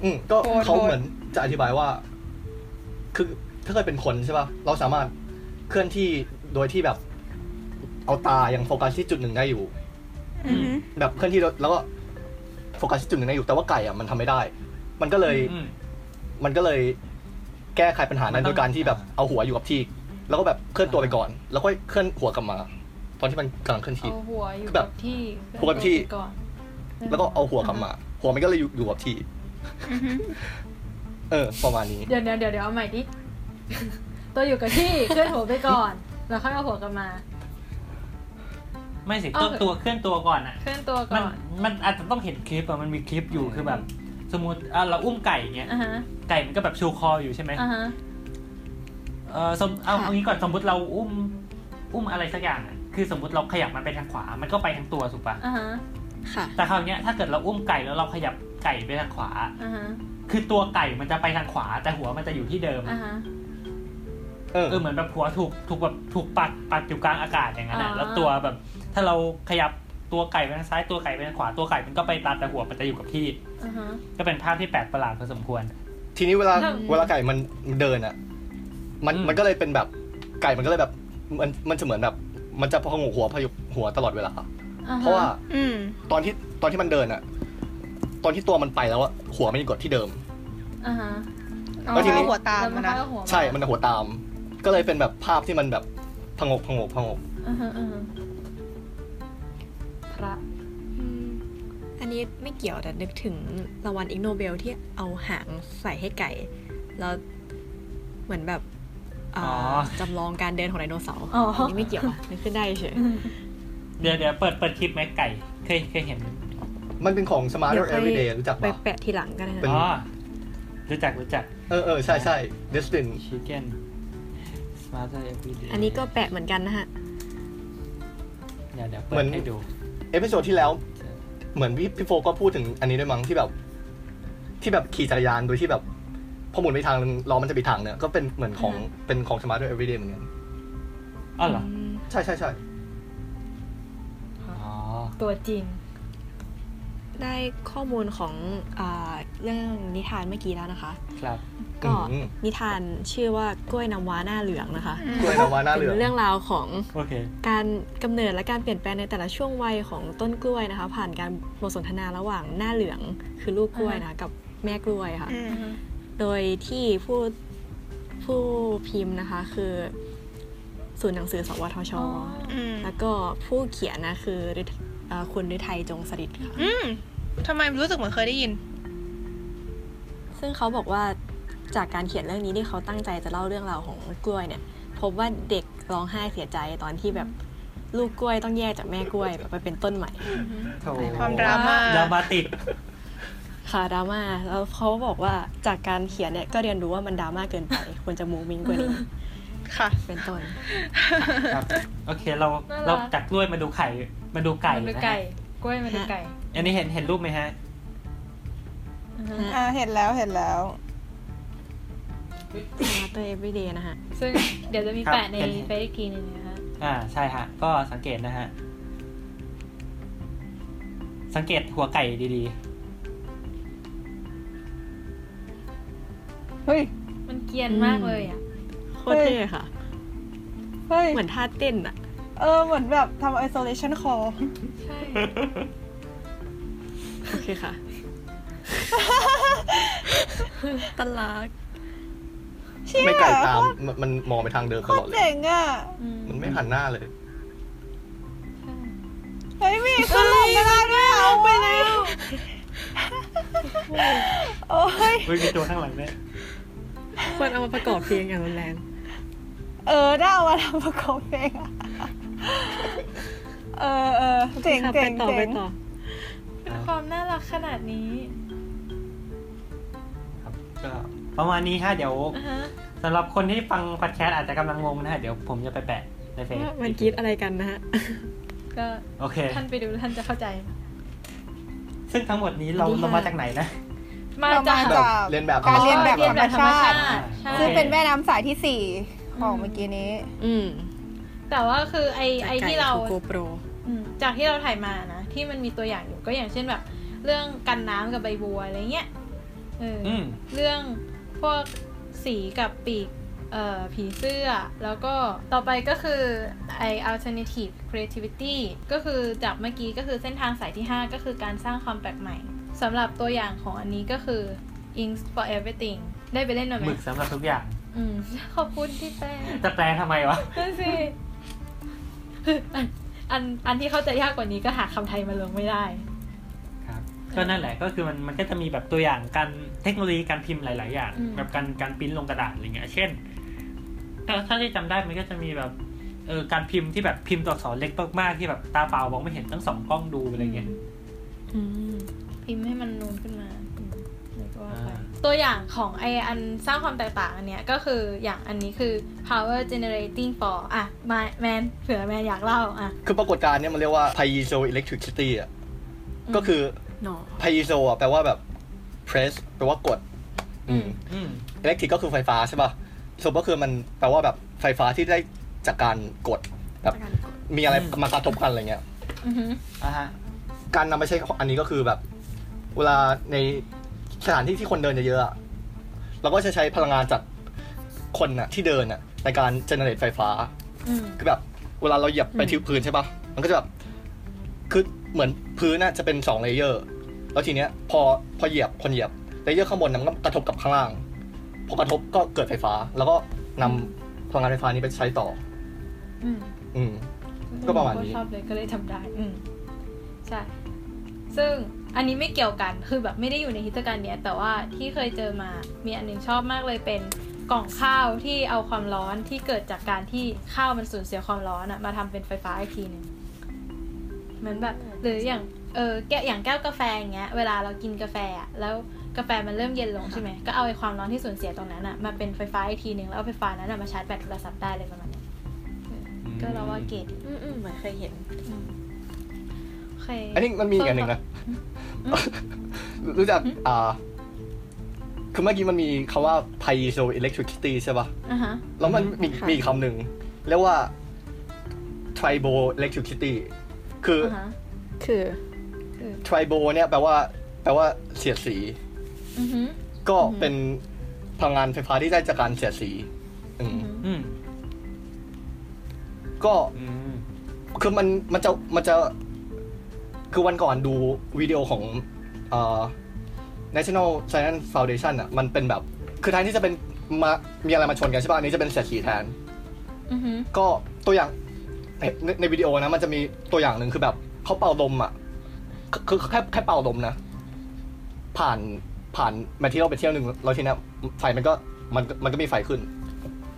Speaker 3: อืมก็
Speaker 4: โคตร
Speaker 3: เขาเหมือนจะอธิบายว่า คือถ้าเกิดเป็นคนใช่ป่ะเราสามารถเคลื่อนที่โดยที่แบบ เอาตายังโฟกัสที่จุดหนึ่งได้อยู่ แบบเคลื่อนที่แล้วก็โฟกัสที่จุดหนึ่งได้อยู่ แต่ว่าไก่อ่ะมันทำไม่ได้ มันก็เลย มันก็เลยแก้ไขปัญหานั้นโดยการที่แบบเอาหัวอยู่กับที่ แล้วก็แบบเคลื่อนตัวไปก่อน แล้วก็เคลื่อนหัวกลับมา ตอนที่มันกำลังเคลื่อนที่
Speaker 5: เอาหัวอยู่
Speaker 3: คือแบ
Speaker 5: กั
Speaker 3: บบ
Speaker 5: ที่
Speaker 3: หัวกับที่
Speaker 5: ก่อน
Speaker 3: แล้วก็เอาหัวกลับมา หัวมันก็เลยอยู่อยู่กับที่ เออ ประมาณนี้
Speaker 5: เดี๋ยวเดี๋ยวเดี๋ยวเดี๋ยวเอาใหม่ดิ ตัวอยู่กับที่เคลื่อนหัวไปก่อน แล้วค่อยเอาหัวกลับมา
Speaker 4: ไม่สิ
Speaker 5: เอา
Speaker 4: ตัวตัวเคลื่อนตัวก่อนอ่ะ
Speaker 5: เคลื่อนตัว
Speaker 4: มั
Speaker 5: ก่
Speaker 4: น
Speaker 5: อน
Speaker 4: มันอาจจะต้องเห็นคลิปอะมันมีคลิปอยู่คือแบบ สมมติอ่ะเราอุ้มไก่เงี้ย
Speaker 5: อ่ะฮะ
Speaker 4: ไก่มันก็แบบชูคออยู่ใช่ไหม
Speaker 5: อ่ะฮะ
Speaker 4: เออสมเอาเอางี้ก่อนสมมติเราอุ้มอุ้มอะไรสักอย่างอะคือสมมติเราขยับมันไปทางขวา มันก็ไปทางตัวถูกปะ
Speaker 5: อ่าฮะ
Speaker 2: ค่ะ
Speaker 4: แต่คราวเนี้ยถ้าเกิดเราอุ้มไก่แล้วเราขยับไก่ไปทางขวา
Speaker 5: อ่าฮะ
Speaker 4: คือตัวไก่มันจะไปทางขวา แต่หัวมันจะอยู่ที่เดิม
Speaker 5: อ่าฮะ
Speaker 3: เออ
Speaker 4: เหมือนแบบหัวถูกถูกแบบถูกปัดปัดอยู่กลางอากาศอย่างนั้น
Speaker 5: อ๋
Speaker 4: อะ
Speaker 5: อ
Speaker 4: แล้วตัวแบบ ถ้าเราขยับตัวไก่ไปทางซ้ายตัวไก่ไปทางขวาตัวไก่มันก็ไปตัดแต่หัวมันจะอยู่กับที่
Speaker 5: อ่าฮะ
Speaker 4: ก็เป็นภาพที่แปลกประหลาดพอสมควร
Speaker 3: ทีนี้เวลา
Speaker 5: อืม
Speaker 3: เวลาไก่มันเดินอ่ะ มันมันก็เลยเป็นแบบไก่มันก็เลยแบบ มันมันจะเหมือนแบบ มันจะพองหัวพยุกหัวตลอดเวลา
Speaker 5: อ่ฮ
Speaker 3: เพราะว่า ตอนที่ตอนที่มันเดินอ่ะ ตอนที่ตัวมันไปแล้วอะหัวมันอยู่กับที่เดิม
Speaker 5: อ่าฮะ
Speaker 3: แล้วทีนี้
Speaker 1: หัวตาม
Speaker 5: แล้วมัน
Speaker 1: นะ
Speaker 5: ค่อยเอาหัวมา
Speaker 3: ใช่ มันหัวตาม ก็เลยเป็นแบบภาพที่มันแบบพงกพงกพงก
Speaker 5: อ่าฮะอ่าฮะ
Speaker 2: พระอันนี้ไม่เกี่ยวแต่นึกถึงรางวัลอิกโนเบลที่เอาหางใส่ให้ไก่ แล้วเหมือนแบบอ่า
Speaker 4: อ๋อ
Speaker 2: จำลองการเดินของไดโนเสาร์
Speaker 5: อ๋ออั
Speaker 2: อันนี้ไม่เกี่ยวอะนึกขึ้นได้เฉย
Speaker 4: เดี๋ยวเดี๋ยวเปิดเปิดคลิปไหมไก่ เคยเคยเห็น
Speaker 3: มันเป็นของ Smart
Speaker 2: เดี๋ยวค่อย
Speaker 3: Everyday รู้จัก
Speaker 2: ไป
Speaker 3: ปะ
Speaker 2: แปะทีหลังก็ได้นะ
Speaker 3: เป็น
Speaker 4: อ๋อรู้จักรู้จัก
Speaker 3: เออเออใช่ใช่ Destin
Speaker 4: ชิคเก้นสมาร์ทเอฟวี
Speaker 2: อันนี้ก็แปะเหมือนกันนะฮะ
Speaker 4: เดี๋ยวเดี๋ยว
Speaker 3: เหมื
Speaker 4: เปิด
Speaker 3: อน
Speaker 4: ให้ดู
Speaker 3: เอพิโซดที่แล้ว เหมือนพี่พี่โฟก็พูดถึงอันนี้ด้วยมั้งที่แบบ ที่แบบขี่จักรยานโดยที่แบบพอหมุนไปทางนึงล้อมันจะไปทางเนี่ยก็เป็นเหมือนของเป็นของ Smart Everyday เหมือนกัน
Speaker 4: อ๋อเหรอ
Speaker 3: ใช่ใช่ใช่
Speaker 4: อ๋อ
Speaker 5: ตัวจริง
Speaker 2: ได้ข้อมูลของอาเรื่องนิทานเมื่อกี้แล้วนะคะ
Speaker 4: ครับ
Speaker 2: ก็นิทานชื่อว่ากล้วยน้ำว้าหน้าเหลืองนะคะ
Speaker 3: กล้วยน้ำว้าหน้าเหลือง
Speaker 2: ป็นเรื่องราวของ
Speaker 4: โอเค
Speaker 2: การกำเนิดและการเปลี่ยนแปลงในแต่ละช่วงวัยของต้นกล้วยนะคะ ผ่านการบทสนทนาระหว่างหน้าเหลืองคือลูกกล้วยนะคะกับแม่กล้วยค่ะ โดยที่ผู้ผู้พิมพ์นะคะคือศูนย์หนังสือสวทช แล้วก็ผู้เขียนนะคือฤทธิ์เอ่อคุณฤทัยจงสฤทธิ์ค่ะ
Speaker 1: อืมทำไมรู้สึกเหมือนเคยได้ยิน
Speaker 2: ซึ่งเขาบอกว่าจากการเขียนเรื่องนี้ที่เขาตั้งใจจะเล่าเรื่องราวของกล้วยเนี่ย พบว่าเด็กร้องไห้เสียใจตอนที่แบบลูกกล้วยต้องแยกจากแม่กล้วยแบบไปเป็นต้นใหม่
Speaker 1: ความดราม่า
Speaker 4: ดราม่าติด
Speaker 2: ค่ะดราม่าแล้วเขาบอกว่าจากการเขียนเนี่ยก็เรียนรู้ว่ามันดราม่าเกินไป ควรจะมูมิงกว่านี้
Speaker 1: ค่ะ
Speaker 2: เป็นต้น
Speaker 4: ครับ โอเคเรา
Speaker 5: น่ารัก
Speaker 4: เราจากกล้วยมาดูไข่มาดูไก่
Speaker 5: มันดู
Speaker 4: นะ
Speaker 5: ไก่
Speaker 4: ฮะ
Speaker 5: กล้วยมันดูไก่
Speaker 4: อันนี้เห็นเห็นรูปไหมฮะ
Speaker 5: อ่าฮะ
Speaker 18: อ่าเห็นแล้วเห็นแล้ว
Speaker 2: Matter Everyday นะฮะ
Speaker 5: ซึ่งเดี๋ยวจะมี
Speaker 4: ครับ
Speaker 5: แปะใน
Speaker 4: เป็น
Speaker 5: เฟซอีกทีหนึงนะคะ
Speaker 4: อ่าใช่ฮะ ก็สังเกตนะฮะ สังเกตหัวไก่ดี
Speaker 19: เฮ้ย
Speaker 5: มันเกรียนมากเลยอ่ะ
Speaker 2: โคตรเท่ค่ะ
Speaker 19: เฮ้ย
Speaker 2: เหมือนท่าเต้นอะ
Speaker 19: เออ เหมือนแบบทำ isolation call
Speaker 5: ใช่
Speaker 2: โอเคค่ะ ตลาด
Speaker 19: เชี่ย
Speaker 3: ไม่ไกลตามมันมันมองไปทางเดิม
Speaker 19: โค
Speaker 3: ตล
Speaker 19: ตร
Speaker 3: อดเลย
Speaker 19: เจ๋งอ่ะ
Speaker 3: มันไม่หันหน้าเลย
Speaker 19: เฮ้ยมีขึ้นลงไม่ได้ด้วยเอาไปแล้ว โอ้ย
Speaker 4: ๆเฮ้ยมีตัวข้างหลังด้วย
Speaker 2: ควรเอามาประกอบเพลงอย่างรุนแรง
Speaker 19: เออได้เอามาทำประกอบเพลงอะเออเออเจ๋ง
Speaker 2: โอเค
Speaker 19: เจ๋ง
Speaker 2: ค่ะไปต่อ
Speaker 19: เจ๋
Speaker 2: ไป
Speaker 19: ง
Speaker 2: ต่อ
Speaker 5: เป็นความน่ารักขนาดนี้
Speaker 4: ก็ประมาณนี้ฮะ เดี๋ยว
Speaker 5: อ่ะฮะ
Speaker 4: สำหรับคนที่ฟังพอดแคสต์อาจจะกำลังงงนะฮะ เดี๋ยวผมจะไปแปะในเฟซ
Speaker 2: ว่ามันกรีดอะไรกันนะฮะ
Speaker 5: ก็
Speaker 4: โอเค
Speaker 5: ท่านไปดูท่านจะเข้าใจ
Speaker 4: ซึ่งทั้งหมดนี้เรา
Speaker 5: ดีค่ะ
Speaker 4: เรามาจากไหนนะ
Speaker 5: มา
Speaker 19: เรา
Speaker 5: จาม
Speaker 19: าก จาก
Speaker 3: เรียนแบบ
Speaker 19: การเรียนแบบ
Speaker 5: เรี
Speaker 19: ธ
Speaker 5: ย
Speaker 19: ร
Speaker 5: น
Speaker 19: ร
Speaker 5: แบ
Speaker 19: ม
Speaker 5: บธรรม
Speaker 19: ชาติ
Speaker 5: ชาติใช่
Speaker 19: ซึ่งเป็นแม่น้ำสายที่สี่ของเมื่อกี้นี้
Speaker 2: อืม
Speaker 5: แต่ว่าคือไอไอที่เรา
Speaker 2: โกโปร
Speaker 5: อืมจากที่เราถ่ายมานะที่มันมีตัวอย่างอยู่ก็อย่างเช่นแบบ เรื่องกันน้ำกับใบบัวอะไรเงี้ยเอออ
Speaker 4: ม
Speaker 5: เรื่องพวกสีกับปีกเอ่อผีเสื้อ แล้วก็ต่อไปก็คือไอ alternative creativity ก็คือจากเมื่อกี้ก็คือเส้นทางสายที่ 5 ก็คือการสร้างความแปลกใหม่สำหรับตัวอย่างของอันนี้ก็คือ inks for everything ได้ไปเล่นมาไหม
Speaker 4: หมึกสำหรับทุกอย่าง
Speaker 5: อืมขอบคุณที่แปล
Speaker 4: จะแปลทำไมวะ
Speaker 5: นั่น สิอันอันอันที่เข้าใจยากกว่านี้ก็หาคำไทยมาลงไม่ได้
Speaker 4: ครับก็นั่นแหละก็คือมันมันก็จะมีแบบตัวอย่างการเทคโนโลยีการพิมพ์หลาย ๆ อย่าง
Speaker 5: อืม
Speaker 4: แบบการการพิมพ์ลงกระดาษอะไรเงี้ยเช่นถ้าถ้าที่จำได้มันก็จะมีแบบเออการพิมพ์ที่แบบพิมพ์ตัวอักษรเล็กมาก ๆ ที่แบบตาเปล่ามองไม่เห็นต้องส่องกล้องดูอะไรเงี้ย
Speaker 5: พิมพ์ให้มันนูนขึ้นมาอืมแล้วก็ว่าไปตัวอย่างของไออันสร้างความแตกต่างอันเนี้ยก็คืออย่างอันนี้คือ power generating for อ่ะมาแมนเผื่อแมนอยากเล่าอ่ะ
Speaker 3: คือปรากฏการณ์เนี้ยมันเรียกว่า piezoelectricity อ่ะ
Speaker 5: อืม
Speaker 3: ก็คือ
Speaker 2: หนอ
Speaker 3: piezo อ่ะแปลว่าแบบ press แปลว่ากด อืม
Speaker 4: อืม
Speaker 3: electric ก็คือไฟฟ้าใช่ป่ะส่วนก็คือมันแปลว่าแบบไฟฟ้าที่ได้จากการกด แบบมีอะไรมากระทบกันอะไรเงี้ย
Speaker 5: อือหือ
Speaker 4: อ่ะฮะ
Speaker 3: การนำไปใช้ของอันนี้ก็คือแบบ เวลาในสถานที่ที่คนเดินเยอะๆอะเราก็จะใช้พลังงานจากคนน่ะที่เดินน่ะในการเจเนเรตไฟฟ้า
Speaker 5: อืม
Speaker 3: คือแบบเวลาเราเหยียบไปที่พื้นใช่ปะมันก็จะแบบ คือเหมือนพื้นน่ะจะเป็นสองเลเยอร์ แล้วทีเนี้ย พอพอเหยียบคนเหยียบเลเยอร์ข้างบนน่ะมันก็กระทบกับข้างล่าง พอกระทบก็เกิดไฟฟ้า แล้วก็นำพลังงานไฟฟ้านี้ไปใช้ต่อ
Speaker 5: อืม
Speaker 3: อืม ก็ประมาณนี้
Speaker 5: ก็ชอบเลยก็เลยทำได้อืมใช่ ซึ่งอันนี้ไม่เกี่ยวกัน คือแบบไม่ได้อยู่ในฮิตการเนี้ย แต่ว่าที่เคยเจอมา มีอันหนึงชอบมากเลยเป็นกล่องข้าวที่เอาความร้อนที่เกิดจากการที่ข้าวมันสูญเสียความร้อนอะมาทำเป็นไฟฟ้าอีกทีหนึงเหมือนแบบหรืออย่างเออแก้วอย่างแก้วกาแฟอย่างเงี้ย เวลาเรากินกาแฟอะแล้วกาแฟมันเริ่มเย็นลงใช่ไหมก็เอาไอ้ความร้อนที่สูญเสียตรงนั้นอะมาเป็นไฟฟ้าอีกทีหนึ่งแล้วเอาไฟฟ้านั้นอะมาชาร์จแบตโทรศัพท์ได้เลยประมาณเนี้ยเออก็เราว่าเก๋ดี
Speaker 2: อืมอืมเหมือนเคยเห็น
Speaker 5: โอเค
Speaker 3: อันนี้มันมีอีกอันหนึ่งนะ รู้จัก อ่า คือเมื่อกี้มันมีคำว่า piezoelectricity ใช่ปะ
Speaker 5: อ่ะฮะ
Speaker 3: แล้วมันมี
Speaker 5: ค่ะ
Speaker 3: มีอีกคำหนึ่งเรียกว่า tribo electricity คือ
Speaker 5: าฮะ
Speaker 2: คือ
Speaker 3: tribo เนี่ยแปลว่า แปลว่าเสียดสี
Speaker 5: อือฮึ
Speaker 3: ก็เป็นพลังงานไฟฟ้าที่ได้จากการเสียดสีอืม
Speaker 4: อืม
Speaker 3: ก็
Speaker 4: อืม
Speaker 3: คือมันมันจะมันจะคือวันก่อนดูวิดีโอของเอ่อ National Science Foundation อ่ะมันเป็นแบบ คือแทนที่จะเป็นมามีอะไรมาชนกันใช่ป่ะอันนี้จะเป็นเสียดสีแทน
Speaker 5: อือฮึ
Speaker 3: ก็ตัวอย่างในในในวิดีโอนะ มันจะมีตัวอย่างหนึ่งคือแบบเขาเป่าลมอ่ะคือคือคือแค่แค่เป่าลมนะ ผ่านผ่านแมทที่เราไปเที่ยวหนึ่งแล้วทีเนี้ยไฟมันก็มันมันก็มีไฟขึ้น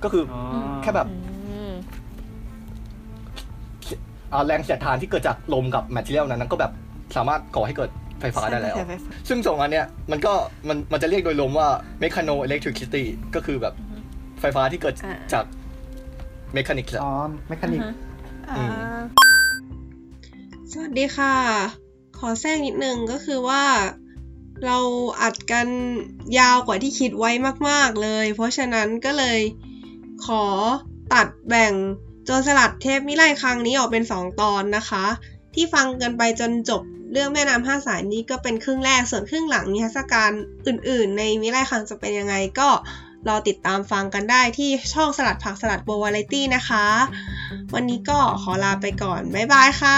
Speaker 3: ก็คืออแค่แบบ อ่าแรงเสียดทานที่เกิดจากลมกับแมทเทียลนั้นนะก็แบบสามารถก่อให้เกิดไฟฟ้าได้ แล้ว
Speaker 2: ใช่ไฟฟ้า
Speaker 3: ซึ่งสองอันเนี้ยมันก็มันมันจะเรียกโดยรวมว่า mechano electricity ก็คือแบบไฟฟ้าที่เกิดจาก mechanics อ๋อ
Speaker 4: mechanics
Speaker 3: อืม
Speaker 7: สวัสดีค่ะ ขอแทรกนิดนึงก็คือว่า
Speaker 10: เราอัดกันยาวกว่าที่คิดไว้มาก ๆ เลย เพราะฉะนั้นก็เลยขอตัดแบ่งโจรสลัดเทพมิไลครั้งนี้ออกเป็น 2 ตอนนะคะ ที่ฟังกันไปจนจบเรื่องแม่น้ำห้าสายนี้ก็เป็นครึ่งแรก ส่วนครึ่งหลังนิทรรศการอื่น ๆ ในมิไลครั้งจะเป็นยังไงก็รอติดตามฟังกันได้ที่ช่องสลัดผักสลัดโบวาไรตี้นะคะ วันนี้ก็ขอลาไปก่อน บ๊ายบายค่ะ